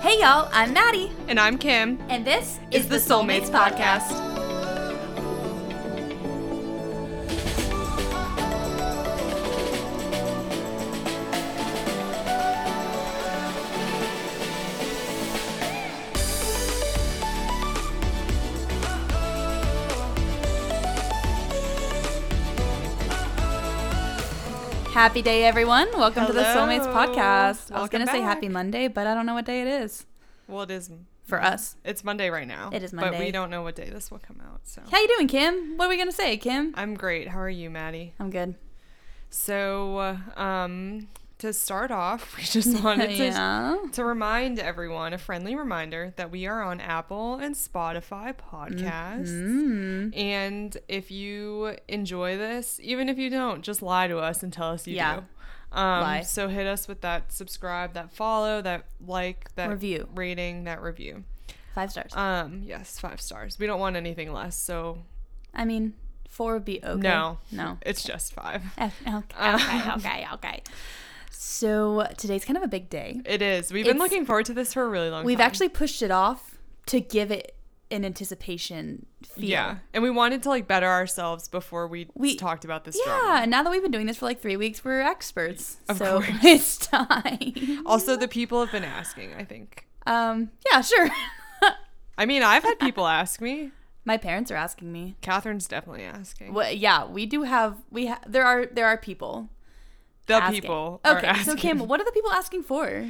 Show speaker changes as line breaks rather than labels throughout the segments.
Hey y'all, I'm Maddie,
And I'm Kim.
and this
It's the Soulmates Podcast.
Happy day, everyone. Welcome to the
Hello.
Soulmates Podcast. I was
Welcome
going to say
back.
happy Monday, but I don't know what day it is
Well, it is.
for us.
It's Monday right now.
It is
But
Monday.
we don't know what day this will come out. So
How you doing, Kim? What are we going to say, Kim?
I'm great. How are you, Maddie?
I'm good.
So, um, to start off, we just wanted to
yeah.
to remind everyone, a friendly reminder that we are on Apple and Spotify podcasts.
Mm-hmm.
And if you enjoy this, even if you don't, just lie to us and tell us you
Yeah.
do. Um,
Lie.
So hit us with that subscribe, that follow, that like, that
Review.
rating, that review.
Five stars.
Um, yes, five stars. We don't want anything less, so
I mean, four would be okay.
No. Uh,
No.
it's just five.
Eh, Okay, okay, okay, okay. So today's kind of a big day.
It is. We've been
It's-
looking forward to this for a really long
We've
time.
actually pushed it off to give it an anticipation feel.
yeah, and we wanted to like better ourselves before we,
We-
talked about this. drama.
Yeah, now that we've been doing this for like three weeks, we're experts.
Of
so
course.
it's time.
Also, the people have been asking, I think.
Um, yeah, sure.
I mean, I've had people ask me.
My parents are asking me.
Catherine's definitely asking.
Well, yeah, we do have we ha- there are there are people.
the
asking.
people are
Okay,
asking.
so Kim, what are the people asking for?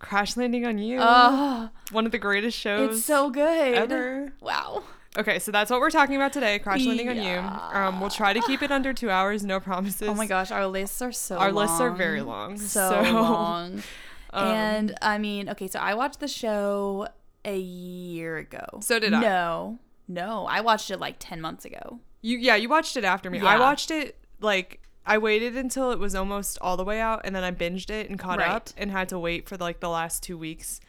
Crash Landing on You,
Oh,
one of the greatest shows
it's so good.
ever.
Wow.
Okay, so that's what we're talking about today, Crash Landing on You.
Yeah.
Um, we'll try to keep it under two hours, no promises.
Oh my gosh, our lists are so
Our lists are
long.
very long,
So,
so, um,
long. and I mean, okay, so I watched the show a year ago.
So did
no,
I.
No. No, I watched it like 10 months ago.
You, yeah, you watched it after me.
Yeah.
I watched it, like, I waited until it was almost all the way out, and then I binged it and caught up
Right.
and had to wait for, like, the last two weeks.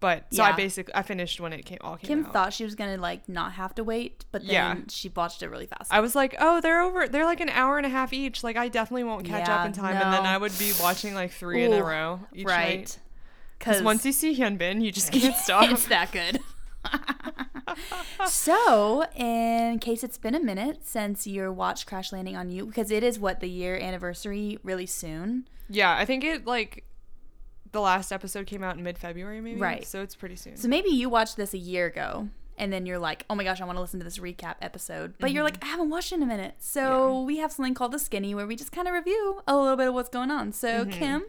But, so
Yeah.
I basically, I finished when it came, all came
Kim
out.
thought she was gonna like not have to wait, but then
Yeah.
she watched it really fast.
I was like, oh, they're over. They're like an hour and a half each. Like, I definitely won't catch
Yeah,
up in time. And then
no.
I would be watching like three in
Ooh,
a row each
right?
Because once you see Hyunbin, you just can't stop.
it's that good. so, in case it's been a minute since your watch crash landing on you, because it is what the year anniversary really soon.
yeah, I think it like the last episode came out in mid February, maybe.
Right.
So it's pretty soon.
So maybe you watched this a year ago, and then you're like, "Oh my gosh, I want to listen to this recap episode," but you're like, "I haven't watched it in a minute." So we have something called the skinny, where we just kind of review a little bit of what's going on. So Kim,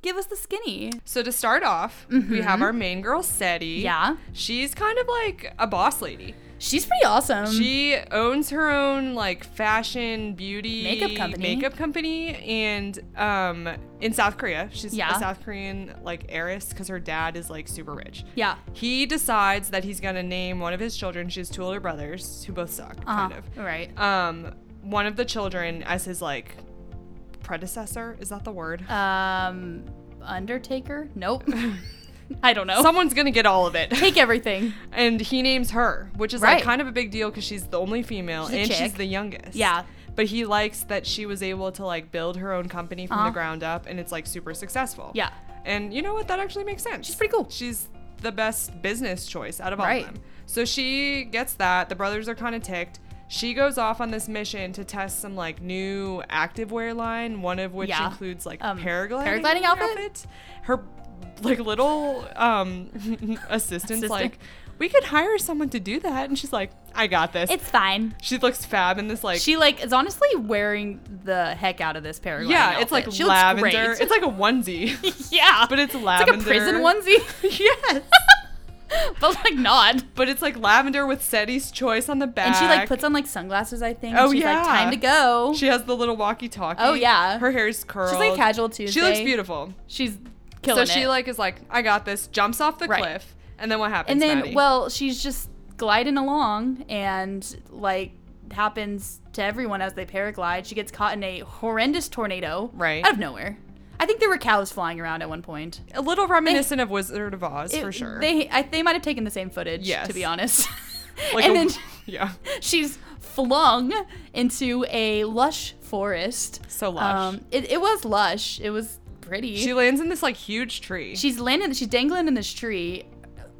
give us the skinny.
So to start off, we have our main girl, Seti.
Mm-hmm. Yeah.
She's kind of like a boss lady.
She's pretty awesome.
She owns her own like fashion, beauty,
Makeup company.
makeup company, and um, in South Korea, she's
Yeah.
a South Korean like heiress because her dad is like super rich.
yeah.
He decides that he's gonna name one of his children. She has two older brothers who both suck, kind
Uh-huh.
of.
Right.
Um, one of the children as his like predecessor. Is that the word?
Um, Undertaker? Nope. I don't know.
Someone's gonna get all of it.
Take everything.
and he names her, which is
Right.
like kind of a big deal because she's the only female
She's a
and she's
chick.
the youngest.
Yeah.
But he likes that she was able to like build her own company from
Uh-huh.
the ground up and it's like super successful.
Yeah.
And you know what? That actually makes sense.
She's pretty cool.
She's the best business choice out of
Right.
all of them. So she gets that. The brothers are kind of ticked. She goes off on this mission to test some like new activewear line, one of which
Yeah.
includes like
Um,
paragliding,
paragliding outfit?
Her like little um assistant's
Assistant.
like, we could hire someone to do that, and she's like, I got this.
It's fine.
she looks fab in this like
She like is honestly wearing the heck out of this paragliding.
yeah, it's
outfit.
like
she
lavender.
Looks
It's like a onesie,
great. yeah,
but it's
it's
lavender.
like a prison onesie,
yes.
but like not.
But it's like lavender with Seti's choice on the back.
And she like puts on like sunglasses, I think. and
Oh,
she's
yeah.
like time to go.
She has the little walkie-talkie.
Oh, yeah.
Her hair's curled.
she's like casual Tuesday.
She looks beautiful.
She's killing
so she
it.
like is like, I got this. Jumps off the
Right.
cliff, and then what happens?
and then
Maddie?
well, she's just gliding along and like happens to everyone as they paraglide. She gets caught in a horrendous tornado
Right.
out of nowhere. I think there were cows flying around at one point.
a little reminiscent of Wizard of Oz
It-
for sure.
They I, they might have taken the same footage,
Yes.
to be honest.
like
and
a-
then
yeah,
she's flung into a lush forest. Um,
so lush.
it, it was lush. It was pretty.
she lands in this like huge tree.
she's landing. She's dangling in this tree.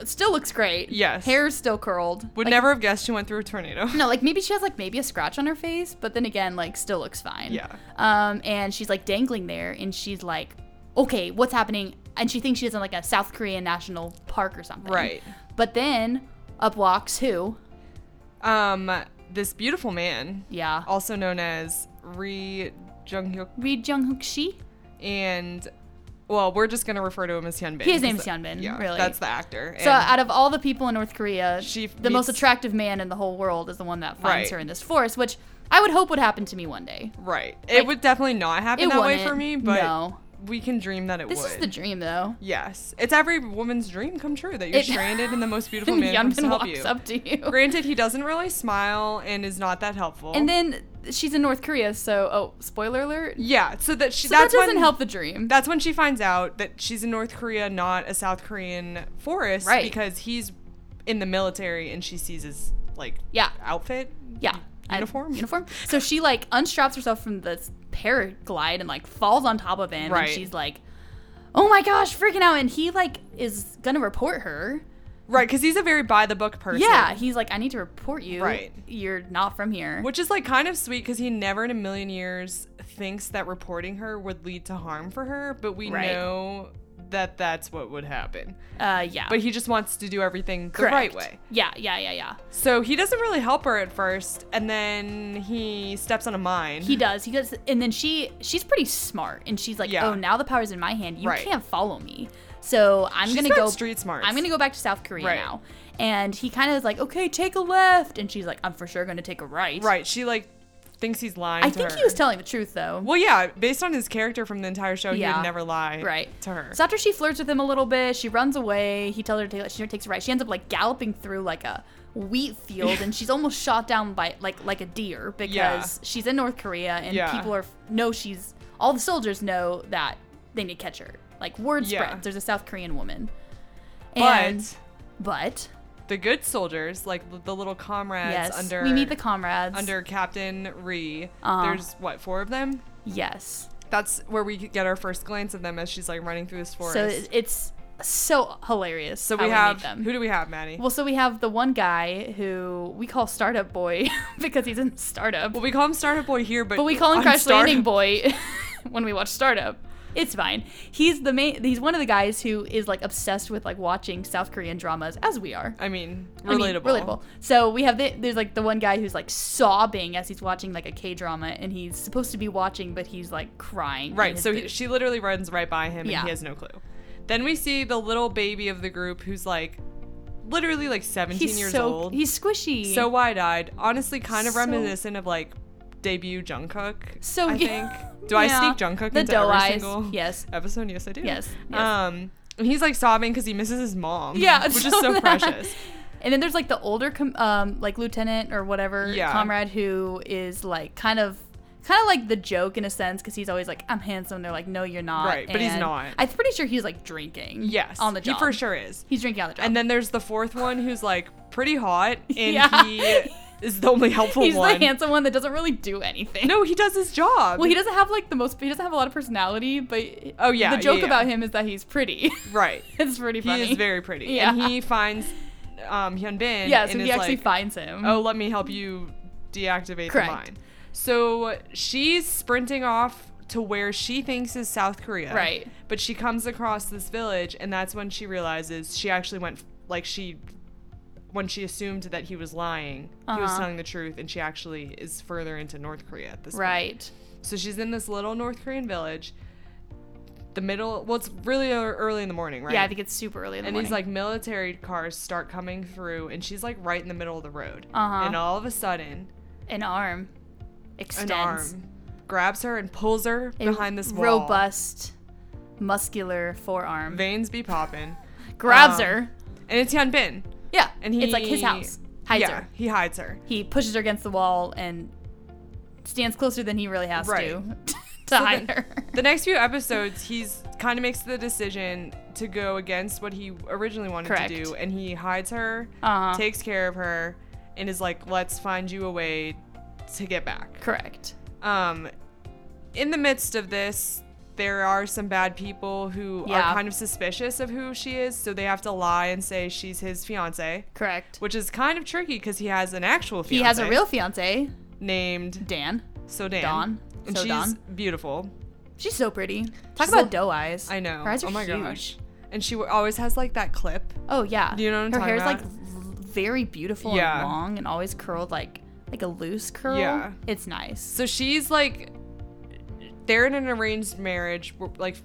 still looks great.
Yes.
Hair's still curled.
Would
Like,
never have guessed she went through a tornado.
No, like maybe she has like maybe a scratch on her face, but then again, like still looks fine.
Yeah.
Um, and she's like dangling there, and she's like, "Okay, what's happening?" And she thinks she's in like a South Korean national park or something.
Right.
But then up walks who?
Um, this beautiful man,
Yeah.
also known as Ri Jung Hyuk,
Reed Jung Hook Shi.
and well, we're just gonna refer to him as Hyunbin.
His name
name's
is Hyunbin, really.
that's the actor.
So
and-
out of all the people in North Korea,
She
the most
meets-
attractive man in the whole world is the one that finds
Right.
her in this forest, which I would hope would happen to me one day.
right, it
like,
would definitely not happen
It
that way
wouldn't.
for me, but
no.
we can dream that it
This
would.
is the dream though.
yes, it's every woman's dream come true that you're
It-
stranded and the most beautiful
And
man comes to
Yeonbin
help
walks
you.
up to you.
Granted, he doesn't really smile and is not that helpful.
And then she's in North Korea, so oh, spoiler alert.
yeah, so that she
So
that's
that doesn't
when,
help the dream.
That's when she finds out that she's in North Korea, not a South Korean forest,
Right.
because he's in the military and she sees his like
yeah,
outfit.
yeah. I-
Uniform?
uniform. So she like unstraps herself from this paraglide and like falls on top of him,
Right.
and she's like, "Oh my gosh, freaking out!" And he like is gonna report her.
Right, because he's a very by the book person.
Yeah, he's like, "I need to report you.
Right.
You're not from here."
Which is like kind of sweet because he never in a million years thinks that reporting her would lead to harm for her, but we
Right.
know that that's what would happen.
uh, yeah.
But he just wants to do everything the right
Correct.
way.
Yeah, yeah, yeah, yeah.
So he doesn't really help her at first, and then he steps on a mine.
He does. He does. And then she she's pretty smart, and she's like,
Yeah.
"Oh, now the power's in my hand. You
Right.
can't follow me." So I'm
She's
gonna
got
go
street smarts.
I'm gonna go back to South Korea
Right.
now. And he kind of is like, "Okay, take a left," and she's like, "I'm for sure gonna take a right."
Right. She like thinks he's lying.
I
to
think
her.
he was telling the truth though.
Well, yeah. Based on his character from the entire show, he
Yeah.
would never lie.
Right.
To her.
So after she flirts with him a little bit, she runs away. He tells her to take, she takes a right. She ends up like galloping through like a wheat field, and she's almost shot down by like like a deer because
Yeah.
she's in North Korea, and
Yeah.
people are know she's all the soldiers know that they need to catch her. Like word
Yeah.
spreads. There's a South Korean woman. And,
but
but
the good soldiers, like l- the little comrades
yes,
under
we meet the comrades.
under Captain Ree.
Uh-huh.
There's what four of them.
yes,
That's where we get our first glance of them as she's like running through this forest.
so it- it's so hilarious.
So
how
we
meet
have
them.
who do we have, Maddie? Well,
Well, so we have the one guy who we call Startup Boy because he's in Startup,
we call him Startup Boy here, but
but we call him
on
Crash
Startup-
Landing Boy when we watch Startup. It's fine. He's the main. He's one of the guys who is like obsessed with like watching South Korean dramas, as we are.
I mean,
I mean,
relatable.
relatable. So we have the, there's like the one guy who's like sobbing as he's watching like a K drama, and he's supposed to be watching, but he's like crying. in
Right.
his
So
booth.
he, she literally runs right by him
Yeah.
and he has no clue. Then we see the little baby of the group who's like literally like 17
he's
years
so
old.
he's squishy.
so wide-eyed. Honestly kind of
So-
reminiscent of like debut Jungkook.
So-
I
yeah.
think. Do I
Yeah.
sneak Jungkook
The
into
doe
every
eyes,
single
yes.
episode? Yes, I do.
Yes, yes.
Um and he's like sobbing cuz he misses his mom.
Yeah,
which is so
that-
precious.
And then there's like the older com- um like lieutenant or whatever
Yeah.
comrade who is like kind of kind of like the joke in a sense because he's always like I'm handsome. They're like no you're not.
Right, but he's
And
not.
I'm pretty sure he's like drinking.
Yes.
on the job.
He for sure is.
He's drinking on the job.
And then there's the fourth one who's like pretty hot and
Yeah.
he is the only helpful
he's
one.
the handsome one that doesn't really do anything.
no, he does his job.
Well, he doesn't have like the most. He doesn't have a lot of personality, but
Oh, yeah,
the joke
yeah, yeah.
about him is that he's pretty.
Right.
it's pretty funny.
He is very pretty. And
Yeah.
he finds um, Hyun Bin.
yeah. So
and
he
is
actually
like,
finds him.
Oh, let me help you deactivate
Correct.
the mine. So she's sprinting off to where she thinks is South Korea.
Right.
But she comes across this village, and that's when she realizes she actually went, like, she. When she assumed that he was lying, he was
Uh-huh.
telling the truth, and she actually is further into North Korea at this point.
right.
So she's in this little North Korean village. The middle, well, it's really ear- early in the morning, right?
Yeah, I think it's super early in the
and
morning.
these like military cars start coming through and she's like right in the middle of the road
Uh-huh.
and all of a sudden
an arm
an
extends.
arm grabs her and pulls her
a
behind this wall
robust, muscular forearm.
veins be popping
grabs
um,
her.
and it's Hyun Bin
Yeah,
and
it's like his
he-
house. Hides
yeah
her.
he hides her
He pushes her against the wall and stands closer than he really has
Right.
to to
So
hide
the-
her.
the next few episodes he's kind of makes the decision to go against what he originally wanted
Correct.
to do and he hides her
Uh-huh.
takes care of her and is like let's find you a way to get back
Correct.
Um, in the midst of this, there are some bad people who
Yeah.
are kind of suspicious of who she is, so they have to lie and say she's his fiance,
Correct.
which is kind of tricky because he has an actual fiance.
He has a real fiance,
named
Dan.
Sodan.
Dawn.
And
So
she's
Dawn.
beautiful.
She's so pretty.
Talk
Talk
about-
about doe eyes.
I know.
Her eyes are
oh my
huge.
gosh. And she always has like that clip.
Oh yeah.
Do you know what I'm
Her
talking
hair's like
about?
l- very beautiful
Yeah.
and long and always curled like like a loose curl.
Yeah.
It's nice.
So she's like, they're in an arranged marriage. w- Like,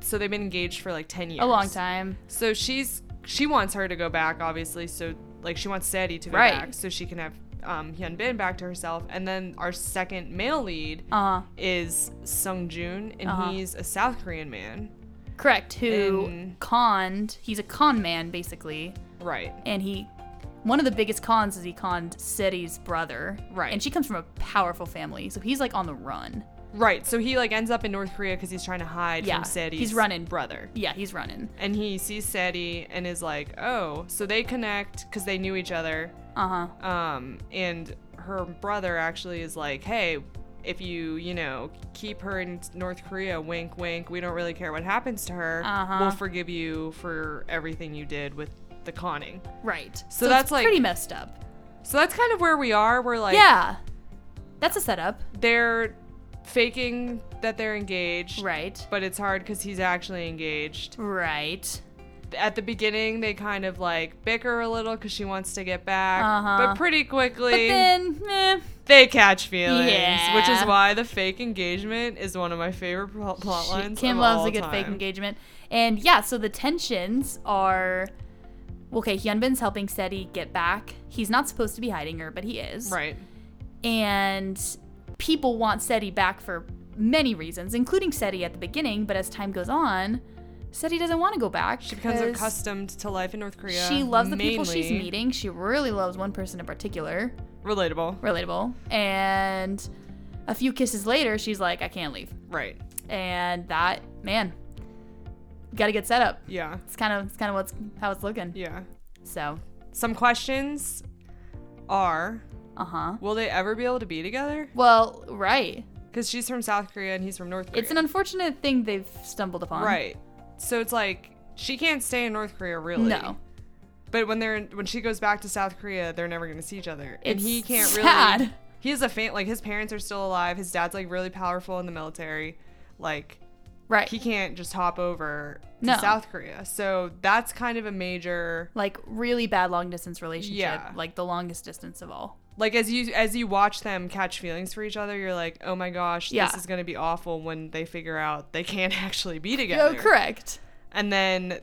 so they've been engaged for like ten years.
A long time.
So she's she wants her to go back, obviously. So like she wants Seti to go
Right.
back so she can have um, Hyun Bin back to herself. And then our second male lead
Uh
is Sung Jun, and
Uh-huh.
he's a South Korean man.
correct. Who
In-
conned he's a con man basically.
Right.
And he one of the biggest cons is he conned Seti's brother.
Right.
And she comes from a powerful family. So he's like on the run.
Right. So he like ends up in North Korea because he's trying to hide
Yeah,
from Seti's
he's running.
brother.
Yeah, he's running.
And he sees Seti and is like, oh, so they connect because they knew each other.
Uh-huh.
um and her brother actually is like hey if you you know keep her in north korea wink wink we don't really care what happens to her
Uh-huh.
we'll forgive you for everything you did with the conning
Right. So,
that's,
it's
like-
pretty messed up.
so that's kind of where we are we're like
yeah. That's a setup.
they're faking that they're engaged
Right.
but it's hard because he's actually engaged
Right.
at the beginning they kind of like bicker a little because she wants to get back
Uh-huh.
but pretty quickly
But then, eh,
they catch feelings, which is
Yeah.
why the fake engagement is one of my favorite pl- plot
She-
lines.
Kim
of
loves
all
a good fake
time.
engagement. And yeah, so the tensions are okay, Hyunbin's helping Seti get back. He's not supposed to be hiding her, but he is.
Right.
And people want Seti back for many reasons, including Seti at the beginning, but as time goes on, Seti doesn't want to go back.
She becomes
'cause
accustomed to life in North Korea.
She loves the people she's
mainly.
meeting. She really loves one person in particular.
Relatable.
Relatable. And a few kisses later, she's like, I can't leave.
Right.
and that man got to get set up
Yeah.
it's kind of it's kind of what's how it's looking
Yeah.
so
Some questions are
uh-huh
Will they ever be able to be together?
well right
Because she's from South Korea and he's from North Korea.
it's an unfortunate thing they've stumbled upon
Right. So it's like she can't stay in North Korea, really.
no
But when they're when she goes back to South Korea, they're never gonna see each other, and
It's
he can't really.
sad.
He is a fan. Like his parents are still alive. His dad's like really powerful in the military. Like
right
he can't just hop over to
No.
South Korea. So that's kind of a major.
like really bad long distance relationship
Yeah.
like the longest distance of all
Like as you as you watch them catch feelings for each other, you're like, oh my gosh,
Yeah.
this is gonna be awful when they figure out they can't actually be
oh
together.
correct
And then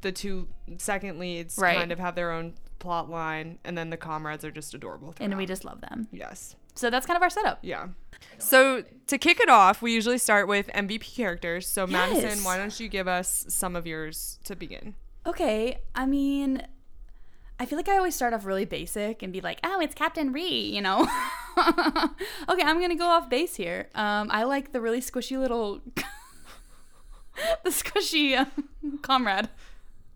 the two second leads
Right.
kind of have their own plot line, and then the comrades are just adorable.
and we
throughout.
just love them
yes.
so that's kind of our setup
Yeah. So to kick it off, we usually start with MVP characters. So Madison,
Yes.
why don't you give us some of yours to begin?
okay i mean i feel like i always start off really basic and be like oh it's captain ree you know okay i'm gonna go off base here um, i like the really squishy little the squishy um, comrade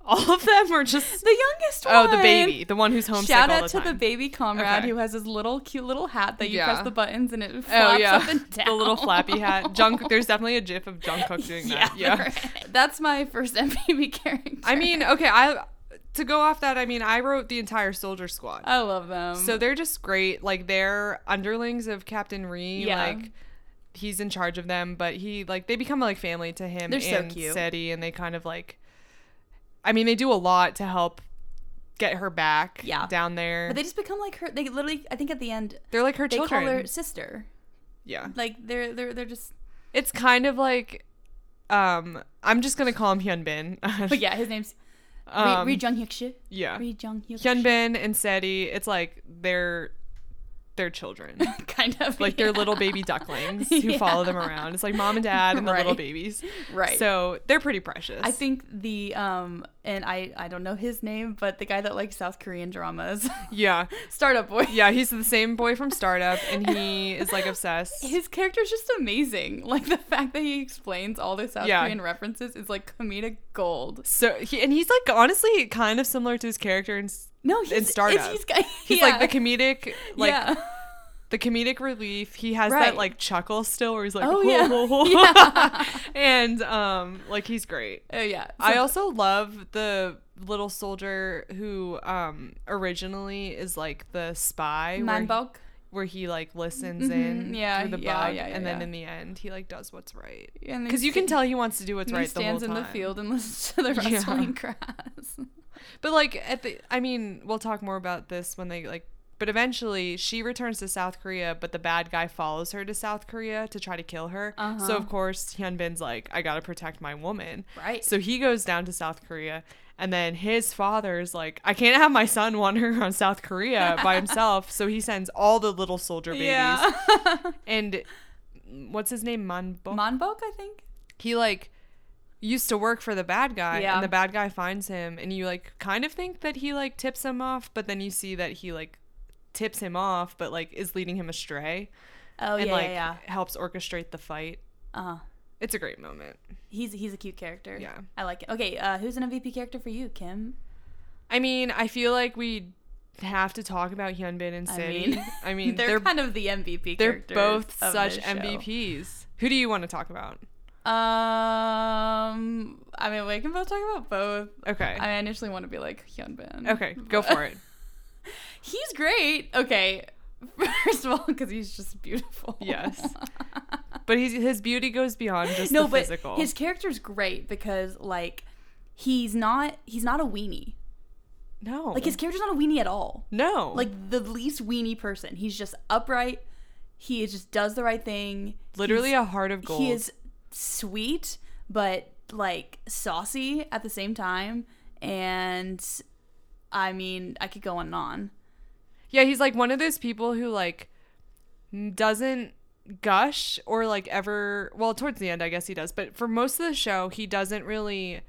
All of them are just
the youngest one.
oh the baby, the one who's homesick
Shout
all
out
the
to the
time.
baby comrade
Okay.
who has his little cute little hat that you
Yeah.
press the buttons and it
Oh
flaps
yeah,
up and down.
the little flappy hat. Junk. There's definitely a gif of Jungkook doing
yeah,
that. Yeah.
right. that's my first MVP character.
I mean, okay. I to go off that. I mean, I wrote the entire Soldier Squad.
I love them.
So they're just great. Like they're underlings of Captain Ree.
Yeah.
Like he's in charge of them, but he like they become like family to him
They're so
and
cute.
Seti, and they kind of like. I mean, they do a lot to help get her back.
Yeah.
Down there,
but they just become like her. They literally, I think, at the end
they, are like her
they
children.
call her sister.
yeah.
Like they're they're they're just.
It's kind of like. Um, I'm just gonna call him Hyunbin.
But Oh, yeah, his name's
Um,
Ri, Ri Jung Hyuk-soo.
yeah.
Ri Jung Hyuk.
Hyunbin and Seti, it's like they're they're children.
kind of
Like
yeah.
they're little baby ducklings who follow them around. It's like mom and dad and the little
Right.
babies.
Right.
So they're pretty precious.
I think the um and I I don't know his name, but the guy that likes South Korean dramas,
Yeah.
Startup Boy.
Yeah, he's the same boy from Startup and he is like obsessed.
His character's just amazing. Like the fact that he explains all the South
Yeah.
Korean references is like comedic gold.
So he and he's like honestly kind of similar to his character in s-
No, he's
Startup.
It's, he's got-
he's
yeah.
like the comedic like
yeah.
the comedic relief. He has
Right.
that like chuckle still where he's like,
Oh,
"Whoa,
yeah.
whoa, whoa."
Yeah.
and um, like he's great.
Oh yeah.
I
So-
also love the little soldier who um originally is like the spy where
man
he-
bulk.
where he like listens in
Mhm, yeah,
through the
yeah,
bug,
yeah, yeah,
and then
yeah.
in the end he like does what's right
Yeah, and they
because you can
sta-
tell he wants to do what's
and
right
He stands
the whole
in the
time.
field and listens to the
Yeah.
rustling grass.
but like at the i mean we'll talk more about this when they like but eventually she returns to south korea but the bad guy follows her to south korea to try to kill her so
Uh-huh.
of course hyun bin's like i gotta protect my woman
Right.
so he goes down to south korea and then his father's like i can't have my son wandering around south korea by himself so he sends all the little soldier babies and what's his name manbo
Monbok, I think.
he like used to work for the bad guy
Yeah.
and the bad guy finds him and you like kind of think that he like tips him off but then you see that he like tips him off but like is leading him astray
Oh
and
yeah,
like
yeah,
helps orchestrate the fight
yeah. Uh-huh.
it's a great moment
He's he's a cute character.
Yeah.
I like it. Okay, uh, who's an MVP character for you, Kim?
i mean i feel like we have to talk about hyunbin and
I
Sin.
mean-
i mean
they're,
they're
kind of the MVP.
they're
characters
both
of
such
this show.
mvps who do you want to talk about
Um, I mean, we can both talk about both.
okay
I initially want to be like Hyunbin.
okay go
but-
for it
He's great. Okay, first of all, because he's just beautiful.
Yes. but he's, his beauty goes beyond just
no,
the
but
physical
his character's great because like he's not he's not a weenie.
no
Like his character's not a weenie at all.
no
Like the least weenie person. He's just upright. He is- just does the right thing.
literally a heart of gold.
He is sweet, but like saucy at the same time. And I mean, I could go on and on.
yeah, he's like one of those people who like n- doesn't gush or like ever. Well, towards the end, I guess he does, but for most of the show, he doesn't really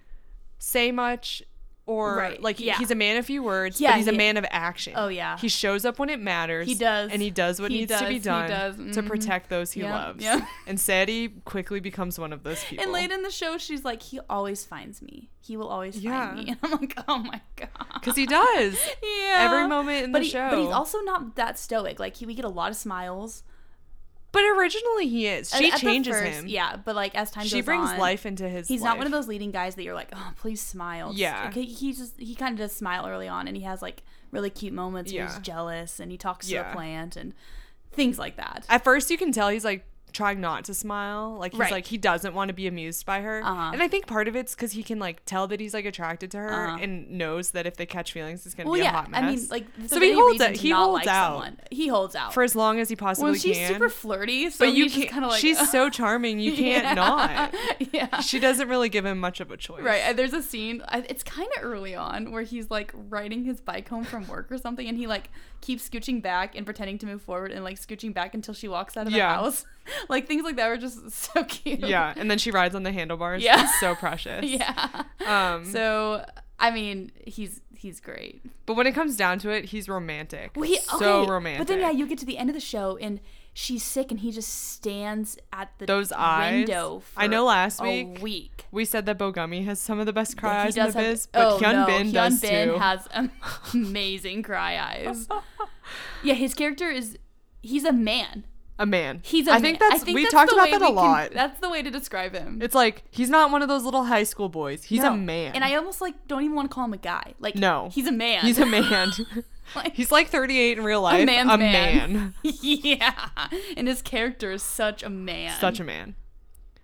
say much. Or
Right,
like he-
yeah.
he's a man of few words,
Yeah,
but he's a
he-
man of action.
Oh, yeah.
he shows up when it matters.
He does.
and he does what
He
needs to
does,
be
he
done
does,
to
mhm.
protect those he
Yeah,
loves.
yeah.
And Sadie quickly becomes one of those people.
And late in the show, she's like, he always finds me. He will always
Yeah.
find me. And I'm like, oh my God.
because he does
Yeah.
every moment in
but
the
he,
show.
But he's also not that stoic. Like, he, we get a lot of smiles.
But originally he is.
At-
She
at the
changes
first-
him.
Yeah, but like as time
she
goes
brings
on,
life into his.
He's not one of
life.
those leading guys that you're like, oh, please smile. Just-
Yeah.
okay, he just he kind of does smile early on, and he has like really cute moments where
Yeah.
he's jealous and he talks to
Yeah.
the plant and things like that.
At first, you can tell he's like trying not to smile. Like he's
Right.
like he doesn't want to be amused by her.
Uh-huh.
And I think part of it's because he can like tell that he's like attracted to her
Uh-huh.
and knows that if they catch feelings, it's gonna
well,
be a
yeah,
hot mess.
I mean, like there's
So he
any
holds
reason
it-
to
he
not
holds
like
out.
someone. He holds out.
for as long as he possibly
well, she's
can.
super flirty, so
but you
he's just
can't.
kind of like
she's so charming. You can't
Yeah.
not.
yeah.
She doesn't really give him much of a choice.
Right, and there's a scene. I- It's kind of early on where he's like riding his bike home from work or something, and he like keeps scooching back and pretending to move forward, and like scooching back until she walks out of
Yeah.
the house. like things like that were just so cute.
Yeah. And then she rides on the handlebars.
Yeah.
It's so precious.
yeah.
Um.
So I mean, he's he's great.
but when it comes down to it, he's romantic.
Well, he,
so
okay,
romantic.
But then yeah, you get to the end of the show and she's sick, and he just stands at the
Those eyes.
window. For
I know last
a
week-
week.
We said that Bogumi has some of the best cry
He
eyes in the
does have-
biz, but
oh,
Hyun
no,
Bin
Hyun
does
Bin
too.
has amazing cry eyes. yeah, his character is he's a man.
a man.
He's a
I
man.
think that's
I think
we
that's
talked
the
about
way
that
we
a
can-
lot.
that's the way to describe him.
it's like he's not one of those little high school boys. He's
No.
a man.
And I almost like don't even want to call him a guy. Like
No.
he's a man.
he's a man.
Like-
he's like 38 in real life.
man's
a
man.
man.
yeah. And his character is such a man.
Such a man.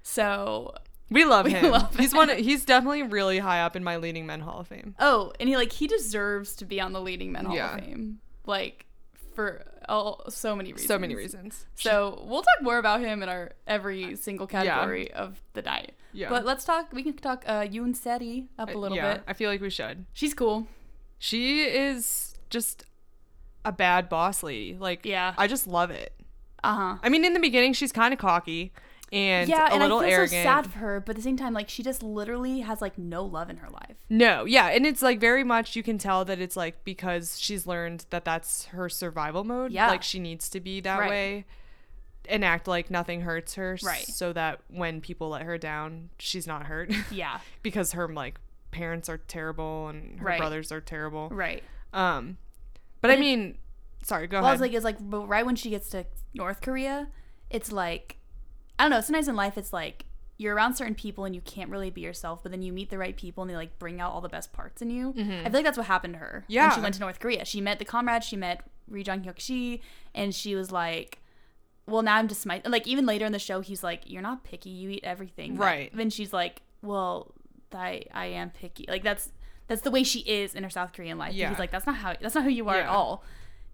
so
We love him.
love
he's one. He's definitely really high up in my leading men hall of fame.
oh, and he like he deserves to be on the leading men hall
Yeah.
of fame. Like for all so many reasons.
So many reasons.
So we'll talk more about him in our every single category of the night.
Yeah. Uh,
But let's talk. We can talk uh, Yoon Seti up a little
yeah,
bit.
I feel like we should.
She's cool.
She is just a bad boss lady. Like
Yeah.
I just love it.
Uh huh.
I mean, in the beginning, she's kind of cocky and
yeah,
a
and I
little
feel
arrogant.
so sad for her, but at the same time, like she just literally has like no love in her life.
No, yeah, and it's like very much you can tell that it's like because she's learned that that's her survival mode.
Yeah.
like she needs to be that
Right.
way and act like nothing hurts her, s-
Right.
So that when people let her down, she's not hurt
Yeah.
because her like parents are terrible and her
Right.
brothers are terrible.
Right.
Um, but I mean, Sorry, go
Well,
ahead.
it's like it's like but right when she gets to North Korea, it's like I don't know. Sometimes in life, it's like you're around certain people and you can't really be yourself, but then you meet the right people and they like bring out all the best parts in you. I feel like that's what happened to her. when
Mm-hmm. Yeah.
she went to North Korea, she met the comrades, she met Ri Jong Hyuk Shi, and she was like. Well, now I'm just my like. Even later in the show, he's like, "You're not picky. You eat everything." Like,
Right.
Then she's like, "Well, I I am picky. Like that's that's the way she is in her South Korean life." And
Yeah.
He's like, "That's not how. That's not who you are at
Yeah.
all."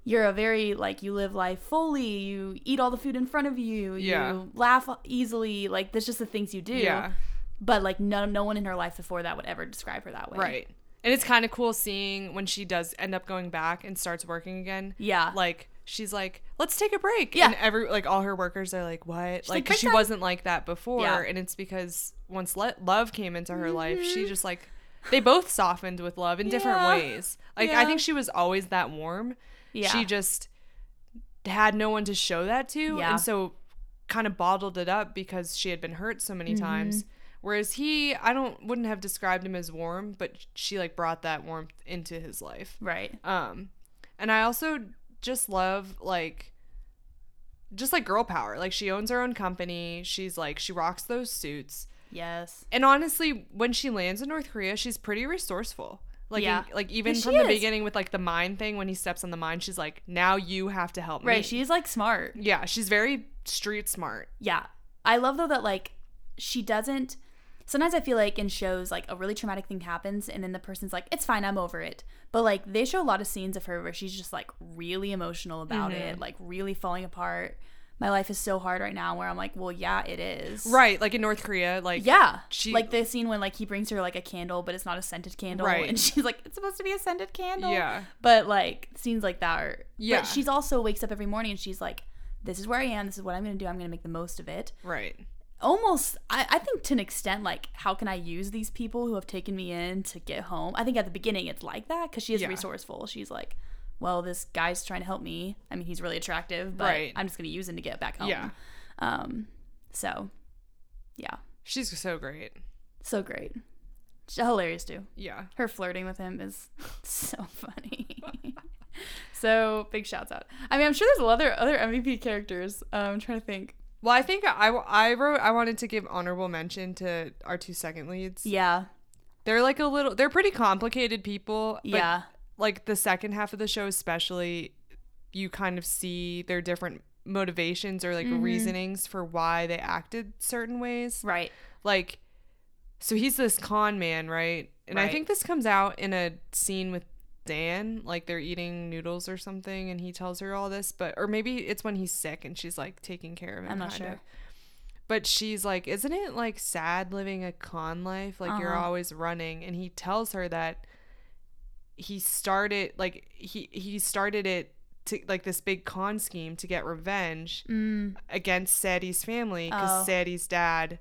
you're a very like you live life fully you eat all the food in front of you
Yeah.
you laugh easily like that's just the things you do
yeah,
but like no, no one in her life before that would ever describe her that way
right. And it's kind of cool seeing when she does end up going back and starts working again.
yeah
Like she's like, let's take a break.
Yeah.
And every like all her workers are like, what?
like,
like 'cause
"Break
she
time."
wasn't like that before,
Yeah.
and it's because once le- love came into her life, she just like they both softened with love in different
Mm-hmm. Yeah.
ways. Like
Yeah.
I think she was always that warm.
yeah
She just had no one to show that to.
Yeah.
And so kind of bottled it up because she had been hurt so
Mm-hmm.
many times. Whereas he, I don't wouldn't have described him as warm, but she like brought that warmth into his life.
right
Um and I also just love like just like girl power. Like she owns her own company. She's like she rocks those suits.
yes
And honestly, when she lands in North Korea, she's pretty resourceful. Like,
Yeah.
in- like even
Yeah,
from
she
the
is.
beginning with like the mine thing, when he steps on the mine, she's like, "Now you have to help me."
right she's like smart
yeah, she's very street smart.
yeah i love though that like she doesn't sometimes i feel like in shows like a really traumatic thing happens and then the person's like it's fine i'm over it but like they show a lot of scenes of her where she's just like really emotional about it
Mm-hmm.
like really falling apart my life is so hard right now where i'm like well yeah it is
Right, like in North Korea, like
yeah
She-
like the scene when like he brings her like a candle but it's not a scented candle
Right.
and she's like it's supposed to be a scented candle
Yeah.
but like scenes like that are
Yeah.
but she's also wakes up every morning and she's like this is where i am this is what i'm gonna do i'm gonna make the most of it
right,
almost I, I think to an extent like how can i use these people who have taken me in to get home i think at the beginning it's like that because she is
Yeah.
resourceful she's like well this guy's trying to help me i mean he's really attractive but
Right.
i'm just gonna use him to get back home
yeah,
um so yeah
she's so great.
so great She's hilarious too
Yeah,
her flirting with him is so funny. so big shouts out. I mean, I'm sure there's a lot of other MVP characters. Um, I'm trying to think.
well, I think I I wrote I wanted to give honorable mention to our two second leads.
Yeah,
They're like a little, they're pretty complicated people. but
yeah,
like the second half of the show especially you kind of see their different motivations or like
Mm-hmm.
reasonings for why they acted certain ways
right.
like so he's this con man right and i
Right.
think this comes out in a scene with dan like they're eating noodles or something and he tells her all this but or maybe it's when he's sick and she's like taking care of him
I'm not
kind
sure.
of. but she's like isn't it like sad living a con life like you're
Uh-huh.
always running and he tells her that he started like he he started it to like this big con scheme to get revenge
Mm,
against Sadie's family because
Oh.
Sadie's dad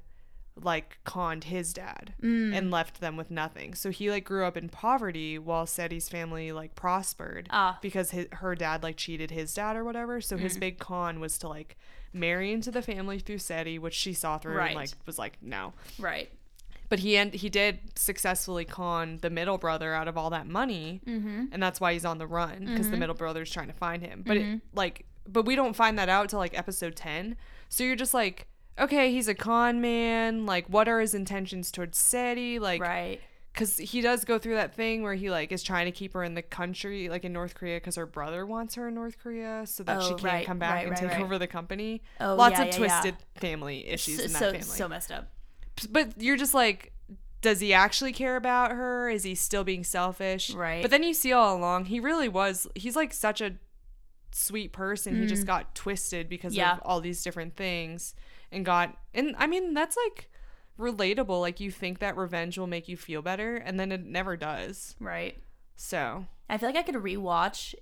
like conned his dad
mm.
and left them with nothing. So he like grew up in poverty while Sadie's family like prospered
Ah. Mm-hmm.
because his, her dad like cheated his dad or whatever. So his big con was to like marry into the family through Sadie, which she saw through
Right.
and like was like no.
right.
But he end, he did successfully con the middle brother out of all that money,
Mm-hmm.
and that's why he's on the run because the middle brother's trying to find him. But
Mm-hmm.
it, like, but we don't find that out till like episode ten. So you're just like, okay, he's a con man. Like, what are his intentions towards Sadie? Like,
right.
because he does go through that thing where he like is trying to keep her in the country like in north korea because her brother wants her in north korea so that
Oh,
she can't
right,
come back
right,
and
right,
take
right.
over the company
Oh,
lots
yeah,
of
yeah, yeah.
twisted family issues
So
in that
so,
family
so messed up.
but you're just like does he actually care about her is he still being selfish
Right.
but then you see all along he really was he's like such a sweet person he just got twisted because
Mm. Yeah.
of all these different things and got and i mean that's like relatable like you think that revenge will make you feel better and then it never does
Right.
so
I feel like I could rewatch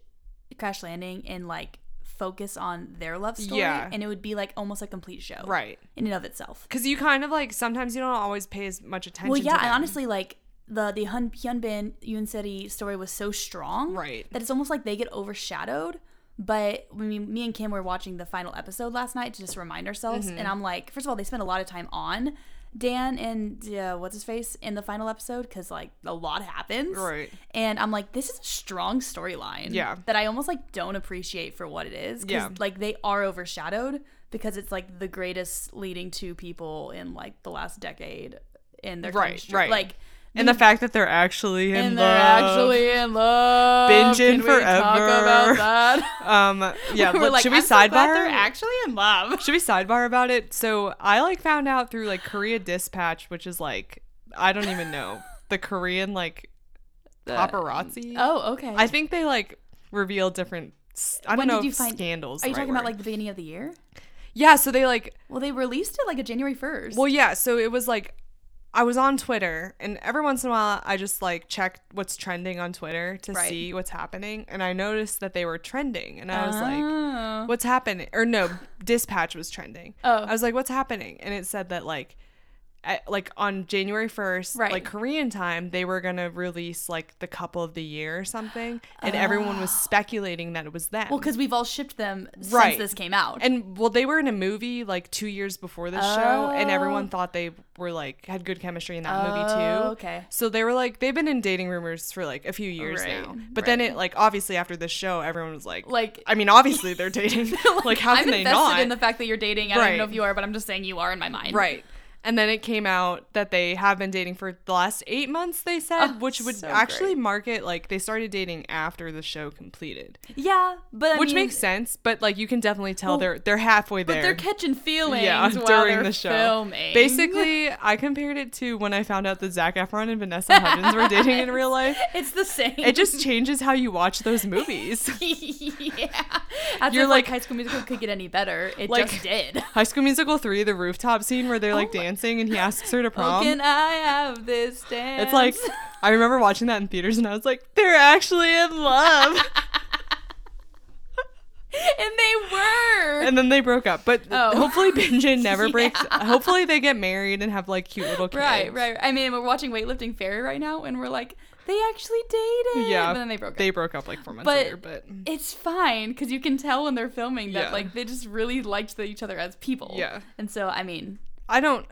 Crash Landing and like focus on their love story,
Yeah.
and it would be like almost a complete show,
right
in and of itself.
because you kind of like sometimes you don't always pay as much attention
Well, yeah,
to
and
them.
honestly, like the the Hun Hyunbin Yunseri story was so strong,
Right.
that it's almost like they get overshadowed. But I mean, me and
Mm-hmm.
Kim were watching the final episode last night to just remind ourselves, and I'm like, first of all, they spent a lot of time on Dan and uh, what's his face in the final episode because like a lot happens.
Right.
And I'm like, this is a strong storyline.
Yeah.
That I almost like don't appreciate for what it is. 'cause,
Yeah.
Like they are overshadowed because it's like the greatest leading two people in like the last decade in their
Right,
chemistry.
right.
Like
And the fact that they're actually in
and they're
love.
actually in love.
Binging
Can we Talk
forever.
about that.
Um. Yeah.
We're
let-
like,
should we
I'm so
sidebar?
glad they're actually in love.
Should we sidebar about it? So I like found out through like Korea Dispatch, which is like I don't even know the Korean like paparazzi.
Oh, okay.
I think they like reveal different. s- I don't
When
know
did you
if
find-
scandals.
Are you
the right
talking about
word.
like the beginning of the year?
Yeah. So they like.
Well, they released it like a January first.
Well, yeah. So it was like. I was on Twitter, and every once in a while, I just like check what's trending on Twitter to
Right.
see what's happening. And I noticed that they were trending, and I was like,
oh.
what's happening or no dispatch was trending
Oh.
i was like what's happening and it said that like at, like on january 1st
Right.
like korean time they were gonna release like the couple of the year or something and everyone was speculating that it was them
Ah. well, because we've all shipped them
Right.
since this came out.
and well they were in a movie like two years before the show and everyone thought they were like had good chemistry in that movie too
Oh, okay.
so they were like they've been in dating rumors for like a few years
Right,
now but then it like obviously after the show everyone was like
Like-
i mean obviously they're dating like, how
I'm
can they
invested
not
in the fact that you're dating. I don't
Right.
even know if you are, but I'm just saying you are in my mind.
Right. And then it came out that they have been dating for the last eight months, they said, which would
Oh, so
actually
great.
mark it like they started dating after the show completed,
Yeah, but I
which
mean,
makes sense. But like you can definitely tell
Well,
they're they're halfway
But
there.
they're catching feelings
yeah,
while
during
they're
the show.
filming.
Basically, I compared it to when I found out that Zach Efron and Vanessa Hudgens were dating in real life.
it's the same.
It just changes how you watch those movies.
yeah. As
You're
if, like,
like-
High School Musical could get any better. It
Like-
just did.
High School Musical 3, the rooftop scene where they're like
Oh my-
dancing and he asks her to
Oh,
prom.
can I have this dance?
It's like I remember watching that in theaters and I was like, they're actually in love.
and they were.
and then they broke up. But
Oh.
hopefully Benjin never breaks
Yeah.
hopefully they get married and have like cute little kids.
right, right. I mean, we're watching Weightlifting Fairy right now, and we're like, they actually dated.
Yeah.
But then they broke
They
up.
broke up like four months
But-
later, but
It's fine because you can tell when they're filming that
Yeah.
like they just really liked the, each other as people.
Yeah.
And so I mean,
I don't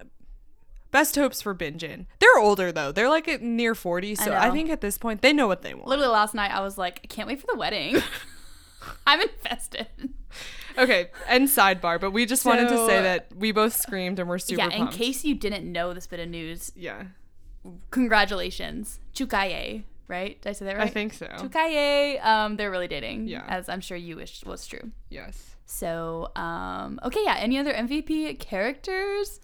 best hopes for Benjin. They're older though. They're like at near forty, so I,
know.
think at this point they know what they want.
literally last night I was like, I can't wait for the wedding. I'm invested.
Okay, and sidebar, but we just wanted to
So-
say that we both screamed and we're super
yeah.
pumped.
In case you didn't know this bit of news,
yeah,
congratulations, Chukaye. Right? Did I say that right?
I think so.
Chukaye. Um, they're really dating.
Yeah.
As I'm sure you wish was true.
Yes.
So, um, okay, yeah. Any other MVP characters?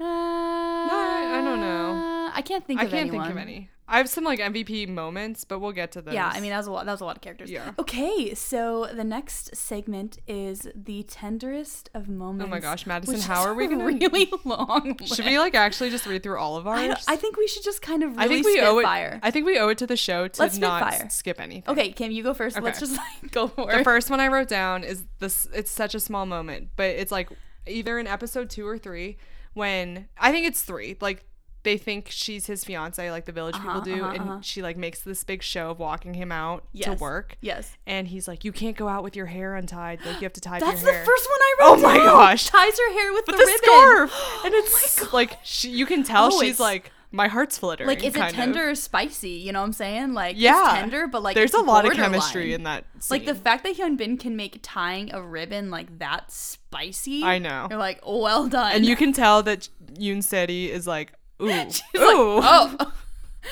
Uh, no,
I- I don't know.
Uh, I can't think
I
of
can't
anyone.
think of any. I have some like MVP moments, but we'll get to those.
Yeah, I mean that was a lot. That was a lot of characters.
Yeah.
Okay, so the next segment is the tenderest of moments.
Oh my gosh, Madison,
which
how
is
are we
a
gonna
really long?
Should
list.
we like actually just read through all of ours?
I, don't- I think we should just kind of really
I think we owe it.
fire.
I think we owe it to the show to
Let's
not
spitfire.
s- skip anything.
okay, Kim, you go first. Let's
Okay.
just like go for
The
it.
first one I wrote down is this. It's such a small moment, but it's like either in episode two or three when I think it's three. Like they think she's his fiance, like the village people do,
uh-huh,
and
uh-huh.
she like makes this big show of walking him out to
Yes.
work.
Yes.
And he's like, "You can't go out with your hair untied. Like you have to tie up
That's
your
the
hair."
first one I wrote.
Oh my
down.
gosh.
Ties her hair with
With
the
the
ribbon.
scarf, and it's like she, you can tell
Oh,
she's
it's-
like, "My heart's fluttering."
like is it
kind of.
tender or spicy you know what i'm saying like
Yeah.
it's tender but like
There's
it's
a lot of
borderline.
chemistry in that.
like the
scene.
fact that hyun bin can make tying a ribbon like that spicy
I know.
you're like well done
and you can tell that Yoon Seti is like, ooh,
she's like
ooh.
oh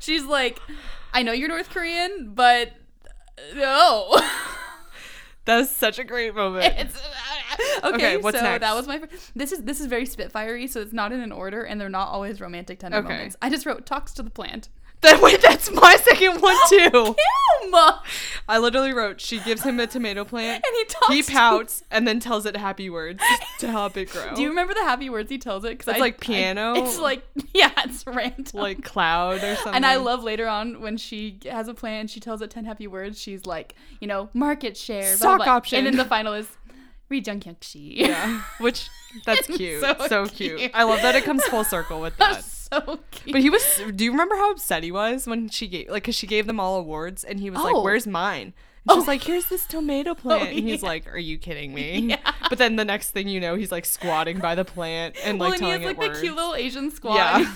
she's like i know you're north korean but uh, no
That's such a great moment.
it's uh, okay,
Okay, what's
so
next?
that was my fir- this is this is very spitfirey so it's not in an order and they're not always romantic tender
Okay.
moments i just wrote talks to the plant
That wait, that's my second one too.
Kim! and
I literally wrote, she gives him a tomato plant.
he talks
He
to-
pouts and then tells it happy words to help it grow.
Do you remember the happy words he tells it? Because
It's like piano.
it's like yeah, it's random.
like cloud or something?
and I love later on when she has a plan. She tells it ten happy words. She's like, you know, market share,
Stock
blah, blah.
option.
and then the final is Rejunkyeokshi.
Yeah, which that's
It's
cute. So,
so
cute.
cute.
I love that it comes full circle with that.
that's so cute.
But he was. Do you remember how upset he was when she gave, like, cause she gave them all awards, and he was like,
Oh.
"Where's mine?" And she's
Oh.
like, here's this tomato plant. and he's
yeah.
like, are you kidding me? But then the next thing you know, he's like squatting by the plant and like
well, and he
telling
has like
it
the
words.
cute little Asian squad.
yeah.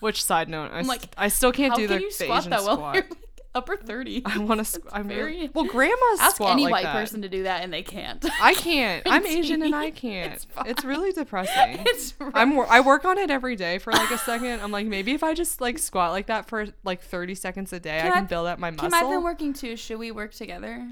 Which side note, I,
I'm
like,
like,
I still can't
How
do
can
the,
you
the
squat
Asian
that well?
squat.
You're like upper thirty.
I want to. I'm very
very-
well. Grandma's
Ask
squat
any
like
white
that.
person to do that, and they can't.
I can't. I'm Asian and I
It's
can't. It's,
fine.
really depressing.
it's rough.
I'm wor- I work on it every day for like a second. I'm like maybe if I just like squat like that for like 30 seconds a day,
Kim,
I can
I've-
build up my muscle.
Kim, I've been working too. Should we work together?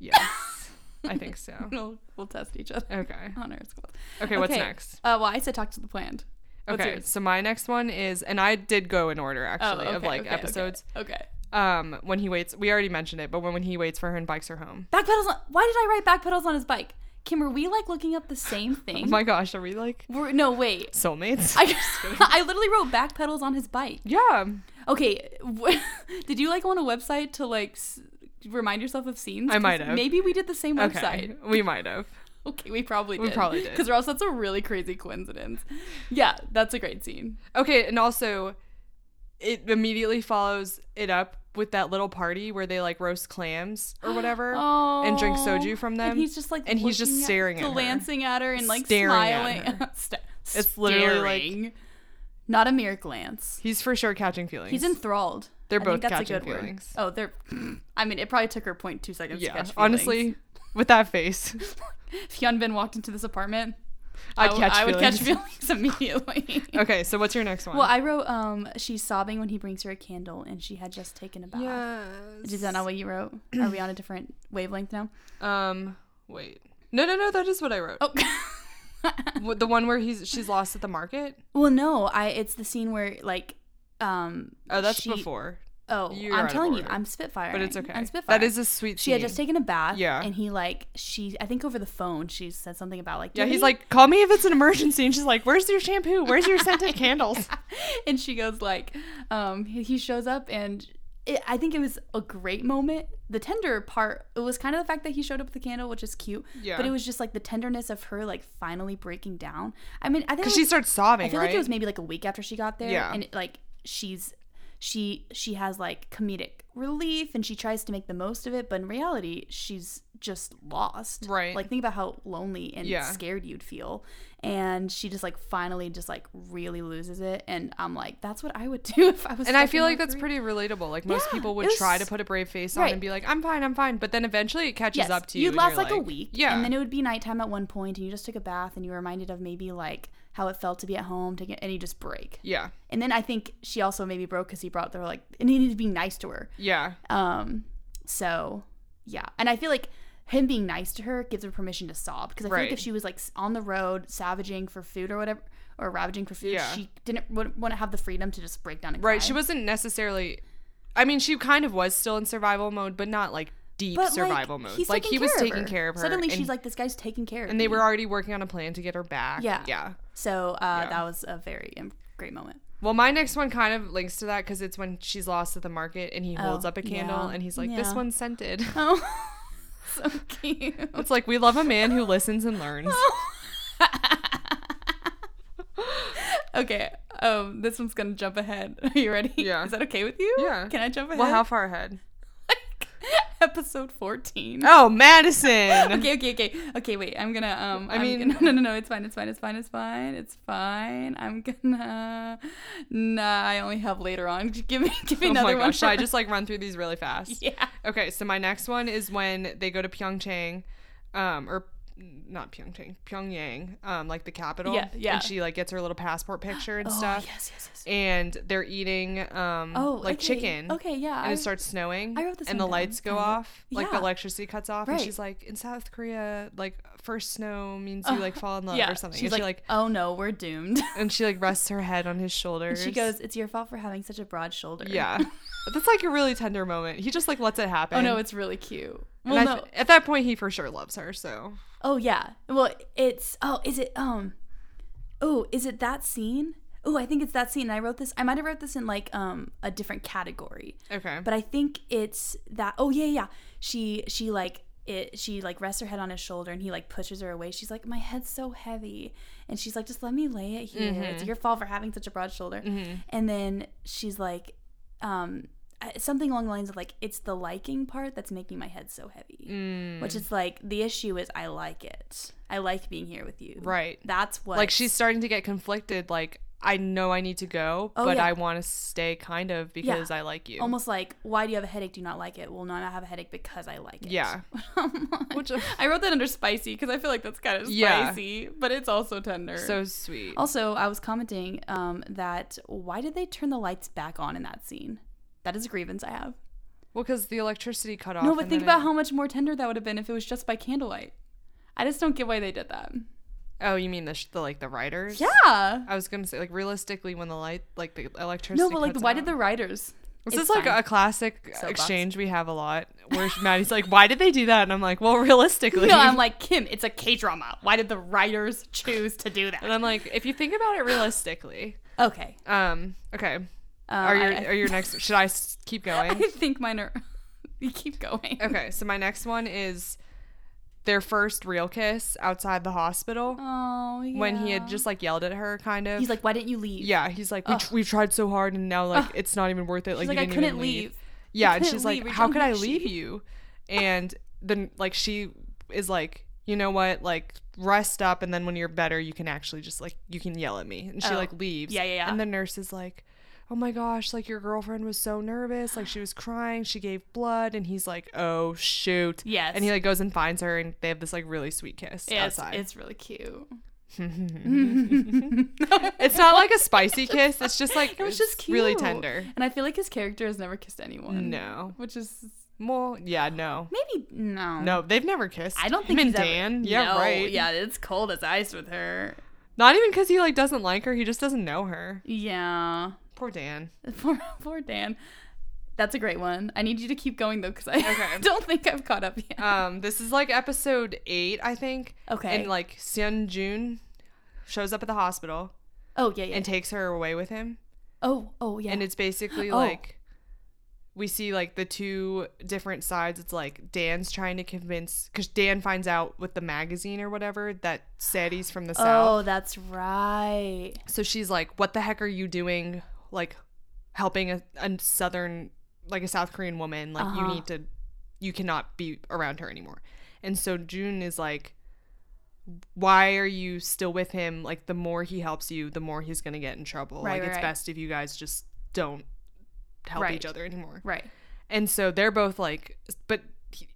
yes, I think so.
We'll, we'll test each other.
Okay.
On our squad.
Okay. What's next?
Uh, well, I said talk to the plant. What's
Okay.
yours? Oh,
So my next one is, and I did go in order actually of like
okay,
episodes.
Okay. okay.
Um, when he waits, we already mentioned it, but when, when he waits for her and bikes her home.
Backpedals on. Why did I write backpedals on his bike? Kim, are we like looking up the same
Oh
thing?
my gosh, are we like
We're, no, wait.
soulmates?
I, I literally wrote backpedals on his bike.
yeah.
Okay, w- did you like on a website to like s- remind yourself of scenes?
I
'Cause
might have.
Maybe we did the same
Okay.
website.
We might have.
Okay, we probably did.
We probably did.
Because or else that's a really crazy coincidence. Yeah, that's a great scene.
Okay, and also it immediately follows it up with that little party where they like roast clams or whatever
Oh,
and drink soju from them.
And he's just like,
and he's just
looking at-
staring at her.
glancing at her, and like
Staring at
smiling.
her.
Sta-
It's literally, like-
staring. not a mere glance.
He's for sure catching feelings.
He's enthralled.
They're
I
both
think that's
catching
a good
feelings.
word. Oh, they're. I mean, it probably took her 0.2 seconds to
yeah,
catch feelings.
honestly, with that face,
if Hyunbin walked into this apartment, I
I'd
w-
catch
I would catch
feelings.
feelings immediately.
okay, so what's your next one?
well, I wrote um she's sobbing when he brings her a candle and she had just taken a bath.
yes.
Is that not what you wrote? Are we on a different wavelength now?
Um, wait. No, no, no. That is what I wrote.
Oh.
W- The one where he's she's lost at the market.
well, no, I it's the scene where like um
Oh, that's
she-
before.
Oh,
You're out
I'm
of
telling you,
order.
I'm spitfire.
But it's okay.
I'm spitfire.
That is a sweet.
she had
scene.
just taken a bath.
Yeah.
And he like she I think over the phone she said something about like
Yeah,
"Do you
he's
have any
like, call me if it's an emergency. And she's like, where's your shampoo? Where's your scented candles?
and she goes like um he he shows up and it, i think it was a great moment the tender part it was kind of the fact that he showed up with the candle which is cute
Yeah.
but it was just like the tenderness of her like finally breaking down i mean i think it
Because
was,
she starts sobbing,
i feel
right?
like it was maybe like a week after she got there
Yeah.
and it, like she's she she has like comedic relief and she tries to make the most of it but in reality she's just lost
Right.
like think about how lonely and
Yeah.
scared you'd feel and she just like finally just like really loses it and i'm like that's what i would do if i was
and I
stuck
feel
in
like
that
that's
three-
pretty relatable. Like most
Yeah,
people would
it was-
try to put a brave face on
Right.
and be like, "I'm fine, I'm fine," but then eventually it catches
yes
up to you.
you'd
and
last
you're
like, a week
Yeah,
and then it would be nighttime at one point and you just took a bath and you were reminded of maybe like how it felt to be at home to get, and you just break
yeah,
and then i think she also maybe broke because he brought her like and he needed to be nice to her
yeah,
Um, so yeah, and I feel like him being nice to her gives her permission to sob because I feel
Right.
like if she was like s- on the road savaging for food or whatever or ravaging for food,
Yeah.
she didn't wouldn't want to have the freedom to just break down and
right.
cry.
She wasn't necessarily. I mean, she kind of was still in survival mode, but not like deep
But, like,
survival mode.
he's
Like he was
of
taking care of her.
Suddenly,
and,
she's like, "This guy's taking care of."
and they
me."
were already working on a plan to get her back.
Yeah.
yeah.
so uh, that was a very im- great moment.
Well, my next one kind of links to that because it's when she's lost at the market and he holds
Oh,
up a candle
yeah.
and he's like, "This
Yeah.
one's scented."
Oh, so cute.
It's like we love a man who listens and learns.
okay, um, this one's gonna jump ahead. Are you ready?
Yeah.
Is that okay with you?
Yeah.
Can I jump ahead?
Well, how far ahead?
episode 14
Oh, Madison.
okay okay okay okay wait i'm gonna um
I
I'm
mean-
gonna- no no no it's fine it's fine it's fine it's fine it's fine i'm gonna nah i only have later on give me give me
oh
another
my
one
gosh, should I just like run through these really fast?
yeah
Okay, so my next one is when they go to Pyeongchang, um, or not Pyeongchang, Pyongyang, um, like the capital.
Yeah, yeah.
And she like gets her little passport picture and
oh
stuff.
yes yes yes
And they're eating um
oh
like
okay.
chicken.
okay yeah
And
I-
it starts snowing.
I wrote this
and the
one down,
lights go
kind of.
off. Like the
Yeah.
electricity cuts off. And
Right.
she's like, in South Korea, like first snow means you like fall in love
yeah
or something.
she's like,
and she like
oh no we're doomed
and she like rests her head on his
And
shoulders.
she goes it's your fault for having such a broad shoulder
Yeah. But that's like a really tender moment. He just like lets it happen.
oh no it's really cute
And
well
I
no
th- at that point he for sure loves her, so
Oh yeah. Well, it's oh, is it um Oh, is it that scene? Oh, I think it's that scene. And I wrote this. I might have wrote this in like um a different category.
okay.
But I think it's that Oh yeah, yeah. She she like it she like rests her head on his shoulder and he like pushes her away. She's like, "My head's so heavy." And she's like, "Just let me lay it
Mm-hmm.
here. It's your fault for having such a broad shoulder." And then she's like um uh, something along the lines of like it's the liking part that's making my head so heavy
Mm.
which is like the issue is i like it i like being here with you
Right.
that's what
Like she's starting to get conflicted. Like I know I need to go,
Oh,
but
yeah.
I want to stay kind of because I like you.
almost like why do you have a headache do you not like it well no i have a headache because i like it
Yeah.
which
Which- uh,
i wrote that under spicy because i feel like that's kind of
Yeah.
spicy but it's also tender
So sweet.
also i was commenting um, that why did they turn the lights back on in that scene that is a grievance i have
Well, because the electricity cut off.
no but
and
think
then
about how much more tender that would have been if it was just by candlelight i just don't get why they did that
it- Oh, you mean the, sh- the like the writers?
yeah
I was gonna say like realistically when the light like the electricity.
no but like
cuts
why
out-
did the writers
This
It's
is like
fine.
a classic
Soapbox.
exchange we have a lot where Maddie's like, "Why did they do that?" And I'm like, "Well, realistically."
no i'm like kim it's a k-drama why did the writers choose to do
and
that
I'm like, if you think about it realistically,
okay
um, okay,
uh,
are your
I- I-
are your next? Should I s- keep going?
I think mine are. you keep going.
Okay, so my next one is their first real kiss outside the hospital
Oh, yeah.
when he had just like yelled at her, kind of.
He's like, why didn't you leave?
yeah, he's like, we, tr- we tried so hard, and now like it's not even worth it.
She's
Like, you
like, I
didn't
couldn't
even
leave.
Yeah, and
couldn't
she's
leave.
like,
We
how
don't
could I
think
leave
she-"
you? And then like she is like, you know what? Like rest up, and then when you're better, you can actually just like you can yell at me. And she
Oh.
like leaves.
Yeah, yeah, yeah.
And the nurse is like. Oh my gosh, like your girlfriend was so nervous, like she was crying, she gave blood, and he's like, Oh shoot.
Yes.
And he like goes and finds her and they have this like really sweet kiss
It's,
outside.
it's really cute.
It's not like a spicy kiss, it's just like
It was just
it's
cute. Mm.
really tender.
And I feel like his character has never kissed anyone.
No.
Which is
Well, yeah, no.
maybe no.
No, they've never kissed.
I don't
Him
think
and
he's ever-
Dan. yeah,
No,
right.
Yeah, it's cold as ice with her.
Not even because he like doesn't like her. He just doesn't know her.
Yeah.
Poor Dan.
Poor, poor Dan. That's a great one. I need you to keep going though, because I
Okay.
don't think I've caught up yet.
Um, this is like episode eight, I think.
Okay.
And like Seon Jun shows up at the hospital
oh yeah, yeah.
and takes her away with him,
oh, oh yeah.
and it's basically
Oh.
like we see like the two different sides. It's like Dan's trying to convince because Dan finds out with the magazine or whatever that Sadie's from the south.
oh, that's right.
So she's like, "What the heck are you doing? Like, helping a, a southern, like a South Korean woman? Like, you
Uh-huh.
need to, you cannot be around her anymore." And so June is like, "Why are you still with him? Like, the more he helps you, the more he's gonna get in trouble.
Right,
like,
right,
it's
right.
best if you guys just don't help
Right.
each other anymore."
Right.
And so they're both like, but. He,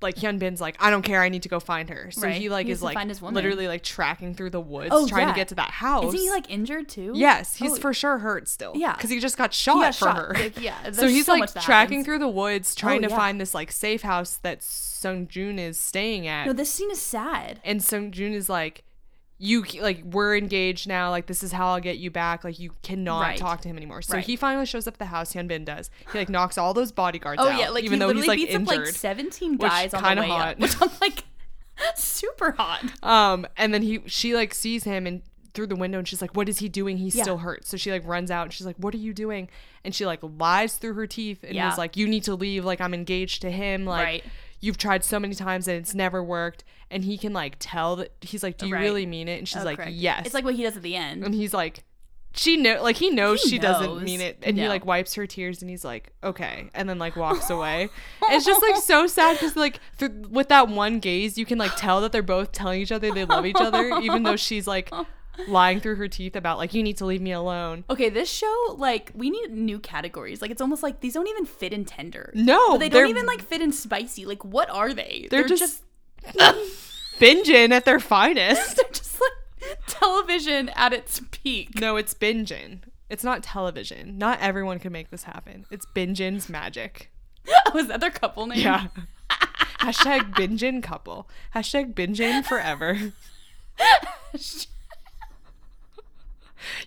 like Hyun Bin's like, I don't care, I need to go find her. So
Right.
he like
He needs
is
to
like
find his woman.
literally like tracking through the woods,
Oh,
trying
yeah.
to get to that house.
Is he like injured too?
Yes, he's
Oh.
for sure hurt still.
Yeah.
because he just got shot
got
for
shot.
her.
Like, yeah,
so
there's
he's
so
like
much that
tracking
happens.
through the woods trying
Oh,
to
yeah.
find this like safe house that Sung Jun is staying at,
No, this scene is sad.
and Sung Jun is like, "You like we're engaged now. Like this is how I'll get you back. Like you cannot
Right.
talk to him anymore." So
Right.
he finally shows up at the house. Hyun Bin does. He like knocks all those bodyguards
Oh
out.
yeah, like
even
he
though
literally
he's like
beats
injured.
up like seventeen
which
guys on the
kinda
way
hot.
up, which I'm like super hot.
Um, and then he she like sees him and through the window and she's like, What is he doing? He's
Yeah.
still hurt. So she like runs out and she's like, What are you doing? And she like lies through her teeth and
Yeah.
was like, You need to leave, like I'm engaged to him, like
Right.
you've tried so many times and it's never worked. And he can like tell that he's like, Do you
Right.
really mean it? And she's
Oh,
like,
correct.
Yes. Mm-hmm.
It's like what he does at the end.
and he's like she know like he knows
He
she
knows.
doesn't mean it and he
No.
like wipes her tears and he's like okay and then like walks away it's just like so sad because like th- with that one gaze you can like tell that they're both telling each other they love each other even though she's like lying through her teeth about like you need to leave me alone
Okay, this show like we need new categories. Like it's almost like these don't even fit in tender.
no
But they don't even like fit in spicy. Like what are they?
they're, just, binging at their finest
they're just like television at its peak.
no it's binging it's not television not everyone can make this happen it's binging's magic
Was that their couple name?
Yeah. Hashtag binging couple. Hashtag binging forever.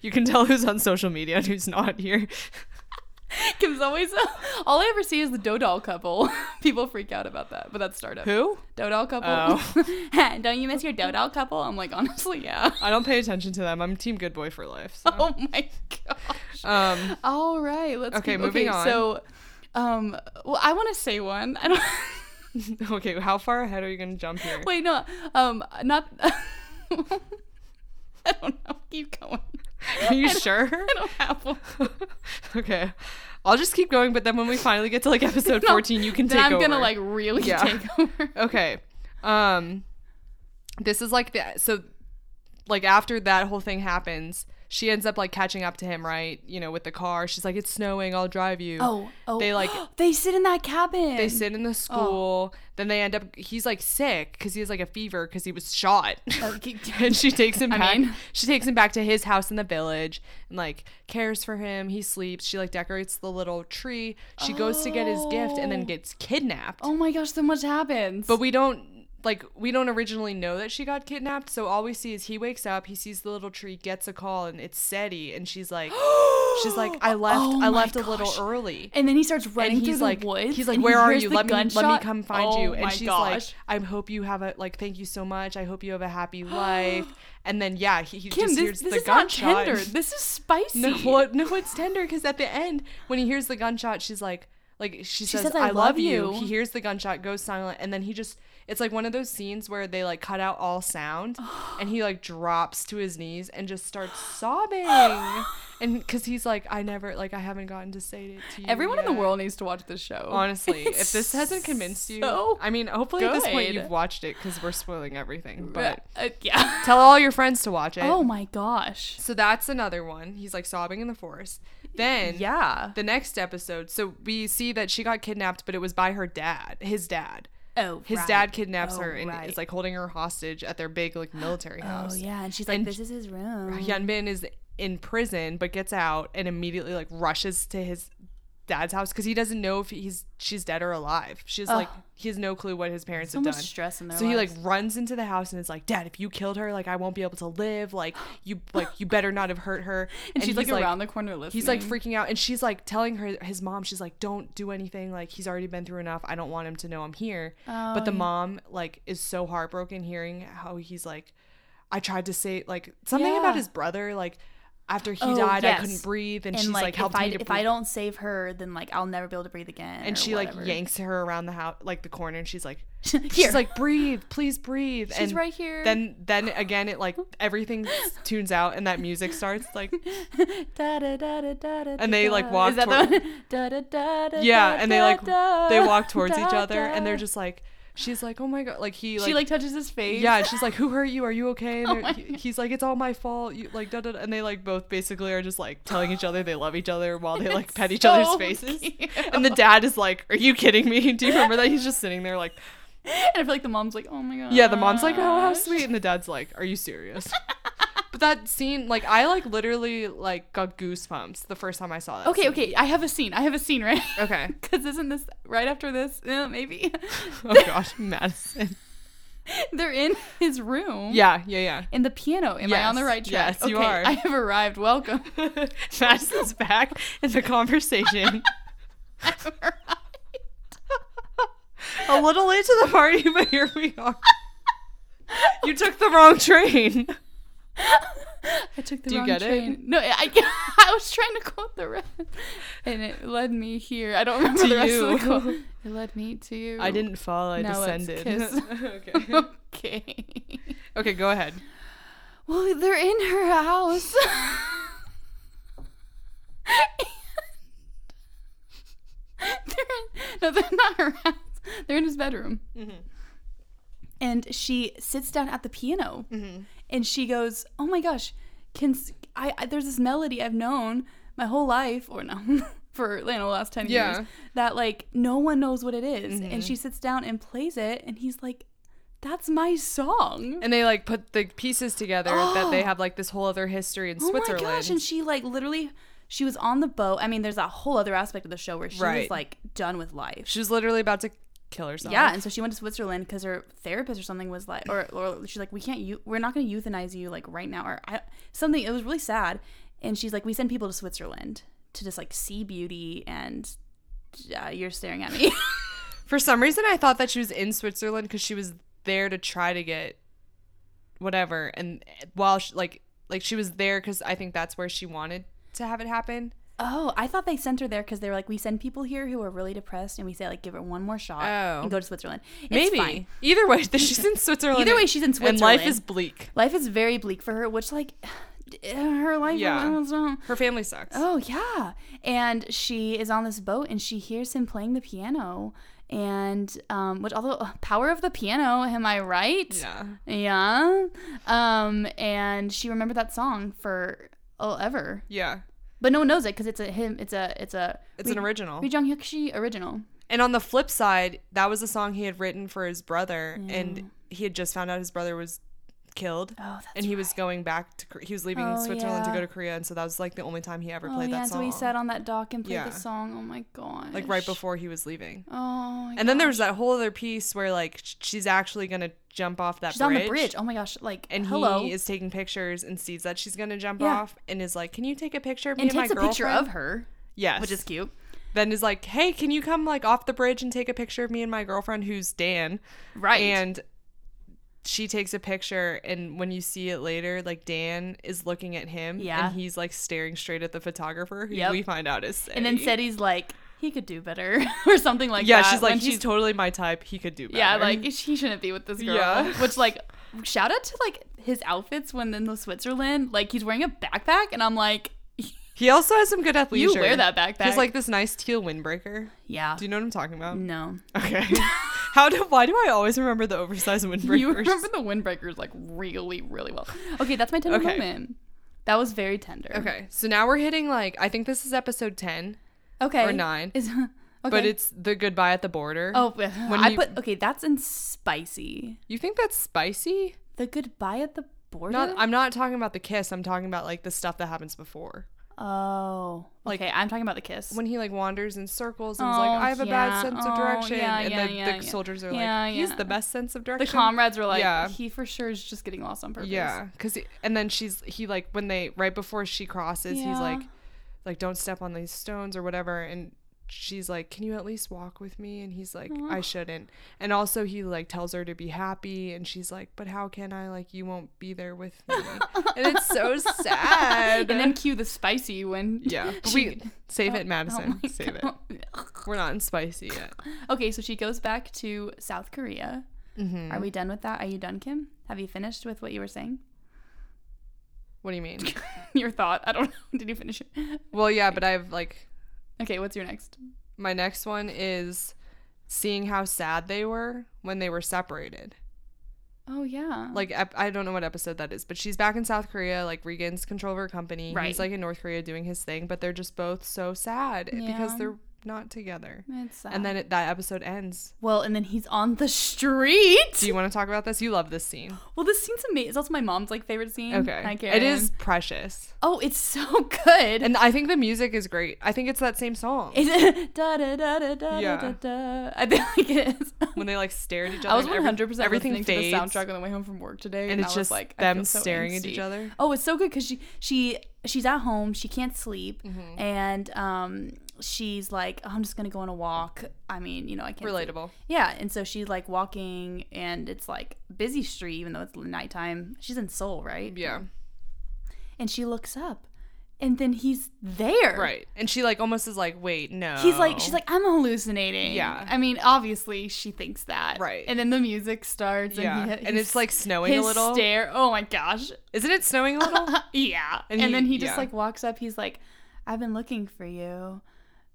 You can tell who's on social media and who's not here.
Kim's always all I ever see is the Dodal couple. People freak out about that, but that's startup.
Who? Oh.
Dodal couple. Don't you miss your Dodal couple? I'm like, honestly, yeah.
I don't pay attention to them. I'm team good boy for life. so.
Oh my gosh.
Um
all right, let's
Okay,
keep-
moving on.
So, um, well, I want to say one. I don't.
okay, how far ahead are you going to jump here?
Wait, no. Um, not. I don't know. Keep going.
Are you sure?
I don't have one.
okay. I'll just keep going, but then when we finally get to like episode
No,
14, you can
then
take
I'm
over.
gonna like really
Yeah.
take over.
okay. Um, this is like the so, like after that whole thing happens, she ends up like catching up to him, right? You know, with the car. She's like, "It's snowing. I'll drive you."
Oh, oh.
They, like-
they sit in that cabin.
They sit in the school. Then they end up. He's like sick because he has like a fever because he was shot.
Okay.
and she takes him
Oh. I
back.
mean-
she takes him back to his house in the village and like cares for him. He sleeps. She like decorates the little tree. She goes to get his gift and then
Oh.
gets kidnapped.
Oh my gosh, so much happens.
But we don't like we don't originally know that she got kidnapped. So all we see is he wakes up, he sees the little tree, gets a call, and it's Seti, and she's like, she's like, I left,
Oh
I
my
left a little
gosh.
early.
and then he starts running
And
through
he's
the
like,
woods.
he's like,
and he
where are
hears
you?
the
Let me, let me
gunshot.
come find
Oh
you. And
my
she's
gosh.
like, I hope you have a like, thank you so much. I hope you have a happy life. And then yeah, he, he
Kim,
just
this,
hears
this
the
is
gunshot.
not tender. This is spicy.
No, well, no, it's tender because at the end, when he hears the gunshot, she's like, like she, says, "I, love you. He hears the gunshot, goes silent, and then he just. It's like one of those scenes where they like cut out all sound, and he like drops to his knees and just starts sobbing, and because he's like, I never like I haven't gotten to say it to you.
Everyone in the
yet."
world needs to watch this show.
Honestly, if
It's
this hasn't convinced you,
so
I mean, hopefully at this point
good.
you've watched it because we're spoiling everything. But
Uh, yeah.
tell all your friends to watch it.
oh my gosh.
So that's another one. He's like sobbing in the forest. Then
Yeah.
the next episode, so we see that she got kidnapped, but it was by her dad, his dad.
Oh,
His
right.
dad kidnaps
Oh,
her and
right.
is like holding her hostage at their big like military
Oh
house.
yeah, and she's like,
And
this is his room.
Yunbin is in prison but gets out and immediately like rushes to his dad's house because he doesn't know if he's she's dead or alive. She's like
Ugh.
he has no clue what his parents
so
have
much
done.
stress in their
So he like
lives.
runs into the house and is like, "Dad, if you killed her, like I won't be able to live. Like you, like you better not have hurt her."
and she's like
he's,
around the corner listening.
He's like freaking out, and she's like telling her his mom. She's like, "Don't do anything. Like he's already been through enough. I don't want him to know I'm here."
Oh,
but the mom like is so heartbroken hearing how he's like, "I tried to say like something
Yeah.
about his brother. Like after he
Oh,
died, I couldn't
yes.
breathe, and,
and
she's
like,
like, helped
if I
me to
if
breathe."
I don't save her, then like I'll never be able to breathe again.
and
or
she like
whatever.
yanks her around the house, like the corner, and she's like,
Here.
she's like, breathe, please breathe.
She's
and
right here.
Then, then again, it like everything tunes out, and that music starts. Like,
da, da, da, da, da, da,
And they,
da.
like, walk
Is that
toward-
the one? da, da, da, da,
yeah,
da,
and they like
da,
they walk towards
da,
each other, and they're
da.
just like, she's like, oh my god, like he like,
she like touches his face.
yeah, she's like, who hurt you? Are you okay? And
Oh
they're-
my
he- he's like, it's all my fault. You like da da, da. and they like both basically are just like telling each other they love each other while they like
It's
pet each
so
other's faces.
cute.
And the dad is like, are you kidding me? Do you remember that he's just sitting there like.
and I feel like the mom's like, oh my god.
Yeah, the mom's like, "Oh, how sweet," and the dad's like, "Are you serious?" but that scene, like, I like literally like got goosebumps the first time I saw that.
Okay, okay, I have a scene. I have a scene, right?
scene. okay.
Because isn't this right after this? Uh, maybe
Oh gosh, Madison.
they're in his room.
Yeah, yeah,
And the piano. Am I on the
Yes,
right track?
yes, you
okay,
are.
I have arrived. Welcome.
yeah. Madison's back in the conversation.
I've arrived.
A little late to the party, but here we are. You took the wrong train.
I took the
Do you
wrong
get it?
train. No, I, I was trying to quote the rest, and it led me here. I don't remember
To
the rest of the
you.
quote. It led me to you.
I didn't fall. I
Now let's
descended.
kiss.
okay.
Okay.
Okay, go ahead.
Well, they're in her house. they're in, no, they're not her house. They're in his bedroom.
Mm-hmm.
And she sits down at the piano
Mm-hmm.
and she goes, Oh my gosh, can s- I, I- there's this melody I've known my whole life, or no, for you know, the last 10
Yeah. Mm-hmm.
years, that like no one knows what it is. And she sits down and plays it, and he's like, That's my song.
And they like put the pieces together that they
Oh.
have like this whole other history in
Oh
Switzerland.
my gosh! And she like literally, she was on the boat. I mean, there's that whole other aspect of the show where she
Right.
was like done with life.
She was literally about to kill herself.
Yeah, and so she went to Switzerland because her therapist or something was like, or, or she's like, we can't, eu- we're not going to euthanize you like right now, or I, something. It was really sad, and she's like, we send people to Switzerland to just like see beauty, and uh, you're staring at me.
For some reason, I thought that she was in Switzerland because she was there to try to get whatever. And while she, like like she was there because I think that's where she wanted to have it happen.
oh, I thought they sent her there because they were like, we send people here who are really depressed, and we say like, give her one more shot
Oh.
and go to Switzerland. It's
Maybe
fine.
either way, she's in Switzerland.
Either way, she's in
and life
Switzerland.
is bleak.
life is very bleak for her which like her life
Yeah.
was wrong.
Her family sucks.
Oh yeah. And she is on this boat and she hears him playing the piano and um which although uh, power of the piano, am I right?
Yeah.
Yeah. Um and she remembered that song for oh, ever.
Yeah.
But no one knows it cuz it's a him it's a it's a
It's an original.
Ri Jung Hyukshi original.
And on the flip side, that was a song he had written for his brother, and he had just found out his brother was killed,
Oh, that's
and he was going back to Kor- he was leaving
Oh,
Switzerland to
yeah.
go to Korea, and so that was like the only time he ever
Oh
played
yeah,
that
so
song,
he sat on that dock and played
Yeah.
the song. Oh my god.
like right before he was leaving.
Oh. My
And then there was that whole other piece where like sh- she's actually gonna jump off that
she's
bridge.
on the bridge. Oh my gosh, like
And
hello.
he is taking pictures and sees that she's gonna jump
Yeah.
off and is like, "Can you take a picture of me
and
and,
takes
my
a picture
girlfriend?"
of her,
yes,
which is cute.
then is like, "Hey, can you come like off the bridge and take a picture of me and my girlfriend who's Dan?"
Right.
And she takes a picture and when you see it later, like Dan is looking at him
Yeah.
and he's like staring straight at the photographer who
Yep.
we find out is
and then
Sadie.
Seti's like, he could do better or something like
Yeah,
that.
she's like,
when
"He's totally my type. He could do better."
yeah, like she shouldn't be with this girl.
Yeah.
Which like, shout out to like his outfits when in the Switzerland, like he's wearing a backpack, and I'm like,
He also has some good athleisure.
you wear that backpack?
He's like this nice teal windbreaker.
yeah,
Do you know what I'm talking about?
no.
Okay. How do why do I always remember the oversized windbreakers?
You remember the windbreakers like really, really well. Okay, that's my tender
Okay.
moment. That was very tender.
Okay. So now we're hitting like I think this is episode 10.
okay,
Or nine.
Is, okay.
But it's the goodbye at the border.
oh, I
you-
put okay. That's in spicy.
you think that's spicy?
The goodbye at the border.
Not, I'm not talking about the kiss. I'm talking about like the stuff that happens before.
Oh, okay. I'm talking about the kiss.
When he like wanders in circles and is
Oh,
like, I have a
yeah.
bad sense
Oh,
of direction,
yeah,
and
yeah,
the,
yeah,
the
yeah.
soldiers are
Yeah,
like, he's
yeah.
the best sense of
the
direction.
comrades were like,
Yeah.
he for sure is just getting lost on purpose.
Yeah, because and then she's he like when they right before she crosses, he's
Yeah.
like, like don't step on these stones or whatever, and she's like, can you at least walk with me? And he's like,
Mm-hmm.
I shouldn't. And also he like tells her to be happy, and she's like, but how can I? Like you won't be there with me, and it's so sad.
And then cue the spicy when
yeah, but
she-
we save it,
Oh
Madison.
my
save it.
God.
We're not in spicy yet.
Okay, so she goes back to South Korea. Are we done with that? Are you done, Kim? Have you finished with what you were saying?
What do you mean?
Your thought? I don't know. Did you finish it?
Well, yeah, but I've like
Okay, what's your next?
my next one is seeing how sad they were when they were separated.
Oh yeah.
like ep- I don't know what episode that is, but she's back in South Korea. Like Regan's control of her company.
Right.
He's like in North Korea doing his thing, but they're just both so sad
Yeah.
because they're not together.
it's sad.
And then it, that episode ends.
well, and then he's on the street.
Do you want to talk about this? You love this scene.
well, this scene's amazing. It's also my mom's like favorite scene.
Okay.
Hi, Karen.
it is precious.
Oh, it's so good.
And I think the music is great. I think it's that same song.
Is it da da da da da
Yeah.
da da? I think like it is.
when they like stared at each other.
I was
and
one
every-
hundred percent
everything
listening
fades.
to the soundtrack on the way home from work today, and,
And
I
it's
was
just
like I
them
feel so
staring at each
angsty.
other.
Oh, it's so good because she she she's at home, she can't sleep,
Mm-hmm.
and um she's like, oh, I'm just gonna go on a walk. I mean, you know, I can't sleep.
Relatable.
Yeah, and so she's like walking, and it's like busy street, even though it's nighttime. She's in Seoul, right?
Yeah.
And she looks up, and then he's there.
Right. And she like almost is like, wait, no.
He's like, she's like, I'm hallucinating.
Oh. Yeah.
I mean, obviously she thinks that.
Right.
And then the music starts.
Yeah.
And, he-
and
his-
it's like snowing
his
a little.
stare. Oh my gosh.
Isn't it snowing a little?
yeah. And,
And he-
then he just
yeah.
like walks up. He's like, I've been looking for you.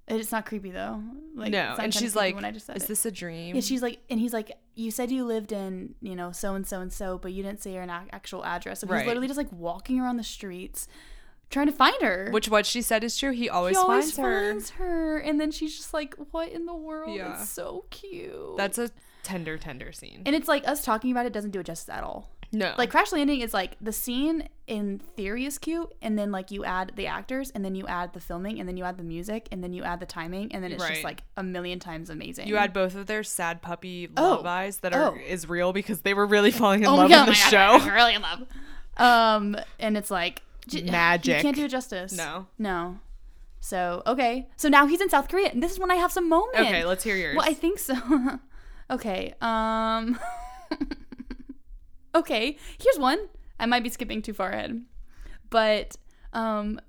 And It's not creepy though. Like,
no.
it's not
And
kinda
she's
creepy
like,
when I just said
is
it.
this a dream?
Yeah, she's like, and he's like, you said you lived in, you know, so and so and so, but you didn't say her an ac- actual address. So he's
Right.
literally just like walking around the streets, trying to find her.
Which what she said is true. He always,
he always
finds, her.
finds her. and then she's just like, "What in the world?
Yeah.
It's so cute."
That's a tender, tender scene.
and it's like us talking about it doesn't do it justice at all.
no,
Like Crash Landing is like the scene in theory is cute, and then like you add the actors, and then you add the filming, and then you add the music, and then you add the timing, and then it's just
Right.
like a million times amazing.
you add both of their sad puppy love
Oh.
eyes that are
Oh.
is real because they were really falling in
oh my
love
god,
in the
my God,
show.
I'm really in love. Um, and it's like j- You
Magic.
can't do it justice.
No.
no. So okay, so now he's in South Korea, and this is when I have some moments.
Okay, let's hear yours.
Well, I think so. okay. Um Okay, here's one. I might be skipping too far ahead. But um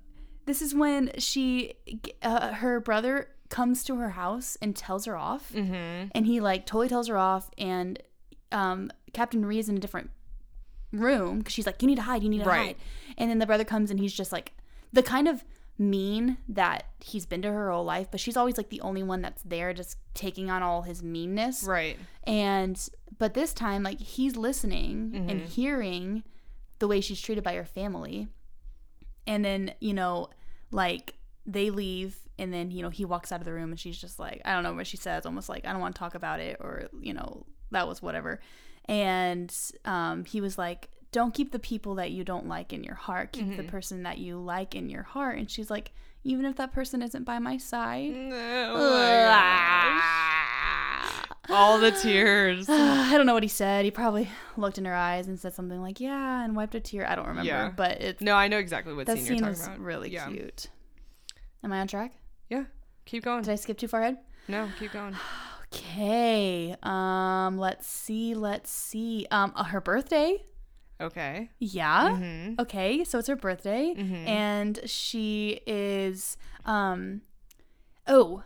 this is when she g- uh, her brother comes to her house and tells her off. And he like totally tells her off and um Captain Ree is in a different room because she's like, "You need to hide. You need to hide."
Right.
And then the brother comes and he's just like the kind of mean that he's been to her whole life, but she's always like the only one that's there, just taking on all his meanness.
Right.
And but this time, like he's listening and
Mm-hmm.
hearing the way she's treated by her family. And then, you know, like they leave and then, you know, he walks out of the room and she's just like, I don't know what she says, almost like, I don't want to talk about it or, you know, that was whatever. And um, he was like, Don't keep the people that you don't like in your heart. Keep
Mm-hmm.
the person that you like in your heart. And she's like, Even if that person isn't by my side.
Oh my gosh. All the tears.
I don't know what he said. He probably looked in her eyes and said something like, "Yeah," and wiped a tear. I don't remember,
Yeah.
but it's
No, I know exactly what
that
scene you're
scene
talking
is
about.
really
Yeah.
cute. Am I on track?
Yeah. Keep going.
Did I skip too far ahead?
No, keep going.
Okay. Um, let's see. Let's see. Um, uh, her birthday.
Okay.
Yeah.
Mm-hmm.
Okay, so it's her birthday, and she is, um, oh,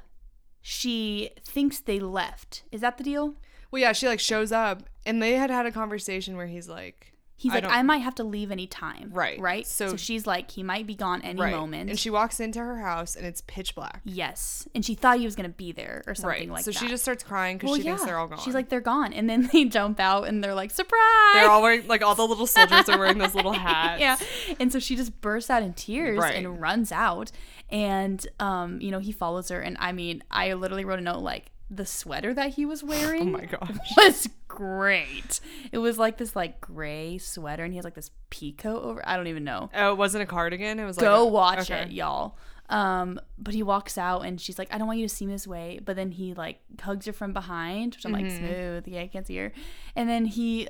she thinks they left. Is that the deal?
Well, yeah, she like shows up and they had had a conversation where he's like,
He's
I
like,
don't-
I might have to leave any time.
Right.
Right. So,
So-
she's like, he might be gone any
right.
moment.
And she walks into her house and it's pitch black.
yes. And she thought he was going to be there or something
right.
like
so
that.
she just starts crying because
Well,
she thinks
yeah.
they're all gone.
She's like, they're gone. And then they jump out and they're like, surprise.
they're all wearing, like, all the little soldiers are wearing those little hats.
yeah. And so she just bursts out in tears
Right.
and runs out. And, um, you know, he follows her. And I mean, I literally wrote a note like, the sweater that he was wearing.
Oh my gosh.
was great. It was like this like gray sweater and he has like this peacoat over. I don't even know.
Oh, it wasn't a cardigan. It was like,
go
a-
watch
okay.
it y'all um but he walks out and she's like i don't want you to see me this way but then he like hugs her from behind which i'm like
Mm-hmm.
smooth yeah i can't see her and then he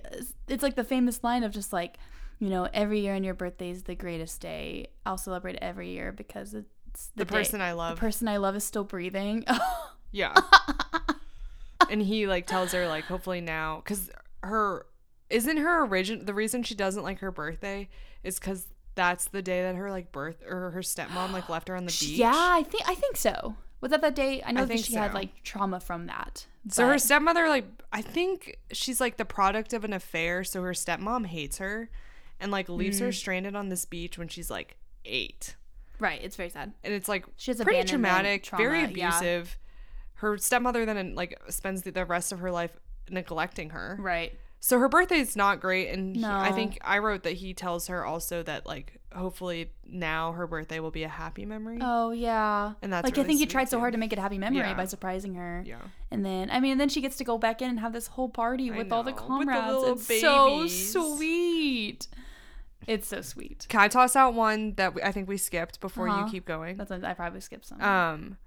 it's like the famous line of just like you know every year on your birthday is the greatest day i'll celebrate every year because it's the,
The person
day.
I love.
the person i love is still breathing Oh,
yeah. and he like tells her like, hopefully now, because her isn't her origin. The reason she doesn't like her birthday is because that's the day that her like birth or her stepmom like left her on the beach.
yeah i think i think so was that that day i know that
think
she had
so.
like trauma from that
So her
but-
stepmother, like, I think she's like the product of an affair. So her stepmom hates her and like leaves
Mm.
her stranded on this beach when she's like eight.
right it's very sad
And it's like
She has
pretty
abandonment
traumatic, very
trauma, yeah.
abusive. Her stepmother then like spends the rest of her life neglecting her.
right
So her birthday's not great. And he- I
No.
think I wrote that he tells her also that like hopefully now her birthday will be a happy memory.
Oh yeah.
Mm. And that's
like I
really
think he
sweet,
tried so
too.
hard to make it a happy memory
Yeah.
by surprising her.
yeah.
And then I mean and then she gets to go back in and have this whole party
I
with all the
know, with the
comrades.
little
it's so
babies.
sweet. It's so sweet.
Can I toss out one that we, I think we skipped before
Uh-huh.
you keep going?
That's I probably skipped some.
um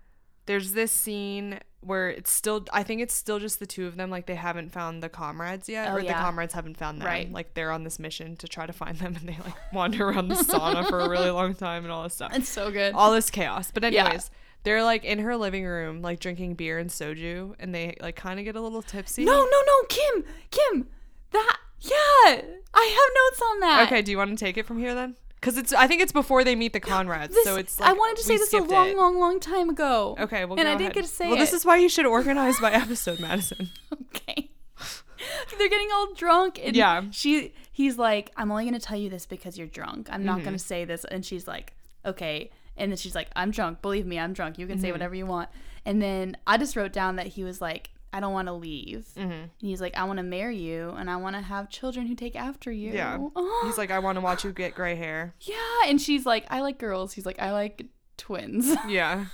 there's this scene where it's still i think it's still just the two of them like they haven't found the comrades yet
Oh,
or the
yeah.
comrades haven't found them
Right.
like they're on this mission to try to find them and they like wander around the sauna for a really long time and all this stuff
it's so good.
all this chaos but
Yeah.
anyways they're like in her living room like drinking beer and soju and they like kind of get a little tipsy
no, no, no, Kim, Kim, that yeah, I have notes on that.
okay do you want to take it from here then because it's i think it's before they meet the comrades
This,
so it's
I
like,
wanted to say
we
this a
skipped
long,
it.
long, long time ago.
okay well
and
go
I didn't
ahead.
get to say
well
it.
this is why you should organize by episode madison
okay. They're getting all drunk and
Yeah.
she he's like, I'm only gonna tell you this because you're drunk. I'm not
Mm-hmm.
gonna say this and she's like, Okay. And then she's like, I'm drunk, believe me, I'm drunk. You can
Mm-hmm.
say whatever you want. And then I just wrote down that he was like, I don't wanna leave.
Mm-hmm.
And he's like, I wanna marry you and I wanna have children who take after you.
Yeah. He's like, I want to watch you get gray hair.
Yeah. And she's like, I like girls. He's like, I like twins.
Yeah.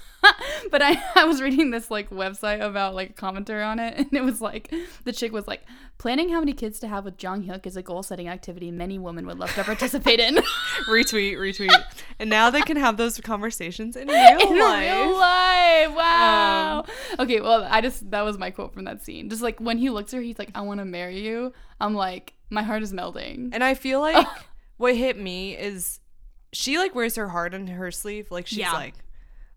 but I, I was reading this like website about like a commentary on it and it was like the chick was like planning how many kids to have with Jong Hyuk is a goal setting activity many women would love to participate in
retweet, retweet. And now they can have those conversations in real
in
life. Um,
real life. Wow. okay, well I just that was my quote from that scene. Just like when he looks at her, he's like, I wanna marry you. I'm like, my heart is melting.
And I feel like what hit me is she like wears her heart on her sleeve. Like she's
Yeah.
like,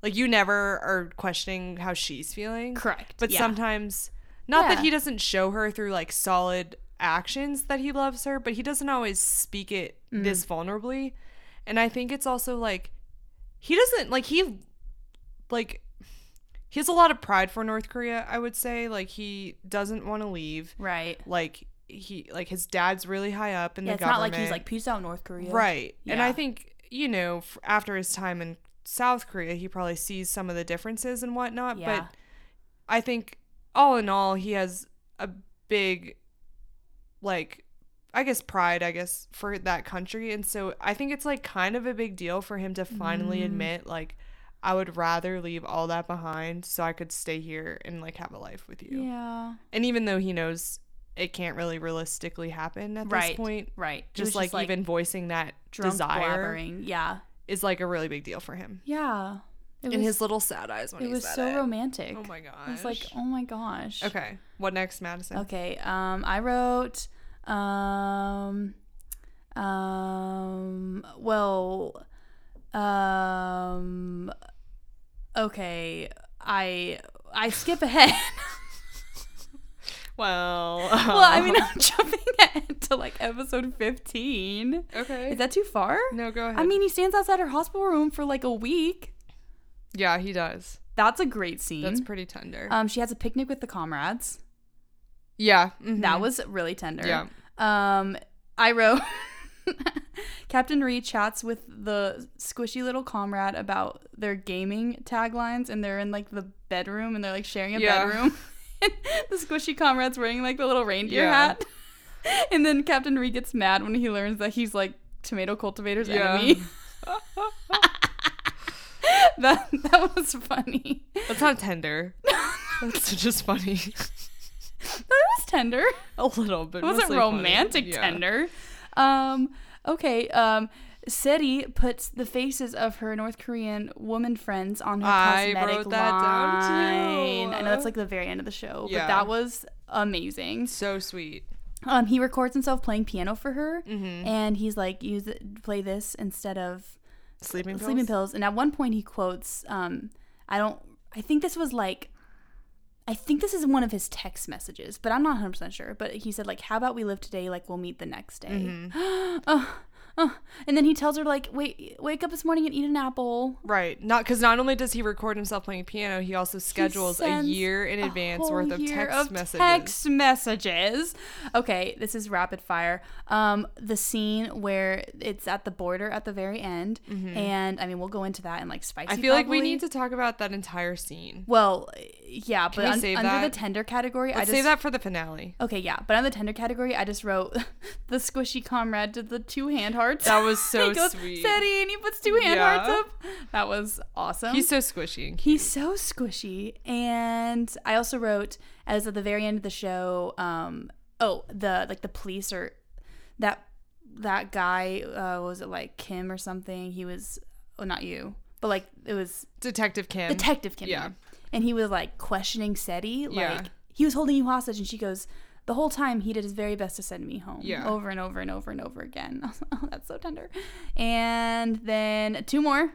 like you never are questioning how she's feeling.
Correct.
But
yeah.
sometimes, not
Yeah.
that he doesn't show her through like solid actions that he loves her, but he doesn't always speak it
Mm.
this vulnerably. And I think it's also like he doesn't like he like he has a lot of pride for North Korea, I would say. Like he doesn't want to leave.
Right.
Like he like his dad's really high up in
Yeah,
the
it's
government.
not like he's like peace out North Korea.
Right. And I
Yeah.
think, you know, f- after his time in South Korea, he probably sees some of the differences and whatnot.
Yeah.
But I think, all in all, he has a big, like, I guess pride, I guess, for that country. And so I think it's like kind of a big deal for him to
Mm.
finally admit, like, I would rather leave all that behind so I could stay here and like have a life with you.
Yeah.
And even though he knows it can't really realistically happen at
Right.
this point,
Right. It was
just like, even voicing that
drunk
desire
blabbering. Yeah.
is like a really big deal for him.
Yeah. It
and
was,
his little sad eyes when
it
he
was
said
so
it.
romantic.
Oh my gosh.
I was like, oh my gosh.
okay, what next, Madison?
Okay. Um, I wrote, um, um, well, um, okay. I I skip ahead.
Well,
well, I mean, I'm jumping ahead to like episode 15.
okay.
Is that too far?
no, go ahead.
I mean, he stands outside her hospital room for like a week.
yeah, he does.
That's a great scene.
That's pretty tender.
um, she has a picnic with the comrades.
yeah, mhm.
That was really tender.
Yeah.
Um, I wrote Captain Reed chats with the squishy little comrade about their gaming taglines, and they're in like the bedroom, and they're like sharing a
Yeah.
bedroom. And the squishy comrade's wearing like the little reindeer
Yeah.
hat, and then Captain Reed gets mad when he learns that he's like tomato cultivator's
Yeah.
enemy. that that was funny.
That's not tender. That's just funny.
That was tender.
a little bit.
It wasn't romantic tender. Um, okay. Um, Seti puts the faces of her North Korean woman friends on her
I
cosmetic
wrote that down,
line.
too.
I know that's like the very end of the show, but
Yeah.
that was amazing.
So sweet.
Um, he records himself playing piano for her,
Mm-hmm.
and he's like, "Use it, play this instead of
Sleeping pills.
sleeping pills. And at one point, he quotes, um, I don't, I think this was like, I think this is one of his text messages, but I'm not 100% sure. But he said, like, how about we live today like we'll meet the next day?
Mm-hmm.
oh, oh. And then he tells her, like, wait, wake up this morning and eat an apple.
Right. Not because not only does he record himself playing piano, he also schedules a
sends
year in
a
advance
whole
worth of
year
text
of
messages.
Text messages. Okay, this is rapid fire. Um, the scene where it's at the border at the very end, and I mean, we'll go into that in like spicy.
Mm-hmm. I feel like we
probably.
need to talk about that entire scene.
Well, yeah, but
we
un-
save
under
that?
the tender category, I
Let's
just
save that for the finale.
okay, yeah, but under the tender category, I just wrote the squishy comrade did the two hand hearts.
That was so
he goes,
sweet.
Steady, and he puts two hand
Yeah.
hearts up. That was awesome.
He's so squishy and cute.
He's so squishy. And I also wrote as at the very end of the show, um, oh, the like the police or that that guy uh, was it like Kim or something? He was oh not you, but like it was
Detective Kim.
Detective Kim.
Yeah.
Yeah. And he was like questioning Seti. Like
Yeah.
he was holding you hostage and she goes, The whole time he did his very best to send me home.
Yeah.
Over and over and over and over again. I was like, oh, that's so tender. And then two more.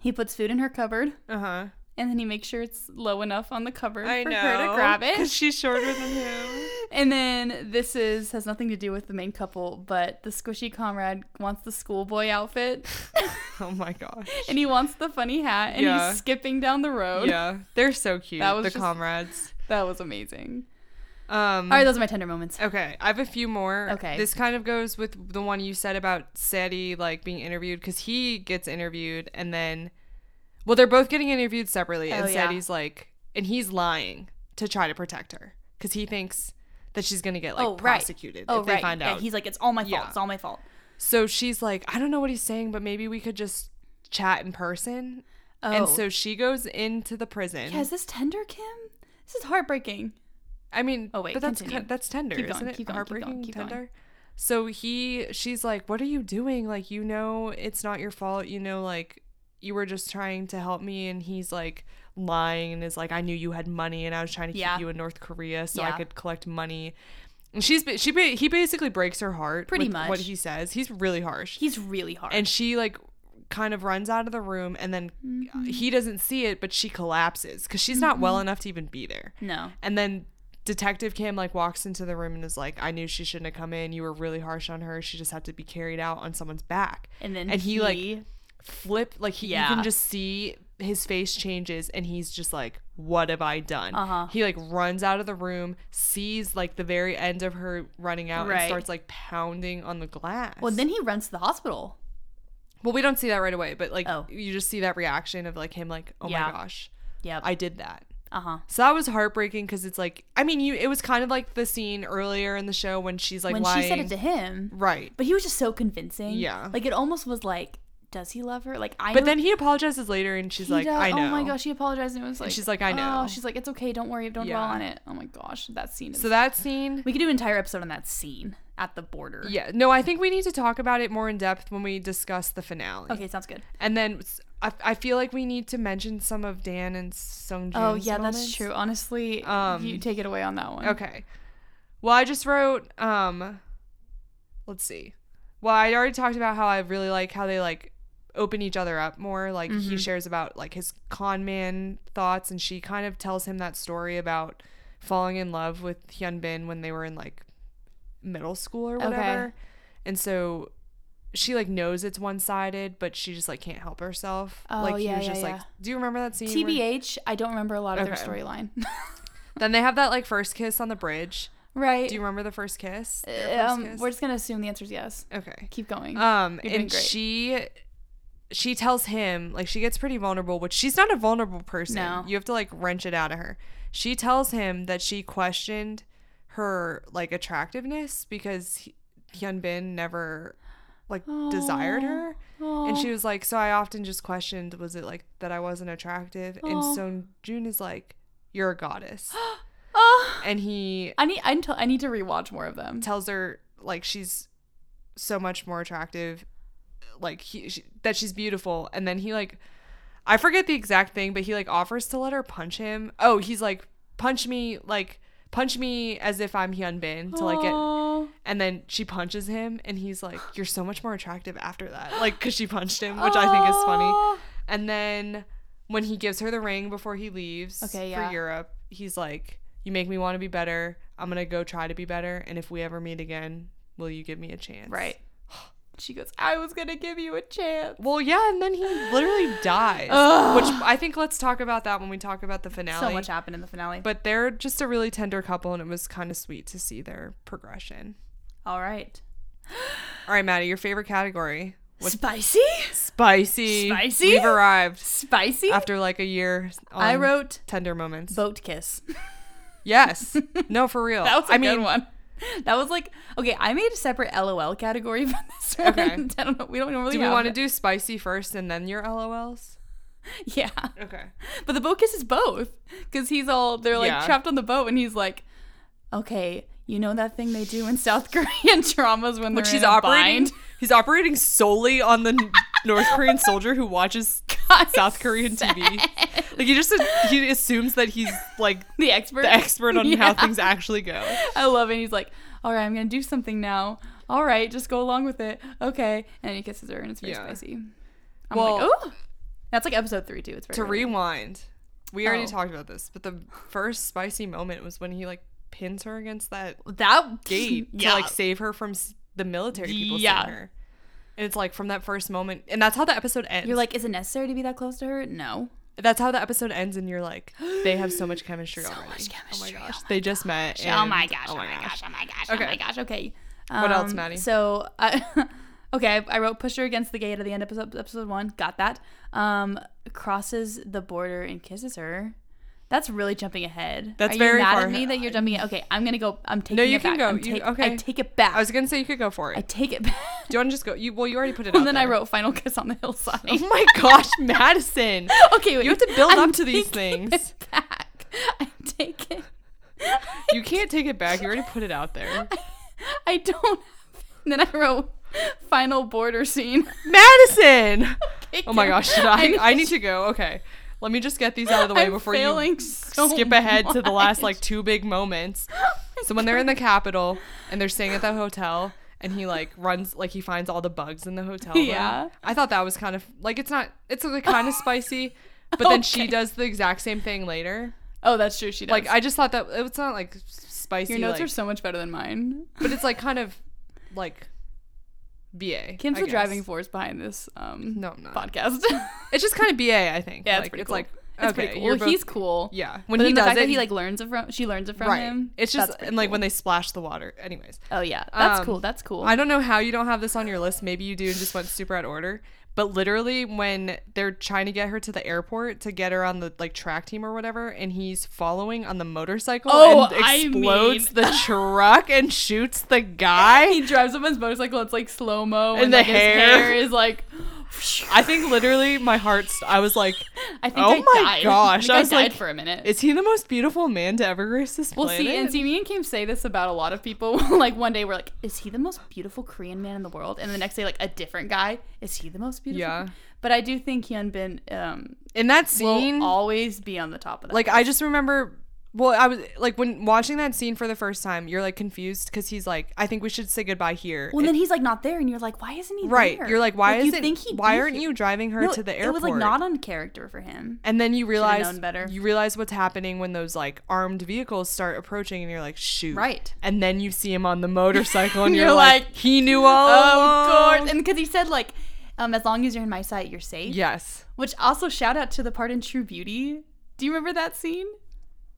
He puts food in her cupboard
uh huh.
and then he makes sure it's low enough on the cupboard
I
for
know.
her to grab
'cause
it.
she's shorter than him.
And then this is has nothing to do with the main couple, but the squishy comrade wants the schoolboy outfit
Oh my gosh.
and he wants the funny hat and
Yeah.
he's skipping down the road.
Yeah, they're so cute.
That was
the
just-
comrades.
That was amazing.
Um.
All right, those are my tender moments.
Okay, I have a few more.
Okay.
This kind of goes with the one you said about Seti like being interviewed because he gets interviewed and then, well, they're both getting interviewed separately, and
Oh, yeah.
Seti's like, and he's lying to try to protect her because he thinks that she's gonna get like
Oh, right.
prosecuted
Oh,
if they
right.
find
Yeah,
out.
he's like, it's all my fault.
Yeah.
It's all my fault.
so she's like, I don't know what he's saying, but maybe we could just chat in person.
Oh.
And so she goes into the prison.
yeah, is this tender, Kim? This is heartbreaking.
I mean,
Oh, wait,
but that's
continue.
ki- that's tender,
Keep going,
isn't it?
keep going, keep going,
Heartbreaking,
keep going.
tender. So he, she's like, "What are you doing? Like, you know, it's not your fault. You know, like, you were just trying to help me." And he's like lying and is like, "I knew you had money, and I was trying to
Yeah.
keep you in North Korea so
Yeah.
I could collect money." And she's ba- she ba- he basically breaks her heart.
Pretty
with what
much.
he says. He's really harsh
He's really hard.
and she like kind of runs out of the room and then
Mm-hmm.
he doesn't see it but she collapses because she's not well enough to even be there
No.
and then detective kim like walks into the room and is like i knew she shouldn't have come in you were really harsh on her she just had to be carried out on someone's back
And then
and he, like flip like he, you
Yeah.
can just see his face changes and he's just like what have i done
Uh-huh.
he like runs out of the room sees like the very end of her running out
Right.
and starts like pounding on the glass
Well, then he runs to the hospital.
well we don't see that right away but like
Oh.
you just see that reaction of like him like oh
Yeah.
my gosh
Yep.
i did that
uh huh.
so that was heartbreaking because it's like i mean you it was kind of like the scene earlier in the show when she's like
When
lying
she said it to him,
right
but he was just so convincing.
Yeah.
Like it almost was like, does he love her? Like I.
but
know
then he apologizes later and she's
he
like
does-
i know
Oh my gosh, he apologized and it was like.
she's like, "I
Oh,
know."
she's like, it's okay. Don't worry. Don't
Yeah.
dwell on it. Oh my gosh, that scene is.
so that scene
we could do an entire episode on that scene at the border.
Yeah, no, I think we need to talk about it more in depth when we discuss the finale.
Okay, sounds good.
And then s- I, I feel like we need to mention some of Dan and Sung
Oh yeah, that's
moments.
true. Honestly,
Um,
you take it away on that one.
Okay. Well, I just wrote, um, let's see. Well, I already talked about how I really like how they like open each other up more. Like
Mm-hmm.
he shares about like his con man thoughts, and she kind of tells him that story about falling in love with Hyun Bin when they were in like middle school or
Okay.
whatever. And so she like knows it's one sided, but she just like can't help herself.
Oh,
like he
yeah,
was
yeah,
just like,
yeah.
do you remember that scene? where-
TBH, I don't remember a lot of
Okay.
their storyline.
Then they have that like first kiss on the bridge.
right.
Do you remember the first kiss? Their first
um,
kiss?
we're just gonna assume the answer is yes.
okay.
Keep going.
Um,
You're doing
and
great.
she she tells him like she gets pretty vulnerable, which she's not a vulnerable person.
No.
You have to like wrench it out of her. She tells him that she questioned her like attractiveness because he- Hyun Bin never like desired
Aw.
her.
Oh.
And she was like, so I often just questioned, was it like that I wasn't attractive?
Aw.
And so June is like, you're a goddess.
Oh.
and he
I need I, need to- I need to rewatch more of them.
tells her like she's so much more attractive like he she, that she's beautiful and then he like i forget the exact thing but he like offers to let her punch him oh he's like punch me like punch me as if i'm hyun bin to like get
Aw.
and then she punches him and he's like you're so much more attractive after that like because she punched him which i think is funny
Aw.
and then when he gives her the ring before he leaves
Okay,
for
yeah.
Europe, he's like, You make me want to be better. I'm going to go try to be better. And if we ever meet again, will you give me a chance?
Right. She goes, I was gonna give you a chance.
Well, yeah. And then he literally dies,
Ugh.
which I think let's talk about that when we talk about the finale.
So much happened in the finale.
But they're just a really tender couple, and it was kind of sweet to see their progression.
All right.
All right, Maddie, your favorite category?
Spicy?
Spicy.
Spicy?
We've arrived
Spicy?
after like a year. On
I wrote
tender moments.
boat kiss.
Yes. No, for real.
That was a
I
good
mean,
one. That was like okay. I made a separate LOL category for this. one.
Okay.
I don't know. We don't normally.
Do we
have
want to
it.
do spicy first and then your LOLs?
Yeah,
Okay.
but the boat kisses both because he's all they're like
Yeah.
trapped on the boat and he's like, okay, you know that thing they do in South Korean dramas when they're
Look, she's
in a
operating.
bind?
He's operating solely on the North Korean soldier who watches
God,
South Korean TV. Like he just he assumes that he's like
The expert.
the expert on how
Yeah.
things actually go.
I love it. He's like, all right, I'm gonna do something now. All right, just go along with it. Okay, and he kisses her and it's very
Yeah.
spicy. I'm
Well-
like, oh, that's like episode three too. It's very
To
early.
rewind, we already
Oh.
talked about this, but the first spicy moment was when he like pins her against that
that
gate
yeah.
to like save her from s- the military people
Yeah.
seeing her. And it's like from that first moment, and that's how the episode ends.
You're like, is it necessary to be that close to her? No.
that's how the episode ends, and you're like, they have so much chemistry already.
much chemistry,
Oh my gosh, they just met.
oh my
and-
gosh! Oh my gosh! Oh my gosh! Oh
Okay.
my gosh! Okay.
What else,
Um,
Maddie?
So, I, okay, I, I wrote "Push Her Against the Gate" at the end of episode, episode one. Got that. Um, crosses the border and kisses her. That's really jumping ahead.
That's
Are
very
you mad
far
at me that you're jumping. Ahead? Okay, I'm gonna go. I'm taking.
you
it
can
back.
go.
I'm
You-
take- I
okay.
take it back.
I was gonna say you could go for it.
I take it back.
Do you want to just go? You well, you already put it.
and
out
then I
there.
wrote "Final Kiss on the Hillside."
Oh my gosh, Madison!
okay, wait.
You have to build
I'm
up to these
taking
things.
It back. I take it.
You can't take it back. You already put it out there.
I don't. And then I wrote final border scene.
Madison! Oh my
Kim,
gosh, should I?
I
I need to go. Okay, let me just get these out of the way
I'm
before
failing
you
so
skip ahead to the last
much.
like two big moments. So when they're in the capital and they're staying at the hotel and he like runs like he finds all the bugs in the hotel room.
Yeah.
I thought that was kind of like it's not it's like kind of spicy, but then she
Okay.
does the exact same thing later.
Oh, that's true. She does.
Like I just thought that it's not like s- spicy
your notes
like-
are so much better than mine.
but it's like kind of like BA.
Kim's
I
the
guess.
driving force behind this um,
No, I'm not.
podcast.
It's just kind of BA, I think.
yeah, it's
like,
pretty
it's
cool.
like
it's
okay,
pretty cool.
you're
Well,
both-
he's cool.
yeah.
But
When
then
he
the
does
fact
it,
that he like learns it from she learns it from
right.
him.
It's
that's
just
pretty
and like
cool.
when they splash the water. Anyways,
Oh yeah, that's
Um,
cool. That's cool.
I don't know how you don't have this on your list. Maybe you do and just went super out of order. But literally, when they're trying to get her to the airport to get her on the like track team or whatever, and he's following on the motorcycle
Oh,
and
I mean-
explodes the truck and shoots the guy.
he drives up on his motorcycle. It's like slow mo, and,
And the
like, his
hair.
hair is like.
I think literally my heart. St- I was like,
I think
Oh
I
my
died.
gosh,
I, think
I was
died
like,
for a minute.
is he the most beautiful man to ever grace this
Well,
planet?
see, and see, me and Kim say this about a lot of people. like one day we're like, "Is he the most beautiful Korean man in the world?" And the next day, like a different guy, "Is he the most beautiful?"
Yeah.
But I do think Hyun Bin um,
in that
will
scene,
always be on the top of that.
like I just remember. Well, I was like when watching that scene for the first time, you're like confused because he's like, I think we should say goodbye here.
well, then he's like not there, and you're like, "Why isn't he
Right.
there?"
You're like, why
you
isn't
think he'd
why
be
aren't
here.
you driving her
No,
to the
It
airport?
was like not on character for him.
and then you realize
known better.
you realize what's happening when those like armed vehicles start approaching and you're like, shoot.
Right.
And then you see him on the motorcycle and you're,
You're
like,
like,
he knew all
Oh,
along."
God! And because he said like, um, "As long as you're in my sight, you're safe."
Yes.
Which also shout out to the part in True Beauty. Do you remember that scene?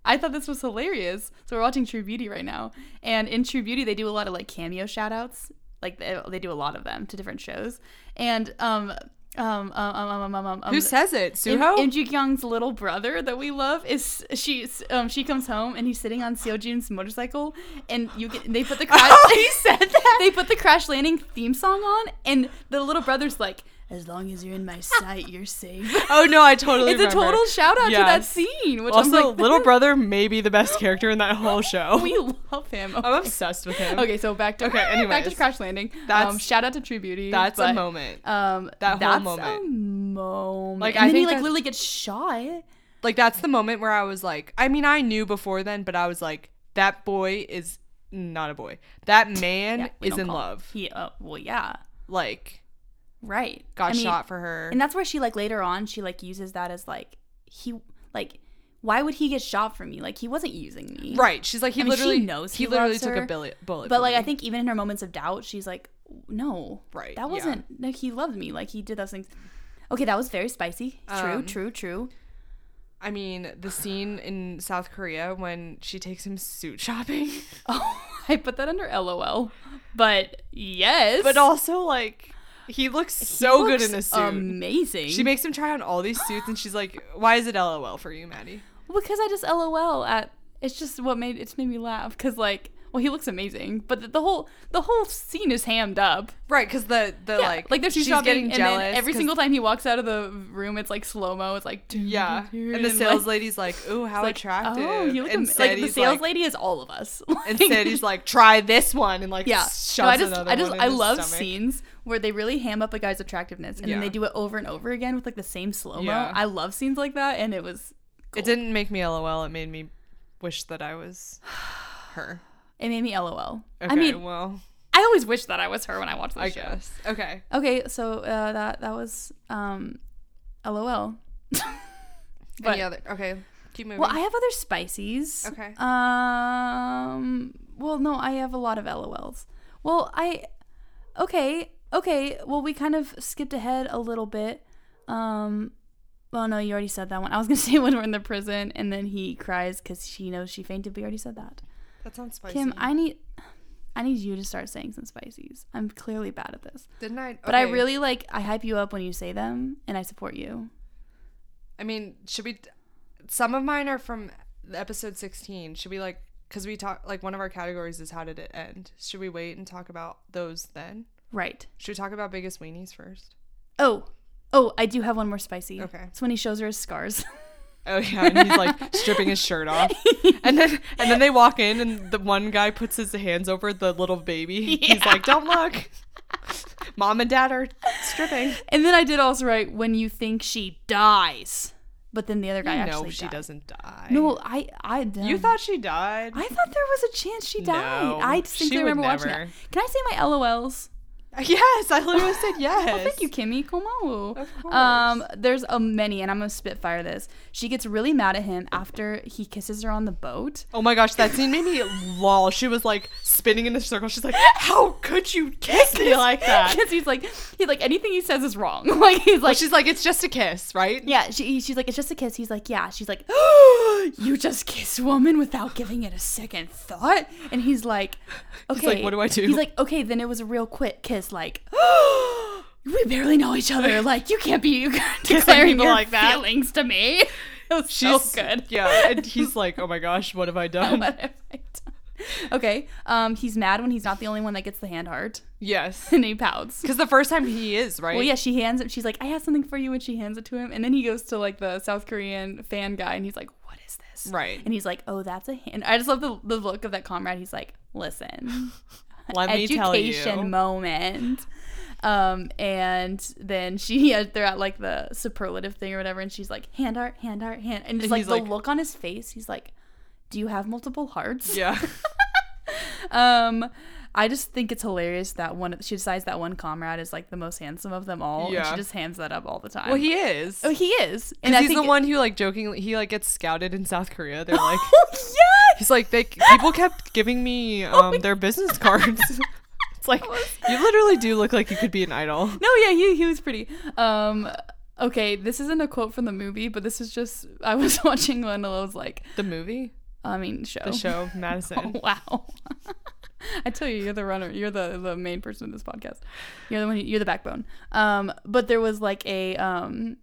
I thought this was hilarious. So we're watching True Beauty right now, and in True Beauty they do a lot of like cameo shout outs. Like they, they do a lot of them to different shows. And um um um um um um, um, um
Who says it?
Im-
Suho?
Im Ji Kyung's little brother that we love is she's um she comes home and he's sitting on Seo Jun's motorcycle and you get they put the crash
Oh, he said that?
they put the crash landing theme song on and the little brother's like as long as you're in my sight you're safe
oh no, I totally
it's a
remember.
total shout out to that
Yes.
scene which I'm
Also,
like
little brother may be the best character in that whole show.
we Oh, love him
I'm obsessed with him.
okay so back to
Okay,
back to
anyways.
crash landing
That's-
um, shout out to True Beauty
That's a
but,
moment.
um
That whole
that's
moment.
a moment
Like,
and
I
then he
think
like
that-
literally gets shot
like that's the moment where I was like, I mean, I knew before then, but I was like, that boy is not a boy. That man
Yeah, we
is
don't
in
call-
love.
He, uh, well, yeah,
Like
right.
got
I mean,
shot for her.
and that's where she like later on she like uses that as like he like why would he get shot for me? Like he wasn't using me,
right. She's like, he
I mean, she
literally
knows
He
he
literally
loves
took a
her,
bullet. bullet
But
for
like
me.
I think even in her moments of doubt, she's like, no,
Right, yeah.
That wasn't like he loved me. Like he did those things. Okay, that was very spicy. True,
Um,
true, true.
I mean, the scene in South Korea when she takes him suit shopping,
Oh, I put that under LOL. But yes,
but also like he looks
He
so good
looks
in a suit.
Amazing.
she makes him try on all these suits, and she's like, "Why is it LOL for you, Maddie?"
Because I just LOL at it's just what made it's made me laugh because like well he looks amazing but the, the whole the whole scene is hammed up
Right, because the the
yeah,
like
like they're shoe
she's
shopping
getting
and
jealous.
then every
'cause
single time he walks out of the room it's like slow mo it's like
Yeah, and the sales lady's like, "Ooh, how
like,
attractive!"
oh you look
and
am- like the
Sadie's
sales lady is all of us
And Sadie's like, "Try this one," and like,
yeah
shoves
no, I just
another
I just
one in
I
his
love
stomach.
scenes where they really ham up a guy's attractiveness and
Yeah.
then they do it over and over again with like the same slow mo
Yeah.
I love scenes like that and it was
It didn't make me LOL. It made me wish that I was her.
it made me LOL
Okay,
I mean
well,
I always wish that I was her when I watched this
I
show.
guess okay.
Okay, so uh, that that was um, LOL. But-
Any other? Okay, keep moving.
Well, I have other spices.
Okay.
Um. Well, no, I have a lot of LOLs. Well, I. Okay. Okay. Well, we kind of skipped ahead a little bit. Um. Well, no, you already said that one. I was gonna say when we're in the prison and then he cries because she knows she fainted. But you already said that.
that sounds spicy.
Kim, I need. I need you to start saying some spices. I'm clearly bad at this.
didn't I?
But I
okay.
really like I hype you up when you say them and I support you.
I mean, should we? Some of mine are from the episode sixteen. Should we like? Because we talk like one of our categories is how did it end? Should we wait and talk about those then?
Right.
Should we talk about biggest weenies first?
Oh. Oh, I do have one more spicy.
Okay.
It's when he shows her his scars.
Oh yeah, and he's like stripping his shirt off, and then and then they walk in, and the one guy puts his hands over the little baby. He's like, "Don't look, mom and dad are stripping."
and then I did also write when you think she dies. But then the other guy actually
no, she
died.
doesn't die.
No, I I did
you thought she died.
I thought there was a chance she died.
No,
I distinctly
she would
remember watching
never.
that. Can I say my LOLs?
yes, I literally said yes.
Well, thank you, Kimmy. Komau.
Of course.
Um, there's a many, and I'm gonna spitfire this. She gets really mad at him after he kisses her on the boat.
Oh my gosh, that scene made me lol. She was like spinning in a circle. She's like, "How could you kiss me like that?"
Because he's like, he's like, anything he says is wrong. Like he's
Well,
like,
she's like, "It's just a kiss, right?"
yeah, she, he- she's like, it's just a kiss. He's like, yeah. She's like, you just kiss woman without giving it a second thought. And he's like, okay.
like, "What do I do?"
He's like, okay, then it was a real quick kiss. Like, we barely know each other. Like, you can't be declaring
people
your
like that.
feelings to me. It was
She's
so good. Oh
Yeah, and he's like, "Oh my gosh, what have I done?"
What have I done? Okay. Um, he's mad when he's not the only one that gets the hand heart,
yes,
and he pouts.
because the first time he is right.
Well, yeah, she hands it. She's like, "I have something for you," and she hands it to him. And then he goes to like the South Korean fan guy, and he's like, "What is this?"
Right.
And he's like, "Oh, that's a hand." I just love the, the look of that comrade. He's like, "Listen,
Let me tell
education
you.
moment." Um, and then she, yeah, they're at like the superlative thing or whatever, and she's like, "Hand art, hand art, hand," and just
And
like
he's
the
like-
look on his face, he's like, "Do you have multiple hearts?"
Yeah.
Um, I just think it's hilarious that one. She decides that one comrade is like the most handsome of them all, and
Yeah.
she just hands that up all the time.
Well, he is.
oh, he is, and
And
I
he's
think
the one who, like, jokingly, he like gets scouted in South Korea. They're like,
Oh, yes,
he's like, they people kept giving me
Oh
um their business cards. it's like you literally do look like you could be an idol.
no, yeah, he he was pretty. Um, okay, this isn't a quote from the movie, but this is just I was watching one and I was like,
The movie,
I mean, show,
the show, Madison.
wow. I tell you, you're the runner. You're the the main person of this podcast. You're the one. You're the backbone. Um, but there was like a um,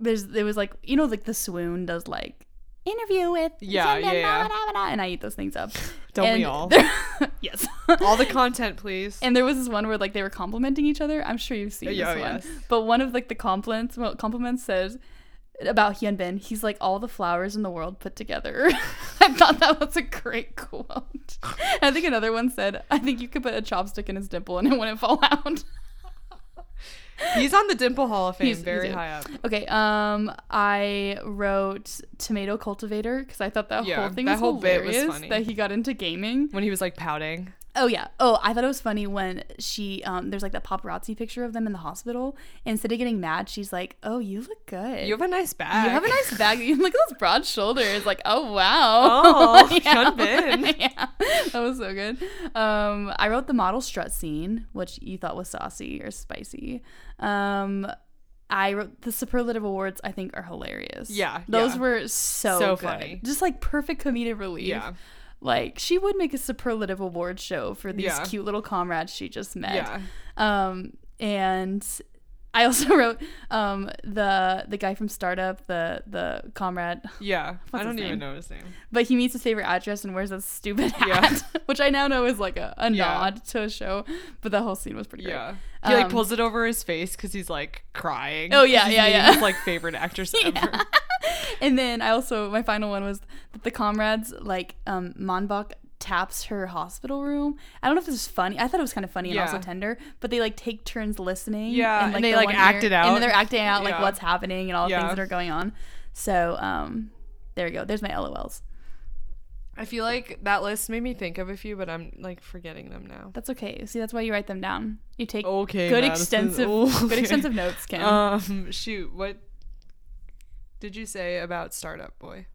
there's there was like you know like the swoon does like interview with
Yeah, yeah, yeah.
and I eat those things up.
Don't we
And
all?
there- yes.
All the content, please.
Oh. And there was this one where like they were complimenting each other. I'm sure you've seen
Yeah, oh,
this one.
yes.
But one of like the compliments well, compliments says about Hyun Bin, he's like all the flowers in the world put together. I thought that was a great quote. I think another one said, I think you could put a chopstick in his dimple and it wouldn't fall out.
He's on the Dimple Hall of Fame,
He's- he's
very
in.
high up.
Okay, um I wrote tomato cultivator because I thought that
Yeah,
whole thing
that
was
whole bit was
hilarious
funny.
that he got into gaming.
When he was like pouting.
Oh yeah. Oh, I thought it was funny when she um there's like that paparazzi picture of them in the hospital. And instead of getting mad, she's like, "Oh, you look good.
You have a nice bag.
You have a nice bag. You look at those broad shoulders. Like, oh wow.
Oh,
yeah.
Hyun Bin.
yeah. That was so good. Um, I wrote the model strut scene, which you thought was saucy or spicy. Um. I wrote the superlative awards. I think are hilarious.
Yeah,
those
yeah.
were so,
So
good.
funny.
Just like perfect comedic relief.
Yeah.
Like she would make a superlative award show for these
Yeah.
cute little comrades she just met.
Yeah.
Um, and I also wrote um, the the guy from Startup, the the comrade,
Yeah. I
his
don't
name?
even know his name.
but he meets his favorite actress and wears that stupid
Yeah.
hat, which I now know is like a, a
Yeah.
nod to a show. But the whole scene was pretty great.
Yeah. He like
Um,
pulls it over his face because he's like crying.
Oh, yeah,
'cause he's
yeah,
meeting
yeah.
His like favorite actress ever.
And then I also my final one was that the comrades like um Monbach taps her hospital room. I don't know if this is funny. I thought it was kind of funny
Yeah.
and also tender, but they like take turns listening.
Yeah, and they,
the
like,
one
act it
And
out.
then they're acting out like
Yeah.
what's happening and all the
Yeah.
things that are going on. So um there we go. There's my LOLs.
I feel like that list made me think of a few, but I'm like forgetting them now.
That's okay. See, that's why you write them down. You take
Okay.
good
Oh, Madison. Oh,
extensive
Okay.
good extensive notes, Kim.
Um. Shoot. What did you say about Startup Boy?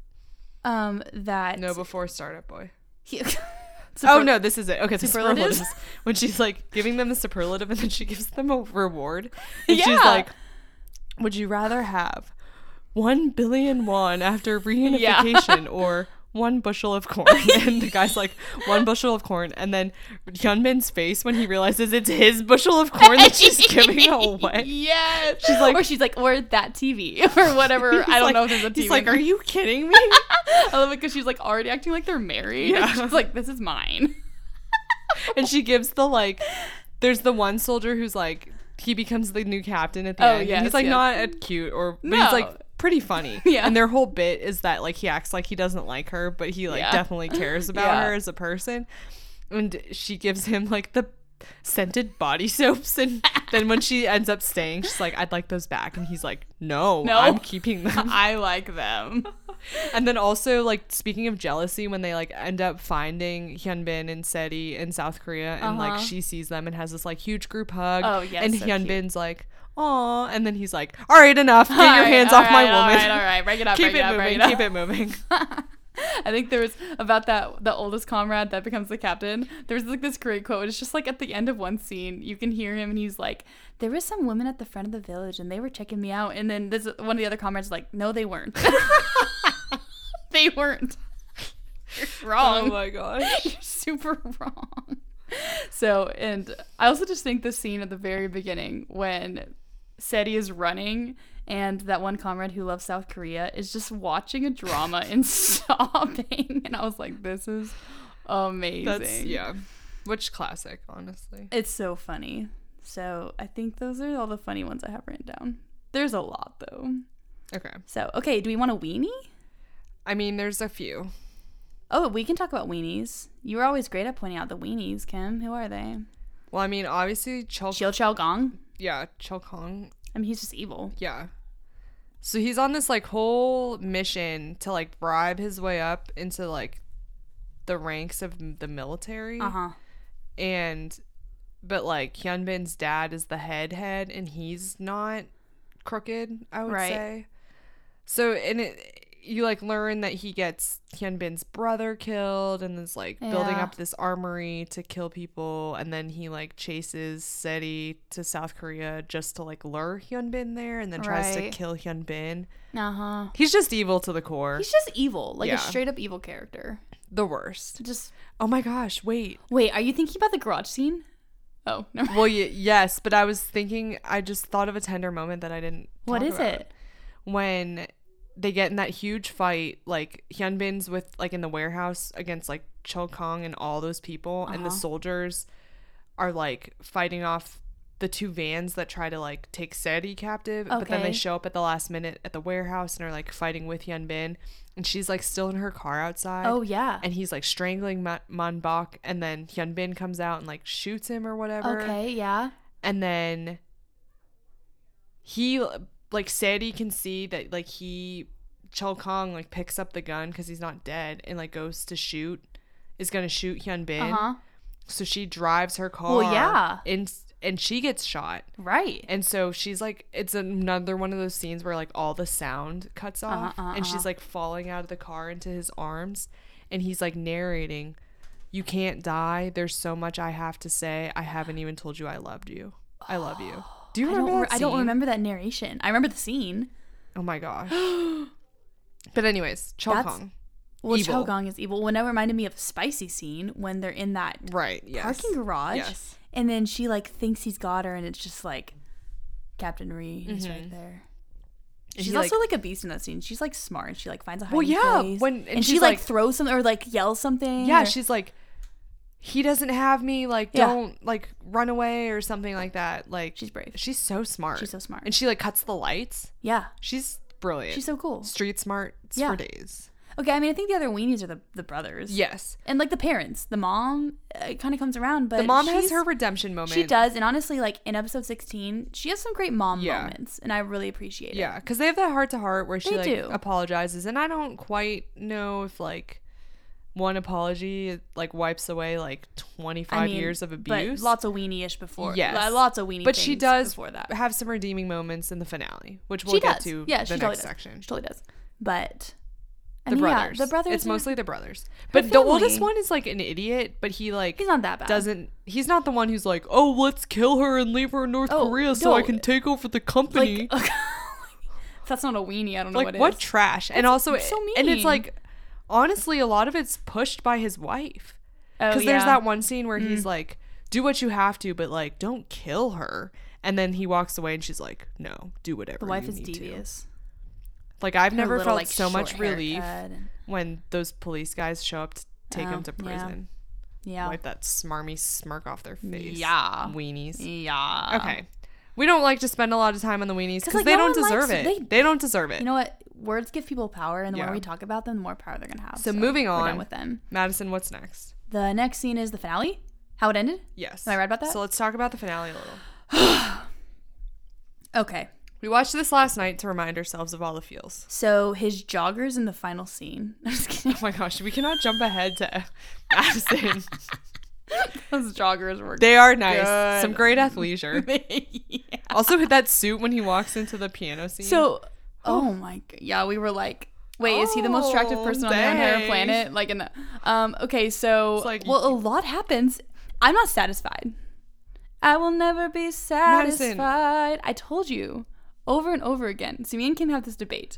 um that
No, before Startup Boy.
he-
Oh no, this is it. Okay, the
Superlatives?
superlatives. When she's like giving them the superlative and then she gives them a reward. And
Yeah.
she's like, Would you rather have one billion won after reunification or one bushel of corn? and the guy's like, one bushel of corn. And then Hyunbin's face when he realizes it's his bushel of corn that she's giving away.
Yes.
She's like-
or she's like, or that TV or whatever. I
He's
don't
like-
know if there's a TV.
He's like, Are you kidding me?
I love it because she's like already acting like they're married.
Yeah.
She's like, this is mine.
and she gives the like there's the one soldier who's like he becomes the new captain at the
Oh,
end.
yes,
he's like
yes.
not a cute or but
No.
he's like pretty funny.
Yeah.
And their whole bit is that like he acts like he doesn't like her, but he like
Yeah.
definitely cares about
Yeah.
her as a person. And she gives him like the scented body soaps and then when she ends up staying, she's like, I'd like those back and he's like, No,
No.
I'm keeping them.
I like them.
And then also, like, speaking of jealousy, when they like end up finding Hyunbin and Seti in South Korea, and like
Uh-huh.
she sees them and has this like huge group hug.
Oh, yes,
And
so cute.
Hyunbin's like, "Aw," and then he's like, "All right, enough. Get your hands off my woman.
All right, all right. Break it up.
keep
break
it
up, break
moving.
up.
keep it moving."
I think there was about that the oldest comrade that becomes the captain. There's like this great quote. It's just like at the end of one scene, you can hear him and he's like, "There was some women at the front of the village and they were checking me out." And then this one of the other comrades is like, "No, they weren't. they weren't. You're wrong.
Oh my gosh.
You're super wrong." So, and I also just think the scene at the very beginning when Seti is running and that one comrade who loves South Korea is just watching a drama and sobbing. And I was like, this is amazing.
That's yeah. Which classic, honestly.
It's so funny. So I think those are all the funny ones I have written down. There's a lot though.
Okay.
So, okay, do we want a weenie?
I mean, there's a few.
Oh, we can talk about weenies. You were always great at pointing out the weenies, Kim. Who are they?
Well, I mean, obviously, Chel.
Chiu Chao Gong.
yeah, Chel Kong.
I mean, he's just evil.
Yeah. So he's on this like whole mission to like bribe his way up into like the ranks of m- the military.
Uh huh.
And but like Hyunbin's dad is the head head and he's not crooked, I would
Right.
say. So and it you like learn that he gets Hyunbin's brother killed and is like building
Yeah.
up this armory to kill people and then he like chases Seti to South Korea just to like lure Hyunbin there and then tries to
Right.
kill Hyunbin.
Uh huh.
He's just evil to the core.
He's just evil, like
Yeah.
a straight up evil character.
the worst.
Just
Oh my gosh, wait.
wait, are you thinking about the garage scene? Oh, no.
Well, y- yes, but I was thinking I just thought of a tender moment that I didn't
What
talk
is
about.
it?
when they get in that huge fight, like Hyunbin's with like in the warehouse against like Cho Kong and all those people, and the
Uh-huh.
soldiers are like fighting off the two vans that try to like take Seti captive, but then they
Okay.
show up at the last minute at the warehouse and are like fighting with Hyunbin, and she's like still in her car outside.
Oh yeah.
And he's like strangling Ma- Manbok, and then Hyunbin comes out and like shoots him or whatever
Okay, yeah.
and then he like Sadie can see that like he Chul Kong like picks up the gun because he's not dead and like goes to shoot is gonna shoot Hyun Bin.
Uh-huh.
So she drives her car.
yeah.
and and she gets shot.
Right.
And so she's like, it's another one of those scenes where like all the sound cuts off,
uh-huh,
and she's like falling out of the car into his arms, and he's like narrating, "You can't die. There's so much I have to say. I haven't even told you I loved you. I love you." Do you
I don't
remember?
re-
that
I don't
scene?
remember that narration. I remember the scene.
Oh my gosh. but anyways, Chul
That's-
Kong.
Well,
Evil.
Chao Gong is evil. Well, that reminded me of a spicy scene when they're in that
Right. Yes.
parking garage
Yes.
and then she like thinks he's got her and it's just like Captain Ree, he's right there.
And
She's
he,
also like, a beast in that scene. She's like smart and she like finds a hiding
Well, yeah,
place.
when- and
and, she
she's
like,
like-
throws something or like yells something.
yeah
or-
she's like he doesn't have me like
Yeah.
don't like run away or something like that like
She's brave.
she's so smart
She's so smart.
and she like cuts the lights
yeah.
she's brilliant
She's so cool.
street smart it's
Yeah.
for days
Okay, I mean, I think the other weenies are the, the brothers.
yes
And like the parents, the mom uh, kind of comes around, but
the mom has
she's-
her redemption moment
She does, and honestly, like in episode sixteen, she has some great mom
Yeah.
moments, and I really appreciate it.
yeah because they have that heart to heart where she
They
like
do.
apologizes and i don't quite know if like one apology like wipes away like 25
I mean,
years of
But
abuse
lots of weenie-ish before.
Yes.
Yeah, lots of weenie.
but she
things
does
before that.
have some redeeming moments in the finale which we'll
she
get
does.
to
yeah,
the
she
next
totally does.
section
She totally does. But I
the
mean,
brothers.
yeah, the brothers.
It's
are-
mostly the brothers. But the oldest
family.
one is like an idiot, but he like
He's not that bad.
doesn't. He's not the one who's like, oh, let's kill her and leave her in North
Oh,
Korea so I
no.
can take over the
like.
company.
if that's not a weenie. I don't know
Like,
what
what,
it is.
trash? And also,
so
and it's
mean.
like, honestly, a lot of it's pushed by his wife
Oh,
because there's
yeah. Mm.
that one scene where he's like, do what you have to, but like, don't kill her. And then he walks away, and she's like, "No, do whatever."
The wife
you
is
need to."
devious.
Like I've
Her
never
little,
felt
like,
so much
short
relief
haircut and-
when those police guys show up to take
Oh,
him to
yeah.
prison.
Yeah.
wipe that smarmy smirk off their face.
Yeah.
Weenies.
Yeah.
Okay. We don't like to spend a lot of time on the weenies because
like,
they
no
don't
one
deserve
likes-
it. They, don't deserve it.
You know what? Words give people power, and the
Yeah.
more we talk about them, the more power they're gonna have.
So moving
we're done
on.
with them.
Madison, what's next?
The next scene is the finale. How it ended?
Yes.
Am I right about that?
So let's talk about the finale a little.
Okay.
We watched this last night to remind ourselves of all the feels.
So his joggers in the final scene. I'm just kidding.
Oh my gosh, we cannot jump ahead to Madison.
Those joggers were.
they are nice.
Good.
Some great athleisure.
yeah.
also, hit that suit when he walks into the piano scene.
So, oh my, g- yeah, we were like, Wait, is he the most attractive
Oh,
person on the entire
dang.
planet? Like in the um okay, so
It's like-
well a lot happens. I'm not satisfied. I will never be satisfied.
Madison.
I told you over and over again. So me and Kim have this debate.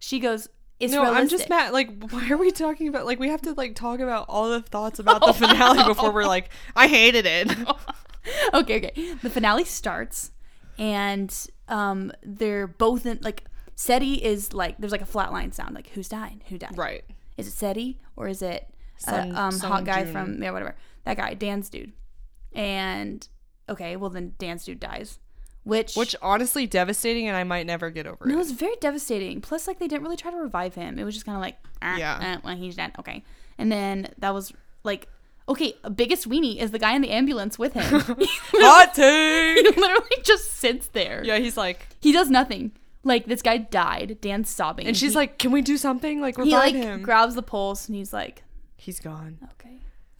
She goes, "It's
No,
realistic."
I'm just mad. Like, why are we talking about? Like, we have to like talk about all the thoughts about the finale before we're like, I hated it.
okay, okay. The finale starts, and um, they're both in like Seti is like there's like a flatline sound like who's died, who died,
right.
Is it Seti or is it
Sun-
uh, um
Sung
hot guy
Jun.
from yeah whatever that guy Dan's dude, and okay, well then Dan's dude dies, which
Which honestly devastating, and I might never get over
no, it
it.
was very devastating. Plus, like they didn't really try to revive him. It was just kind of like ah,
Yeah.
yeah, well he's dead, okay. And then that was like okay, biggest weenie is the guy in the ambulance with him.
Hot take.
he literally just sits there.
Yeah, he's like,
He does nothing. Like this guy died. Dan's sobbing.
and she's
he,
like, can we do something? Like,
he
revive
like
him.
grabs the pulse and he's like,
he's gone.
okay.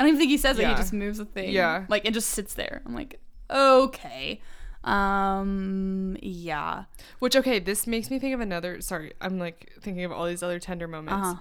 I don't even think he says it. He
Yeah.
just moves the thing.
Yeah.
Like it just sits there. I'm like, okay. Um. Yeah.
Which okay, this makes me think of another. Sorry, I'm like thinking of all these other tender moments.
Uh-huh.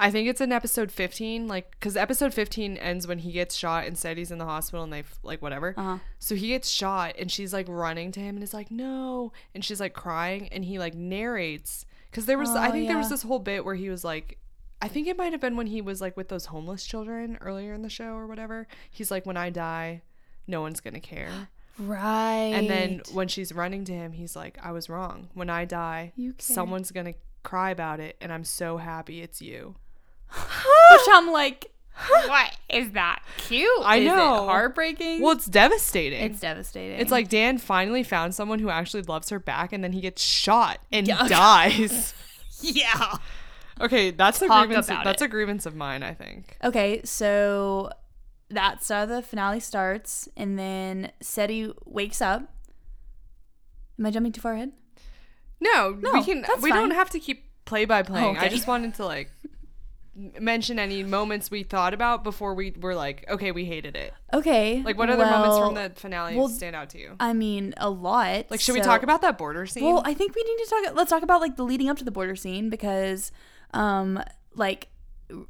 I think it's in episode 15, like because episode 15 ends when he gets shot and said he's in the hospital and they f- like whatever.
Uh-huh.
So he gets shot and she's like running to him and is like no, and she's like crying and he like narrates because there was I
Oh,
think there was
yeah.
this whole bit where he was like. I think it might have been when he was like with those homeless children earlier in the show or whatever. He's like, when I die, no one's gonna care.
Right.
And then when she's running to him, he's like, I was wrong. When I die,
You care.
someone's going to cry about it. And I'm so happy it's you.
which I'm like, what is that? Cute.
I
Is it
know.
heartbreaking.
Well, it's devastating.
it's
It's,
devastating.
like Dan finally found someone who actually loves her back. And then he gets shot and dies.
yeah.
okay, that's a,
Talk
grievance,
about
that's
it.
a grievance of mine, I think.
Okay, so that's how the finale starts, and then Seti wakes up. Am I jumping too far ahead?
No, we can.
that's
we
fine.
don't have to keep play by playing. I
okay.
just wanted to like m- mention any moments we thought about before we were like, okay, we hated it.
Okay.
Like, what other moments from
well,
the finale
well,
stand out to you?
I mean, a lot.
Like, should we
so-
talk about that border scene?
Well, I think we need to talk. Let's talk about like the leading up to the border scene because, um, like,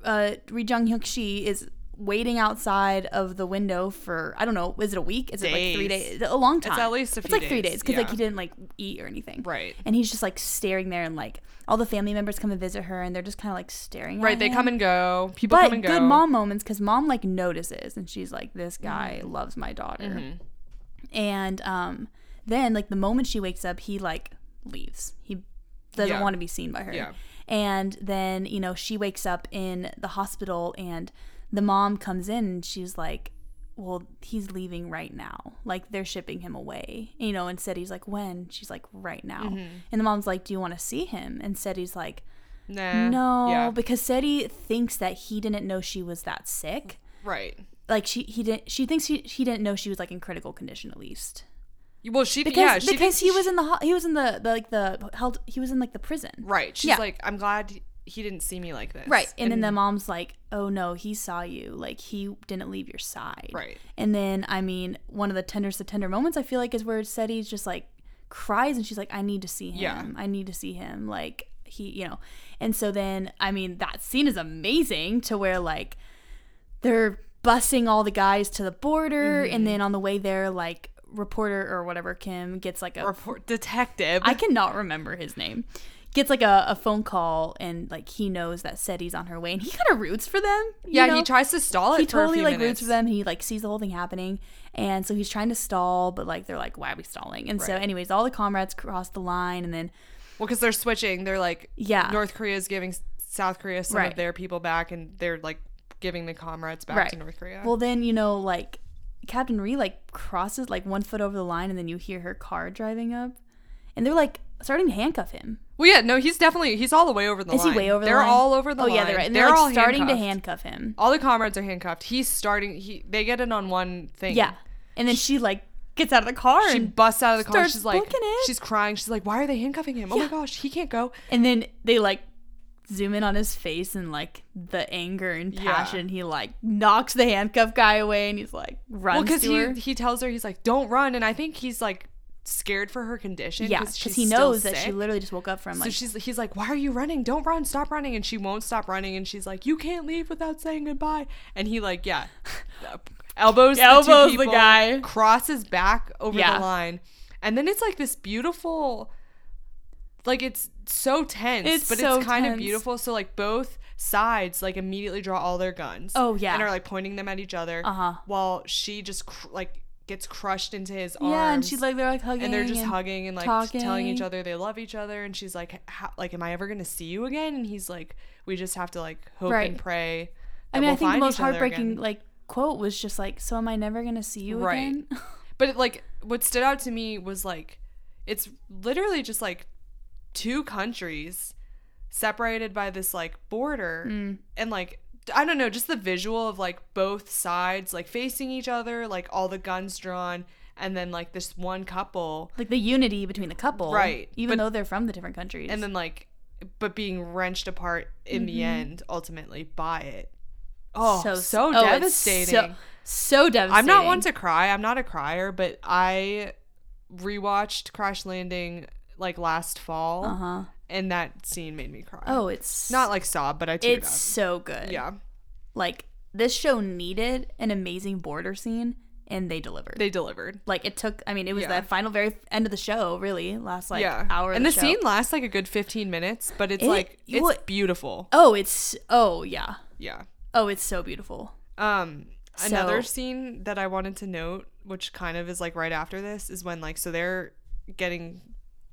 uh, Ri Jung Hyuk Shi is waiting outside of the window for I don't know, is it a week? Is it like three
Days.
days? A long time.
at least a
It's
few
like three
days,
days because like
yeah.
he didn't like eat or anything.
Right.
And he's just like staring there, and like all the family members come and visit her, and they're just kind of like staring.
right,
at
they
him.
come and go. People
But
come and go. Mm-hmm.
good mom moments because mom like notices and she's like, this guy loves my daughter. And um, then like the moment she wakes up, he like leaves. He doesn't
Yeah.
want to be seen by her.
Yeah.
And then you know she wakes up in the hospital and the mom comes in and she's like, well, he's leaving right now. Like they're shipping him away. You know, and Seti's like, when? She's like, right now.
Mm-hmm.
And the mom's like, do you want to see him? And Seti's like,
Nah.
no,
Yeah.
because Seti thinks that he didn't know she was that sick.
Right.
Like she he didn't she thinks he, he didn't know she was like in critical condition at least.
Well, she
Because
yeah she
because
thinks
he was in the ho- he was in the, the like the held he was in like the prison.
right. She's
Yeah.
like, I'm glad he didn't see me like this.
Right. And, then the mom's like, "Oh no, he saw you. Like he didn't leave your side."
Right.
And then I mean, one of the tenderest of tender moments I feel like is where Seti's just like cries and she's like, "I need to see him.
Yeah.
I need to see him." Like he, you know. And so then I mean, that scene is amazing to where like they're bussing all the guys to the border
Mm-hmm.
and then on the way there like reporter or whatever Kim gets like a
report detective.
I cannot remember his name. Gets like a, a phone call and like he knows that Seti's on her way and he kind of roots for them. you
yeah, he
know?
tries to stall it.
He
for a
totally
few
like roots
minutes.
for them. He like sees the whole thing happening, and so he's trying to stall, but like they're like, "Why are we stalling?" And so, anyways, all the comrades cross the line, and then
Well, because they're switching. They're like,
Yeah.
North Korea's giving S- South Korea some
Right.
of their people back, and they're like giving the comrades back to
Right.
North Korea.
well, then you know like Captain Ree like crosses like one foot over the line, and then you hear her car driving up, and they're like starting to handcuff him.
Well, yeah, no, he's definitely he's all the way over the
Is
line.
he way over
they're
the line?
all over the
oh,
line.
yeah, they're right. And
They're,
they're, like
all
starting
handcuffed.
to handcuff him.
All the comrades are handcuffed. He's starting. He they get in on one thing.
Yeah, and then she like gets out of the car
She
and
busts out of the car.
starts
She's like,
booking it.
she's crying. She's like, why are they handcuffing him? Oh my gosh, he can't go.
And then they like zoom in on his face and like the anger and
Yeah.
passion. He like knocks the handcuff guy away and he's like runs
Well, because
to her.
he he tells her he's like, don't run. And I think he's like scared for her condition.
Yeah, because
she's
he
still
knows that she
sick.
literally just woke up from
So
like
she's he's like, "Why are you running? Don't run! Stop running!" And she won't stop running. And she's like, "You can't leave without saying goodbye." And he like, yeah, uh, elbows the,
Elbows the
two people,
guy.
crosses back over
Yeah.
the line, and then it's like this beautiful, like it's so tense,
It's
but
so
it's kind
tense.
of beautiful. So like both sides like immediately draw all their guns.
Oh, yeah.
and are like pointing them at each other.
Uh-huh.
While she just cr- like gets crushed into his arms
yeah, and she's like they're like hugging
and they're just hugging and like
talking.
telling each other they love each other and she's like how, like am i ever gonna see you again and he's like we just have to like hope
Right.
and pray
I
that
mean, I
we'll
think the
find
most
each other
heartbreaking
again."
like quote was just like, "So am I never gonna see you
Right.
again?"
but like what stood out to me was like it's literally just like two countries separated by this like border
Mm.
and like i don't know just the visual of like both sides like facing each other like all the guns drawn and then like this one couple
like the unity between the couple,
Right,
Even
but-
though they're from the different countries,
and then like but being wrenched apart in the
Mm-hmm.
end ultimately by it oh so,
oh, it's
devastating
so, so devastating.
i'm not one to cry i'm not a crier but i rewatched crash landing like last fall
Uh huh.
and that scene made me cry
Oh, it's
not like sob but i teared
It's so good.
up yeah
Like this show needed an amazing border scene, and they delivered.
they delivered
like it took. I mean, it was
Yeah.
the final, very end of the show. Really, last like
yeah
hour. of
and the,
show.
scene lasts like a good 15 minutes but it's
It-
like
you
it's
would-
beautiful
Oh, it's oh yeah.
yeah
Oh, it's so beautiful.
Um, another
So-
scene that I wanted to note, which kind of is like right after this, is when like so they're getting,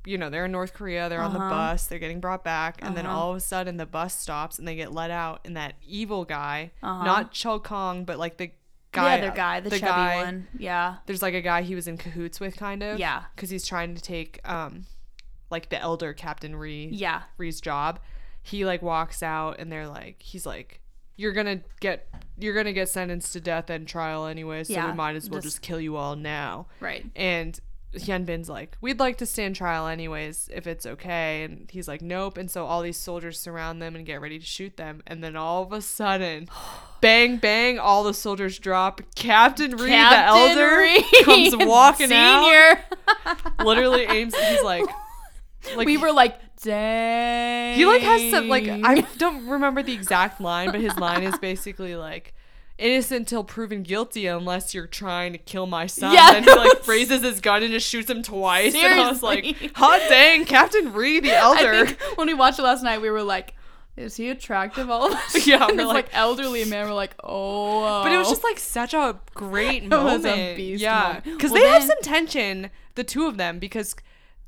you know, they're in North Korea, they're on
Uh-huh.
the bus, they're getting brought back, and then all of a sudden the bus stops and they get let out, and that evil guy, not Cho Kong, but like the guy,
Uh-huh. the other guy, the, chubby one. Yeah.
There's like a guy he was in cahoots with, kind of,
Yeah.
because he's trying to take um, like the elder Captain Ree,
Yeah.
Ree's job, he like walks out and they're like, he's like, you're gonna get, you're gonna get sentenced to death and trial anyway, so
Yeah,
we might as well
just-
just, kill you all now.
Right.
And Hyun Bin's like, we'd like to stand trial anyways if it's okay, and he's like, nope. And so all these soldiers surround them and get ready to shoot them, and then all of a sudden. Bang bang! All the soldiers drop. Captain Reed,
Captain
the elder,
Reed,
comes walking out.
Senior.
Literally aims. He's like, like
we were like, dang.
he like has some like I don't remember the exact line, but his line is basically like innocent till proven guilty unless you're trying to kill my son.
Yeah,
and he
that
like
was-
raises his gun and just shoots him twice. And I was like,
Seriously.
hot dang, Captain Reed the
I
elder.
think when we watched it last night, we were like, is he attractive? All of us.
Yeah,
And
we're
it's
like-
like, elderly man. We're like, oh.
But it was just like such a great
was a
moment.
beast
yeah,
moment.
because
Well,
they have
then-
some tension, the two of them, because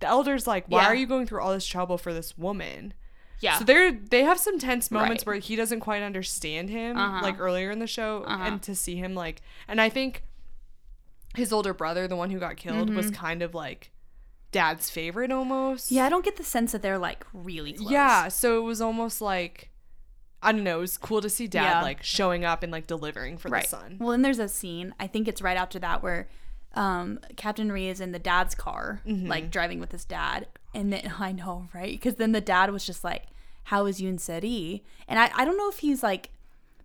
the elder's like, why
Yeah.
are you going through all this trouble for this woman?
yeah.
So they're they have some tense moments
Right.
where he doesn't quite understand him,
Uh-huh.
like earlier in the show, and to see him like, and I think his older brother, the one who got killed, was kind of like dad's favorite almost.
Mm-hmm. yeah, I don't get the sense that they're like really close.
yeah. So it was almost like I don't know. It was cool to see dad
Yeah.
like showing up and like delivering for the son.
Well, then there's a scene. I think it's right after that where um, Captain Ree is in the dad's car,
Mm-hmm.
like driving with his dad, and then I know, right? Because then the dad was just like, "How is Yoon Seri?" And I, I don't know if he's like,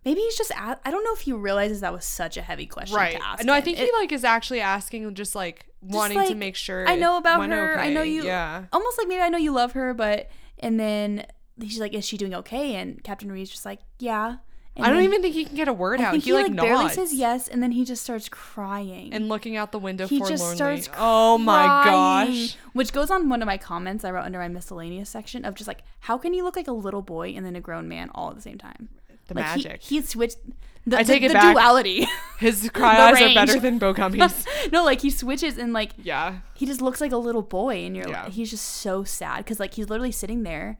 maybe he's just. a I don't know if he realizes that was such a heavy question
Right.
to ask.
No, I
him.
think
It-
he like is actually asking, just like
just
wanting to
like,
make sure
I know
it
about
went
her. I know
okay.
you.
Yeah.
Almost like maybe I know you love her, but and then he's like, "Is she doing okay?" And Captain Ree's just like, "Yeah." And
I don't
then-
even think he can get a word
Mm-hmm. I
out.
think
He, like,
barely
nods.
says yes, and then he just starts crying.
and looking out the window
he
forlornly.
just starts
oh my
crying,
gosh.
which goes on one of my comments i wrote under my miscellaneous section of just like how can you look like a little boy and then a grown man all at the same time
The
like
magic.
he, he switched the,
I
the-
take it
the
back.
duality
His cry
the
eyes
range.
are better than Bogumi's.
no like he switches and like
yeah.
he just looks like a little boy and you're
Yeah.
like he's just so sad because like he's literally sitting there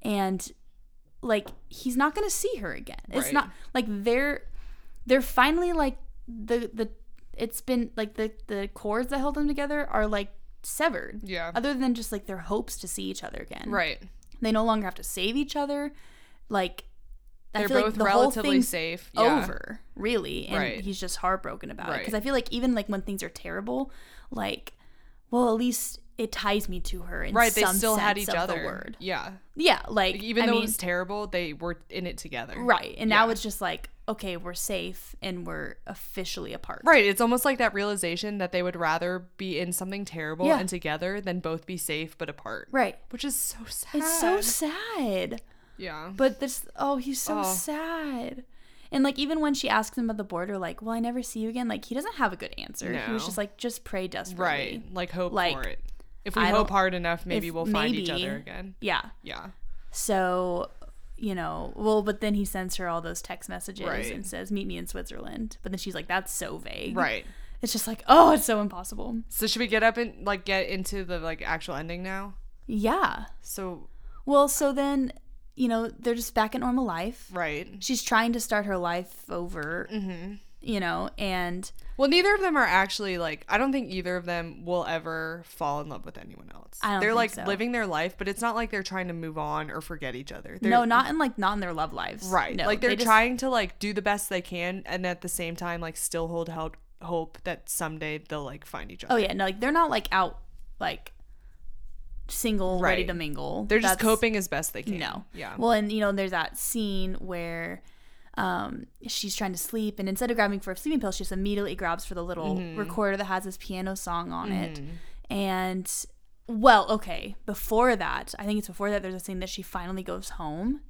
and like he's not gonna see her again it's
Right.
not like they're they're finally like the the it's been like the the cords that held them together are like severed
Yeah.
other than just like their hopes to see each other again
Right.
they no longer have to save each other like I
They're
feel like
both
the whole
relatively
thing's
safe. Yeah.
over really and
Right.
he's just heartbroken about it
Right.
because i feel like even like when things are terrible like well at least it ties me to her in
Right. They
some
still had
sense
each
of the
other.
word
Yeah.
yeah like
Even
I
though
mean,
it was terrible, they were in it together.
right and now
Yeah.
it's just like okay, we're safe and we're officially apart.
Right. It's almost like that realization that they would rather be in something terrible
Yeah.
and together than both be safe but apart.
Right.
Which is so sad.
It's so sad.
Yeah.
But this, oh, he's so
Oh.
sad. And like even when she asks him about the border, like, "Will I never see you again?" Like he doesn't have a good answer. He was
No.
just like, "Just pray desperately."
right. Like hope
Like,
for it. If we
I
hope
don't-
hard enough, maybe
if
we'll find each
maybe-
other again.
Yeah.
Yeah.
So, you know, well, but then he sends her all those text messages
Right.
and says, "Meet me in Switzerland." But then she's like, "That's so vague."
Right.
It's just like, oh, it's so impossible.
So should we get up and like get into the like actual ending now?
Yeah.
So
Well, so then, you know, they're just back in normal life.
right.
She's trying to start her life over,
Mm-hmm.
you know, and
Well, neither of them are actually like I don't think either of them will ever fall in love with anyone else.
I don't
they're
think
like
so.
living their life, but it's not like they're trying to move on or forget each other. They're,
no, not in like not in their love lives.
right.
No,
like they're
they just-
trying to like do the best they can, and at the same time like still hold out hope that someday they'll like find each other.
Oh yeah, no, like they're not like out like single, ready
Right.
to mingle.
They're just
That's-
coping as best they can.
No.
Yeah.
Well, and you know, there's that scene where um, she's trying to sleep, and instead of grabbing for a sleeping pill, she just immediately grabs for the little
Mm-hmm.
recorder that has this piano song on it. And well, okay, before that, I think it's before that. There's a scene that she finally goes home,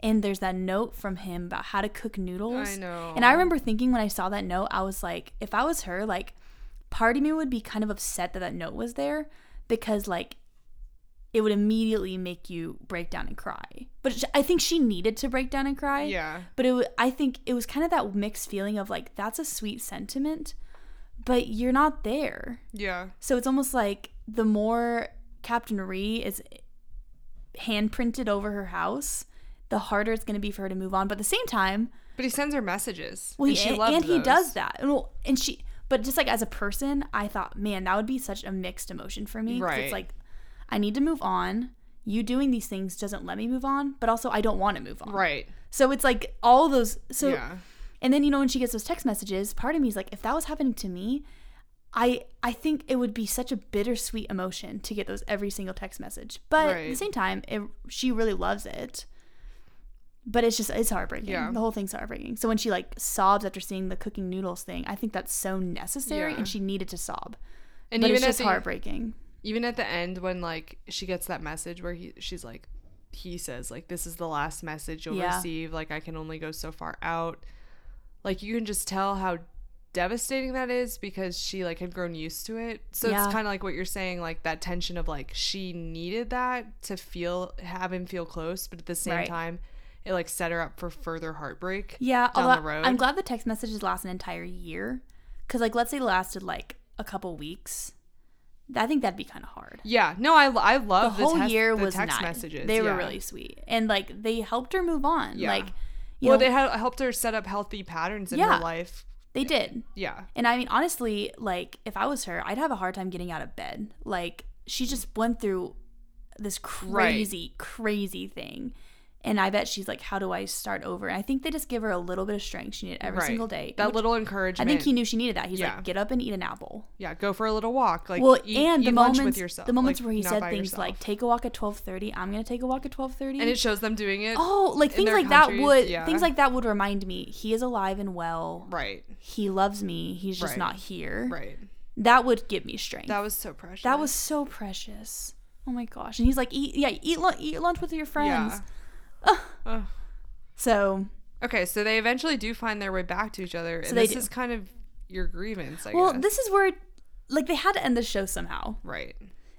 and there's that note from him about how to cook noodles.
I know.
And I remember thinking when I saw that note, I was like, if I was her, like, part of me would be kind of upset that that note was there because, like, it would immediately make you break down and cry. But sh- I think she needed to break down and cry.
yeah.
But it, w- I think it was kind of that mixed feeling of like, that's a sweet sentiment, but you're not there.
Yeah.
So it's almost like the more Captain Ree is hand printed over her house, the harder it's going to be for her to move on. But at the same time,
But he sends her messages.
well,
and
he,
she
and,
loves
and he
those.
does that. And, well, and she, but just like as a person, I thought, man, that would be such a mixed emotion for me. 'cause
Right.
It's like, I need to move on. You doing these things doesn't let me move on, but also I don't want to move on.
Right.
So it's like all those. So,
yeah.
and then, you know, when she gets those text messages, part of me is like, if that was happening to me, I, I think it would be such a bittersweet emotion to get those every single text message. But at the
Right.
same time, it, she really loves it. But it's just it's heartbreaking.
Yeah.
The whole thing's heartbreaking. So when she like sobs after seeing the cooking noodles thing, I think that's so necessary,
Yeah.
and she needed to sob.
And
but
even
it's
at
just
the-
heartbreaking.
even at the end when like she gets that message where he she's like he says like this is the last message you'll
Yeah.
receive like i can only go so far out like you can just tell how devastating that is because she like had grown used to it so
Yeah.
it's kind of like what you're saying like that tension of like she needed that to feel have him feel close but at the same
Right.
time it like set her up for further heartbreak
Yeah,
down
although
the road
I'm glad the text messages last an entire year, because like let's say it lasted like a couple weeks, I think that'd be kind of hard.
yeah no i, I
the
love
whole
tes-
year
the
was
text
nice.
messages
They
yeah.
were really sweet, and like they helped her move on.
Yeah.
Like, you
well
know,
they had helped her set up healthy patterns in
Yeah.
her life
they did.
yeah
And I mean, honestly, like if I was her, I'd have a hard time getting out of bed. Like she just went through this
Right.
crazy, crazy thing, and I bet she's like, "How do I start over?" And I think they just give her a little bit of strength she needed every
Right.
single day.
That
which
little
I
encouragement.
think he knew she needed that. He's
Yeah.
like, "Get up and eat an apple."
Yeah, go for a little walk. Like,
Well,
eat,
and
eat
the
lunch
moments,
with yourself.
the moments
like,
where he
not
said
by
things
yourself.
like, "Take a walk at twelve thirty. I'm gonna take a walk at twelve thirty.
and it shows them doing it.
Oh, like
in
things
their
like that
countries,
would
yeah.
things like that would remind me he is alive and well.
right,
He loves me. He's just
Right.
not here.
right.
That would give me strength.
That was so precious.
That was so precious. Oh my gosh. And he's like, eat yeah, eat lunch, eat lunch with your friends.
Ugh.
So
okay. So they eventually do find their way back to each other, and
they
this
do.
is kind of your grievance, I
well,
guess.
this is where like they had to end the show somehow.
right,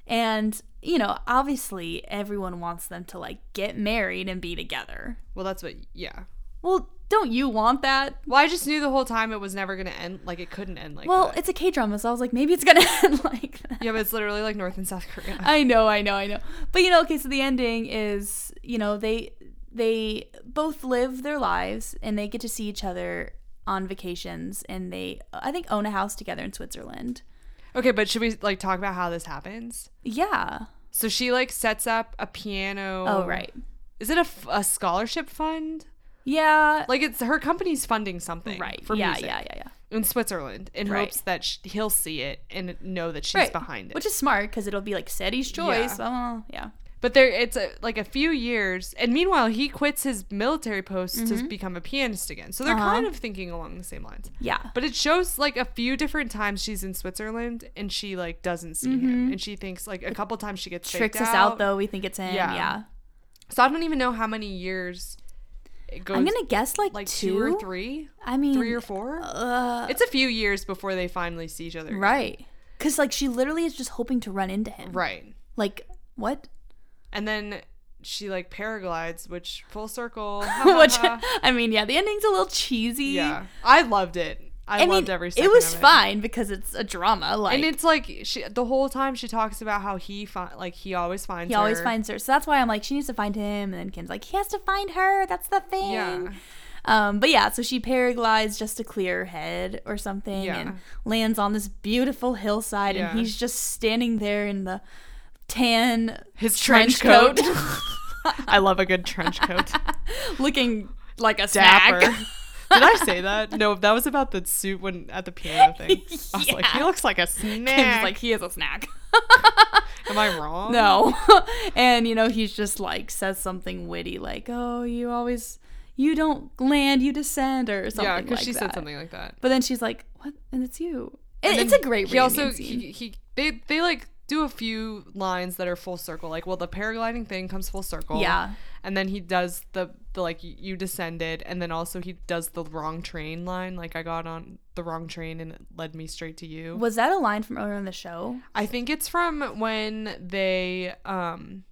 And you know, obviously everyone wants them to like get married and be together.
well, that's what. Yeah.
Well, don't you want that?
Well, I just knew the whole time it was never gonna end. Like it couldn't end like
Well,
that.
it's a K drama, so I was like, maybe it's gonna end like that.
yeah, but it's literally like North and South Korea.
I know, I know, I know. But you know, okay, so the ending is, you know, they they both live their lives and they get to see each other on vacations and they I think own a house together in Switzerland.
Okay, but should we like talk about how this happens?
Yeah.
So she like sets up a piano.
Oh, right.
Is it a, f- a scholarship fund?
Yeah.
Like it's her company's funding something,
right.
For
yeah,
music
yeah, yeah, yeah.
in Switzerland, in
Right.
hopes that sh- he'll see it and know that she's
Right.
behind it.
Which is smart because it'll be like SETI's choice. Oh, Yeah. yeah.
But there, it's a, like a few years, and meanwhile he quits his military post to become a pianist again. So they're
Mm-hmm. Uh-huh.
kind of thinking along the same lines.
Yeah.
But it shows like a few different times she's in Switzerland and she like doesn't see him, and she thinks like a couple times she gets
Mm-hmm. Tricks
faked
us out though. We think it's him. Yeah.
Yeah. So I don't even know how many years it goes.
I'm gonna guess like,
like
two.
two, or three,
I mean,
three or four.
uh,
it's a few years before they finally see each other.
right. Because like she literally is just hoping to run into him.
Right.
Like what?
And then she like paraglides, which full circle.
Which I mean, yeah, the ending's a little cheesy.
Uh-huh. yeah, I loved it. I,
I,
loved
mean,
every second.
it was
of
fine because it's a drama. Like
And it's like she the whole time she talks about how he fi- like he always finds
he always
her.
finds her, so that's why I'm like, she needs to find him, and then Ken's like, he has to find her. That's the thing.
yeah
Um, but yeah, so she paraglides just to clear her head or something
Yeah.
and lands on this beautiful hillside,
Yeah.
and he's just standing there in the tan
his
trench, coat,
I love a good trench coat.
looking like a
Dapper.
snack.
Did I say that? No, that was about the suit when at the piano thing. I was like,
Yeah.
he looks like a
Ken's
snack.
like, he is a snack.
Am I wrong?
No. and, you know, he's just like, says something witty, like, oh, you always, you don't land, you descend, or something.
Yeah, because
like
she said
that.
something like that.
But then she's like, what? And it's you. It,
And
it's a
then
great
He also
reunion scene.
he, he they they like do a few lines that are full circle. Like, well, the paragliding thing comes full circle.
Yeah.
And then he does the the like y- you descended, and then also he does the wrong train line. Like I got on the wrong train and it led me straight to you.
Was that a line from earlier in the show?
I think it's from when they um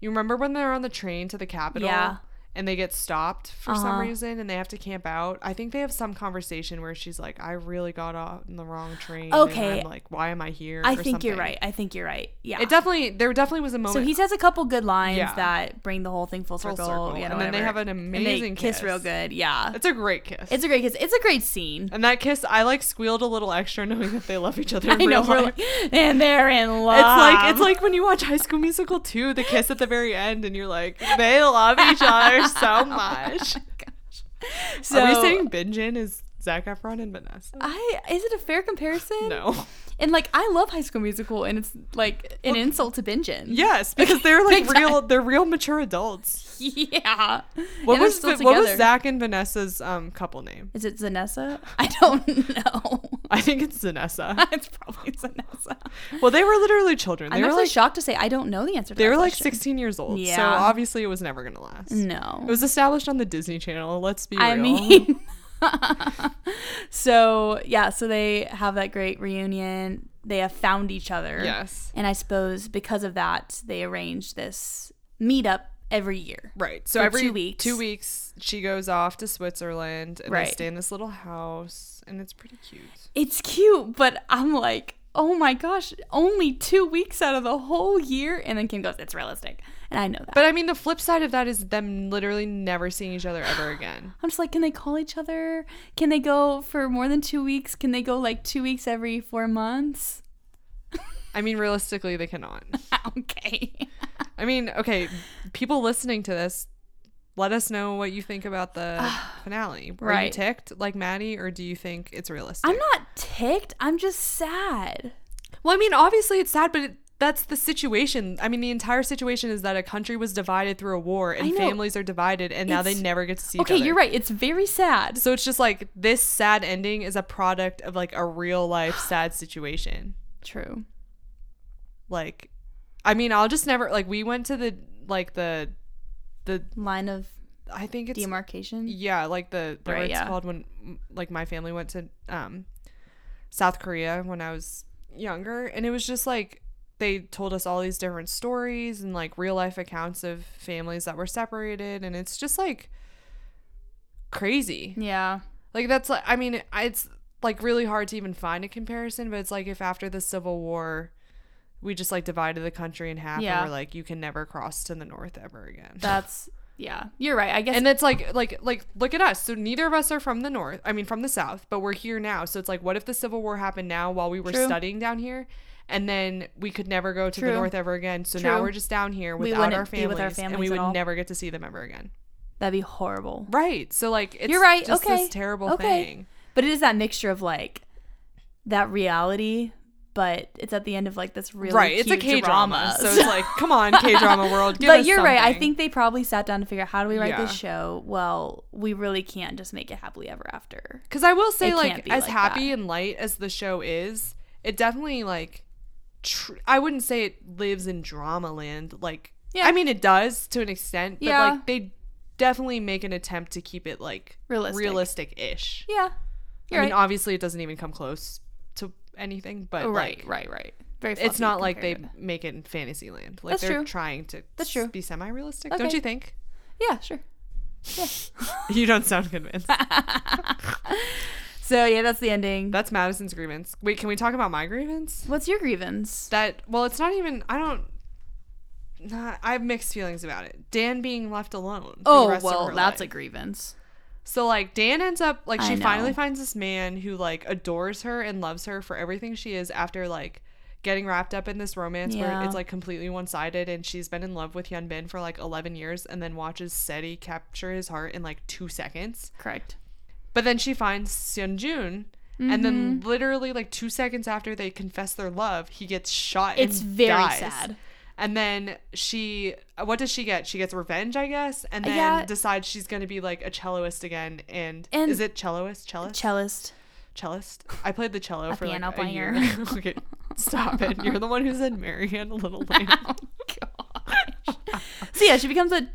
you remember when they're on the train to the capital
Yeah.
and they get stopped for some
Uh-huh.
reason and they have to camp out. I think they have some conversation where she's like, I really got on the wrong train. and
Okay.
I'm like, why am I here?
I
or
think you're
something.
right. I think you're right. Yeah.
It definitely there definitely was a moment
So he says a couple good lines
Yeah.
that bring the whole thing full
Full
circle.
circle.
You know,
And then they
whatever.
have an
and they
amazing
kiss.
kiss.
real good. Yeah.
it's a great kiss.
It's a great kiss. It's a great scene.
and that kiss I like squealed a little extra knowing that they love each other. In
I know.
real
We're
life.
like, and they're in love.
It's like it's like when you watch High School Musical 2, the kiss at the very end, and you're like, they love each other so much.
Oh so.
Are we saying Bingen is Zac Efron and Vanessa?
I is it a fair comparison?
No.
And like I love High School Musical, and it's like an insult to Bingen.
Yes, because they're like
Big time.
real. They're real mature adults.
Yeah.
What
And they're
was
still
the- what was
together.
Zach and Vanessa's um, couple name?
Is it Zanessa? I don't know.
I think it's Vanessa.
it's probably Zanessa.
well, they were literally children. They
I'm
were
actually
like
shocked to say I don't know the answer. to
they
that
were like
question.
16 years old. So
Yeah.
obviously it was never gonna last.
No.
It was established on the Disney Channel. Let's be
I
real.
mean, so yeah, so they have that great reunion. They have found each other.
yes.
And I suppose because of that, they arrange this meetup every year.
Right. So
For
every
two weeks.
two weeks, she goes off to Switzerland and they
Right.
stay in this little house, and it's pretty cute.
It's cute, but I'm like, oh my gosh, only two weeks out of the whole year. And then Kim goes, it's realistic. And I know that.
But I mean, the flip side of that is them literally never seeing each other ever again.
I'm just like, can they call each other? Can they go for more than two weeks? Can they go like two weeks every four months?
I mean, realistically, they cannot.
okay.
I mean, okay, people listening to this, let us know what you think about the finale. Were you
Right.
ticked like Maddie, or do you think it's realistic?
I'm not ticked. I'm just sad.
Well, I mean, obviously it's sad, but it, that's the situation. I mean, the entire situation is that a country was divided through a war,
I
and
know.
families are divided, and now they
It's-
never get to see each
Okay,
other.
you're right. It's very sad.
So it's just like this sad ending is a product of like a real life sad situation.
True.
Like, I mean, I'll just never like we went to the like the the
Line of
I think it's
demarcation.
yeah like the, the what
Right,
it's
yeah.
called when like my family went to um South Korea when I was younger, and it was just like they told us all these different stories and like real life accounts of families that were separated, and it's just like crazy.
Yeah.
Like that's like I mean I- it's like really hard to even find a comparison, but it's like if after the Civil War we just like divided the country in half
Yeah.
and we're like you can never cross to the north ever again.
That's yeah. You're right. I guess
and it's like like like look at us. So neither of us are from the north. I mean from the south, but we're here now. So it's like what if the Civil War happened now while we were
True.
studying down here? And then we could never go to the
True.
north ever again. So now
True.
we're just down here
We
without our
wouldn't be
families,
with our
and we
families at
would
all.
never get to see them ever again.
that'd be horrible.
Right. So like it's
You're right.
just
okay.
this terrible
okay.
thing.
But it is that mixture of like that reality, but it's at the end of like this really
right, it's a
cute
K drama, so
so-
it's like, come on, K drama world. Give
but
us
you're right. I
something.
think they probably sat down to figure out how do we write this
Yeah.
show. Well, we really can't just make it happily ever after.
Because I will say,
It can't
like,
be
as
like
happy and light as the show is, it definitely like, tr- I wouldn't say it lives in drama land. Like,
Yeah.
I mean, it does to an extent, but
Yeah.
like they definitely make an attempt to keep it like
Realistic.
realistic-ish.
Yeah,
I
you're
mean,
right. Oh,
obviously, it doesn't even come close to anything, but
right,
like,
right, right. Very.
It's
fluffy
not like they
compared to-
make it in fantasy land. Like
That's
they're
true.
trying to
That's
s-
true.
be semi-realistic, don't
Okay.
you think?
Yeah, sure.
You don't sound convinced.
So yeah, that's the ending.
That's Madison's grievance. Wait, can we talk about my grievance?
What's your grievance?
that well it's not even i don't not, i have mixed feelings about it dan being left alone for the
Oh
rest of
well,
her
that's a
life.
grievance.
so like dan ends up like
I
she
know.
finally finds this man who like adores her and loves her for everything she is after like getting wrapped up in this romance
Yeah.
where it's like completely one-sided and she's been in love with Hyun Bin for like 11 years and then watches Seti capture his heart in like 2 seconds
Correct.
but then she finds Seon Jun and then
Mm-hmm.
literally like 2 seconds after they confess their love he gets shot
It's
and
very
dies.
sad.
And then she, uh, what does she get? She gets revenge, I guess, and then
Yeah.
decides she's going to be like a celloist again. And,
And-
is it celloist? Cellist?
Cellist.
cellist? I played the cello for
piano
like a year.
player.
okay, stop it. You're the one who said Marianne a little lame.
so yeah, she becomes a.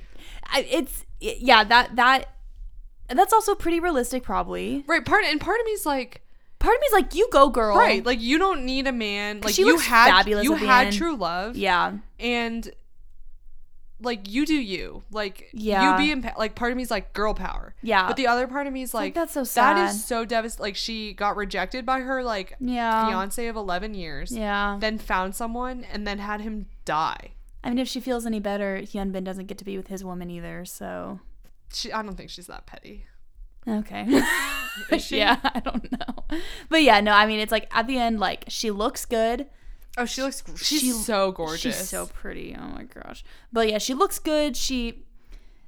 I- It's yeah that that. That's also pretty realistic, probably.
right. Part and part of me's like,
Part of me is like, you go, girl.
right, like you don't need a man. Like
she
you
looks
had
fabulous
you
at the
had
end.
true love.
Yeah.
and like you do you like
Yeah.
you be impa- like part of me's like girl power
Yeah.
but the other part of me's
like,
like,
that's so
that
sad.
is so devastating like she got rejected by her like
Yeah.
fiance of 11 years
Yeah.
then found someone and then had him die
I mean, if she feels any better, Hyunbin doesn't get to be with his woman either. So
she, i don't think she's that petty
okay.
Is she?
Yeah, I don't know. But yeah, no, I mean, it's like at the end, like she looks good.
oh she looks she's
she-
so gorgeous
She's so pretty. Oh my gosh. But yeah, she looks good. She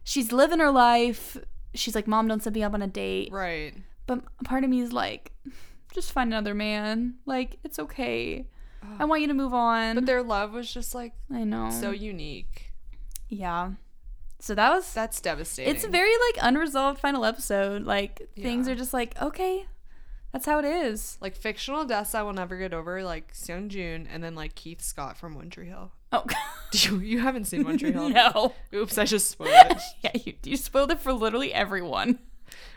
she's living her life. She's like, Mom, don't set me up on a date.
right
But part of me is like, just find another man. Like, it's okay. I want you to move on.
but their love was just like
I know.
so unique
yeah. So that was
that's devastating
it's a very like unresolved final episode. Like things
Yeah.
are just like, okay, that's how it is.
like fictional deaths i will never get over like seung jun and then like keith scott from one tree hill
Oh
You, you haven't seen One Tree Hill.
no.
Oops, I just spoiled it.
Yeah, you, you spoiled it for literally everyone.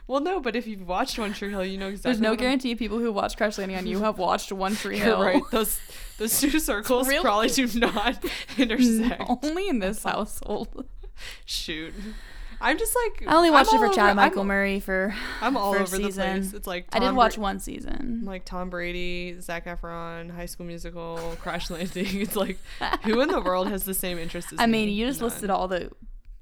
Well, no, but if you've watched One Tree Hill, you know exactly.
There's no
what I'm-
guarantee people who watch Crash Landing on You have watched One Tree
You're
Hill.
right. Those those two circles
Really?
probably do not intersect.
Only in this household.
Shoot. I'm just like
I only
I'm
watched it
all
for
over-
Chad Michael
I'm,
Murray for.
I'm all
for a
over the
season.
place. It's like
I did
Tom
watch
Bra-
one season.
like Tom Brady, Zac Efron, High School Musical, Crash Landing. It's like who in the world has the same interest as
I mean,
me?
you just
None.
listed all the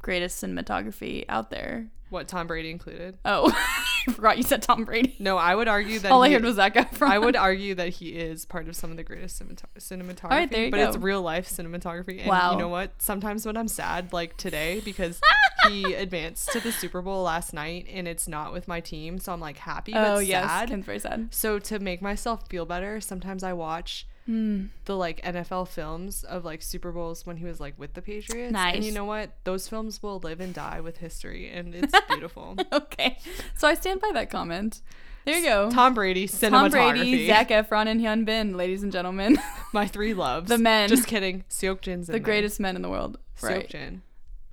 greatest cinematography out there.
what Tom Brady included.
Oh, I forgot you said Tom Brady.
No, I would argue that
All I
he-
heard was Zac Efron.
I would argue that he is part of some of the greatest cinemat- cinematography.
All right, there you
but it's
go.
real life cinematography. And
Wow.
you know what? Sometimes when I'm sad, like today, because he advanced to the Super Bowl last night and it's not with my team, so I'm like happy but
Oh yes,
sad.
Ken's very sad.
so to make myself feel better, sometimes I watch
Hmm.
the like NFL films of like Super Bowls when he was like with the Patriots. And you
Nice.
know what? Those films will live and die with history and it's beautiful.
Okay, so I stand by that comment. There you go.
Tom Brady, cinematography.
Oh. Tom Brady, Zac Efron, and Hyun Bin, ladies and gentlemen,
My three loves.
The men.
Just kidding. Seokjin's in
the greatest men in the world. Right,
Seokjin.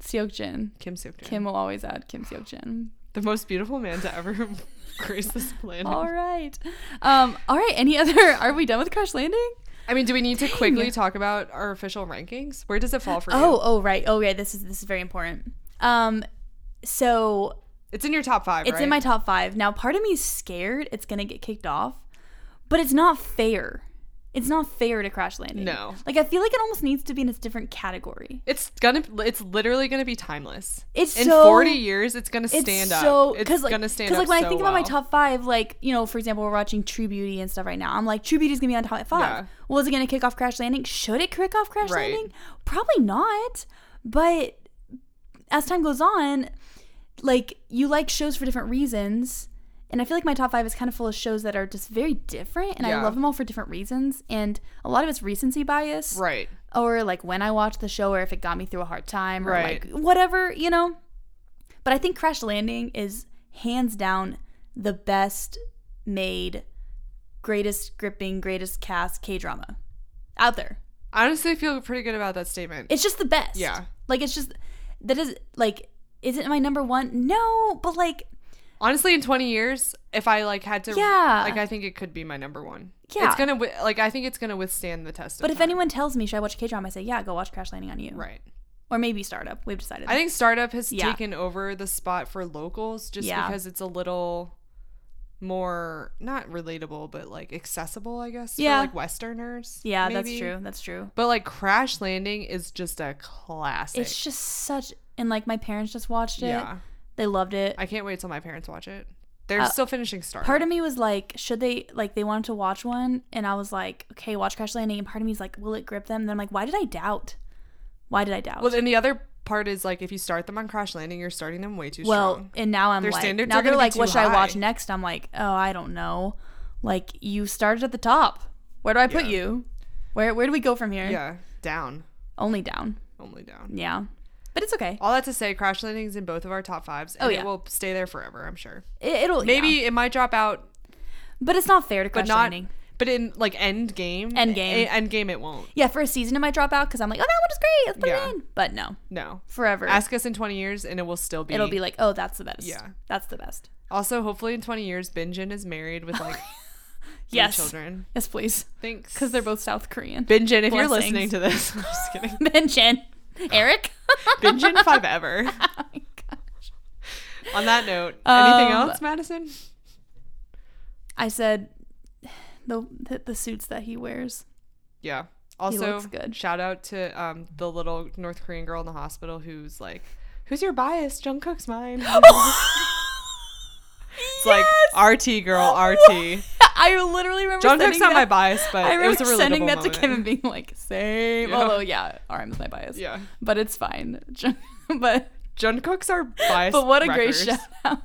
Seokjin.
Kim Seokjin.
Kim will always add Kim Seokjin.
The most beautiful man to ever grace this planet.
All right, um, all right. Any other? Are we done with Crash Landing?
I mean, do we need to quickly talk about our official rankings? Where does it fall for you?
Oh, oh, right. Oh, yeah. This is this is very important. Um, so
It's in your top five,
it's
right?
in my top five now. Part of me is scared it's gonna get kicked off, but it's not fair. It's not fair to Crash Landing.
No.
like I feel like it almost needs to be in a different category.
It's gonna. It's literally gonna be timeless.
It's
in
so-
forty years, it's gonna
It's
stand up.
so
it's
because like
gonna stand
'cause,
up.
like when I
so
think about my
well.
top five, like you know, for example, we're watching True Beauty and stuff right now. I'm like, True Beauty's gonna be on top five.
Yeah.
Well, is it gonna kick off Crash Landing? Should it kick off Crash
Right.
Landing? Probably not. But as time goes on, like you like shows for different reasons, And I feel like my top five is kind of full of shows that are just very different, and I
Yeah.
love them all for different reasons. And a lot of it's recency bias,
Right.
or like when I watched the show, or if it got me through a hard time, or
Right.
like whatever, you know. But I think Crash Landing is hands down the best made, greatest gripping, greatest cast K drama out there.
Honestly, I feel pretty good about that statement.
It's just the best.
Yeah.
Like it's just that is like is it my number one? No, but like
Honestly, in 20 years, if I like had to,
Yeah.
like I think it could be my number one.
Yeah.
It's gonna wi- like I think it's gonna withstand the test. Of
but if
time.
anyone tells me should I watch K drama, I say, Yeah, go watch Crash Landing on You.
right,
Or maybe Startup. We've decided.
I think startup has
Yeah.
taken over the spot for locals just
Yeah.
because it's a little more not relatable, but like accessible, I guess.
Yeah.
for, like Westerners.
yeah, that's
maybe.
true. That's true.
But like Crash Landing is just a classic.
It's just such and like my parents just watched it.
yeah,
They loved it.
I can't wait till my parents watch it. They're
Uh,
still finishing startup.
part of me was like, should they like they wanted to watch one and I was like, Okay, watch Crash Landing and part of me's like, Will it grip them? And then I'm like, why did I doubt? Why did I doubt?
Well, then the other part is like if you start them on Crash Landing, you're starting them way too
Well,
strong.
and now I'm
Their
like,
standards
now
are
they're
gonna be
like,
too
what should I watch
high."
next? I'm like, oh, I don't know. Like you started at the top. Where do I put
Yeah.
you? Where where do we go from here?
Yeah, down,
Only down.
only down.
Yeah. But it's okay.
All that to say, Crash Landing's in both of our top fives, and
Oh,
it
yeah.
will stay there forever. I'm sure.
It, will
Maybe it might drop out,
but it's not fair to
but
Crash
not.
Landing.
But in like end game,
Endgame.
end game, it won't.
Yeah, for a season it might drop out because I'm like, oh, that one is great. Let's put
Yeah.
it in. But no,
No.
forever.
Ask us in 20 years, and it will still be.
It'll be like, oh, that's the best.
Yeah.
That's the best.
Also, hopefully, in 20 years, Binjin is married with like three
Yes.
children.
Yes, please.
Thanks.
Because they're both South Korean.
Binjin. If you're
Blessings.
listening to this, I'm just kidding.
Ben Chen. Eric?
Binjin, if I've ever.
Oh my God.
On that note, anything
Um,
else, Madison?
I said the the, the suits that he wears.
Yeah. Also,
looks good.
shout out to um, the little North Korean girl in the hospital who's like, "Who's your bias? Jungkook's mine." it's like RT girl, RT.
I literally remember
Jungkook's
sending
not my
that.
bias, but
I
it was
remember
a relatable
sending that
moment.
to Kim and being like, same.
Yeah.
Although, yeah, RM is my bias.
Yeah,
But it's fine. Jung- but
Jungkook's our bias.
but what a
wreckers.
great shout out.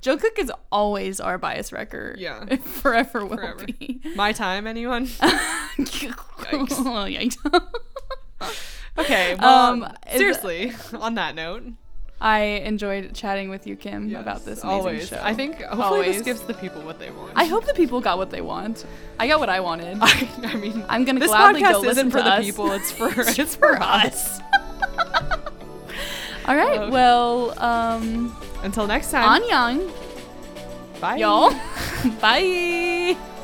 Jungkook is always our bias wrecker.
Yeah.
Forever will
Forever.
be.
My time, anyone?
Yikes. well, yikes.
Okay. Well,
Um, is-
seriously. on that note,
I enjoyed chatting with you, Kim, about
yes,
this amazing
always.
show.
I think hopefully
Always.
this gives the people what they want.
I hope the people got what they want. I got what I wanted.
I, I mean,
I'm gonna
this
gladly
podcast
go listen
isn't for
to
the
us.
people. It's for
It's
it's
for
for us.
All right.
Okay.
Well, um,
Until next time.
Anyang,
Bye.
y'all. Bye.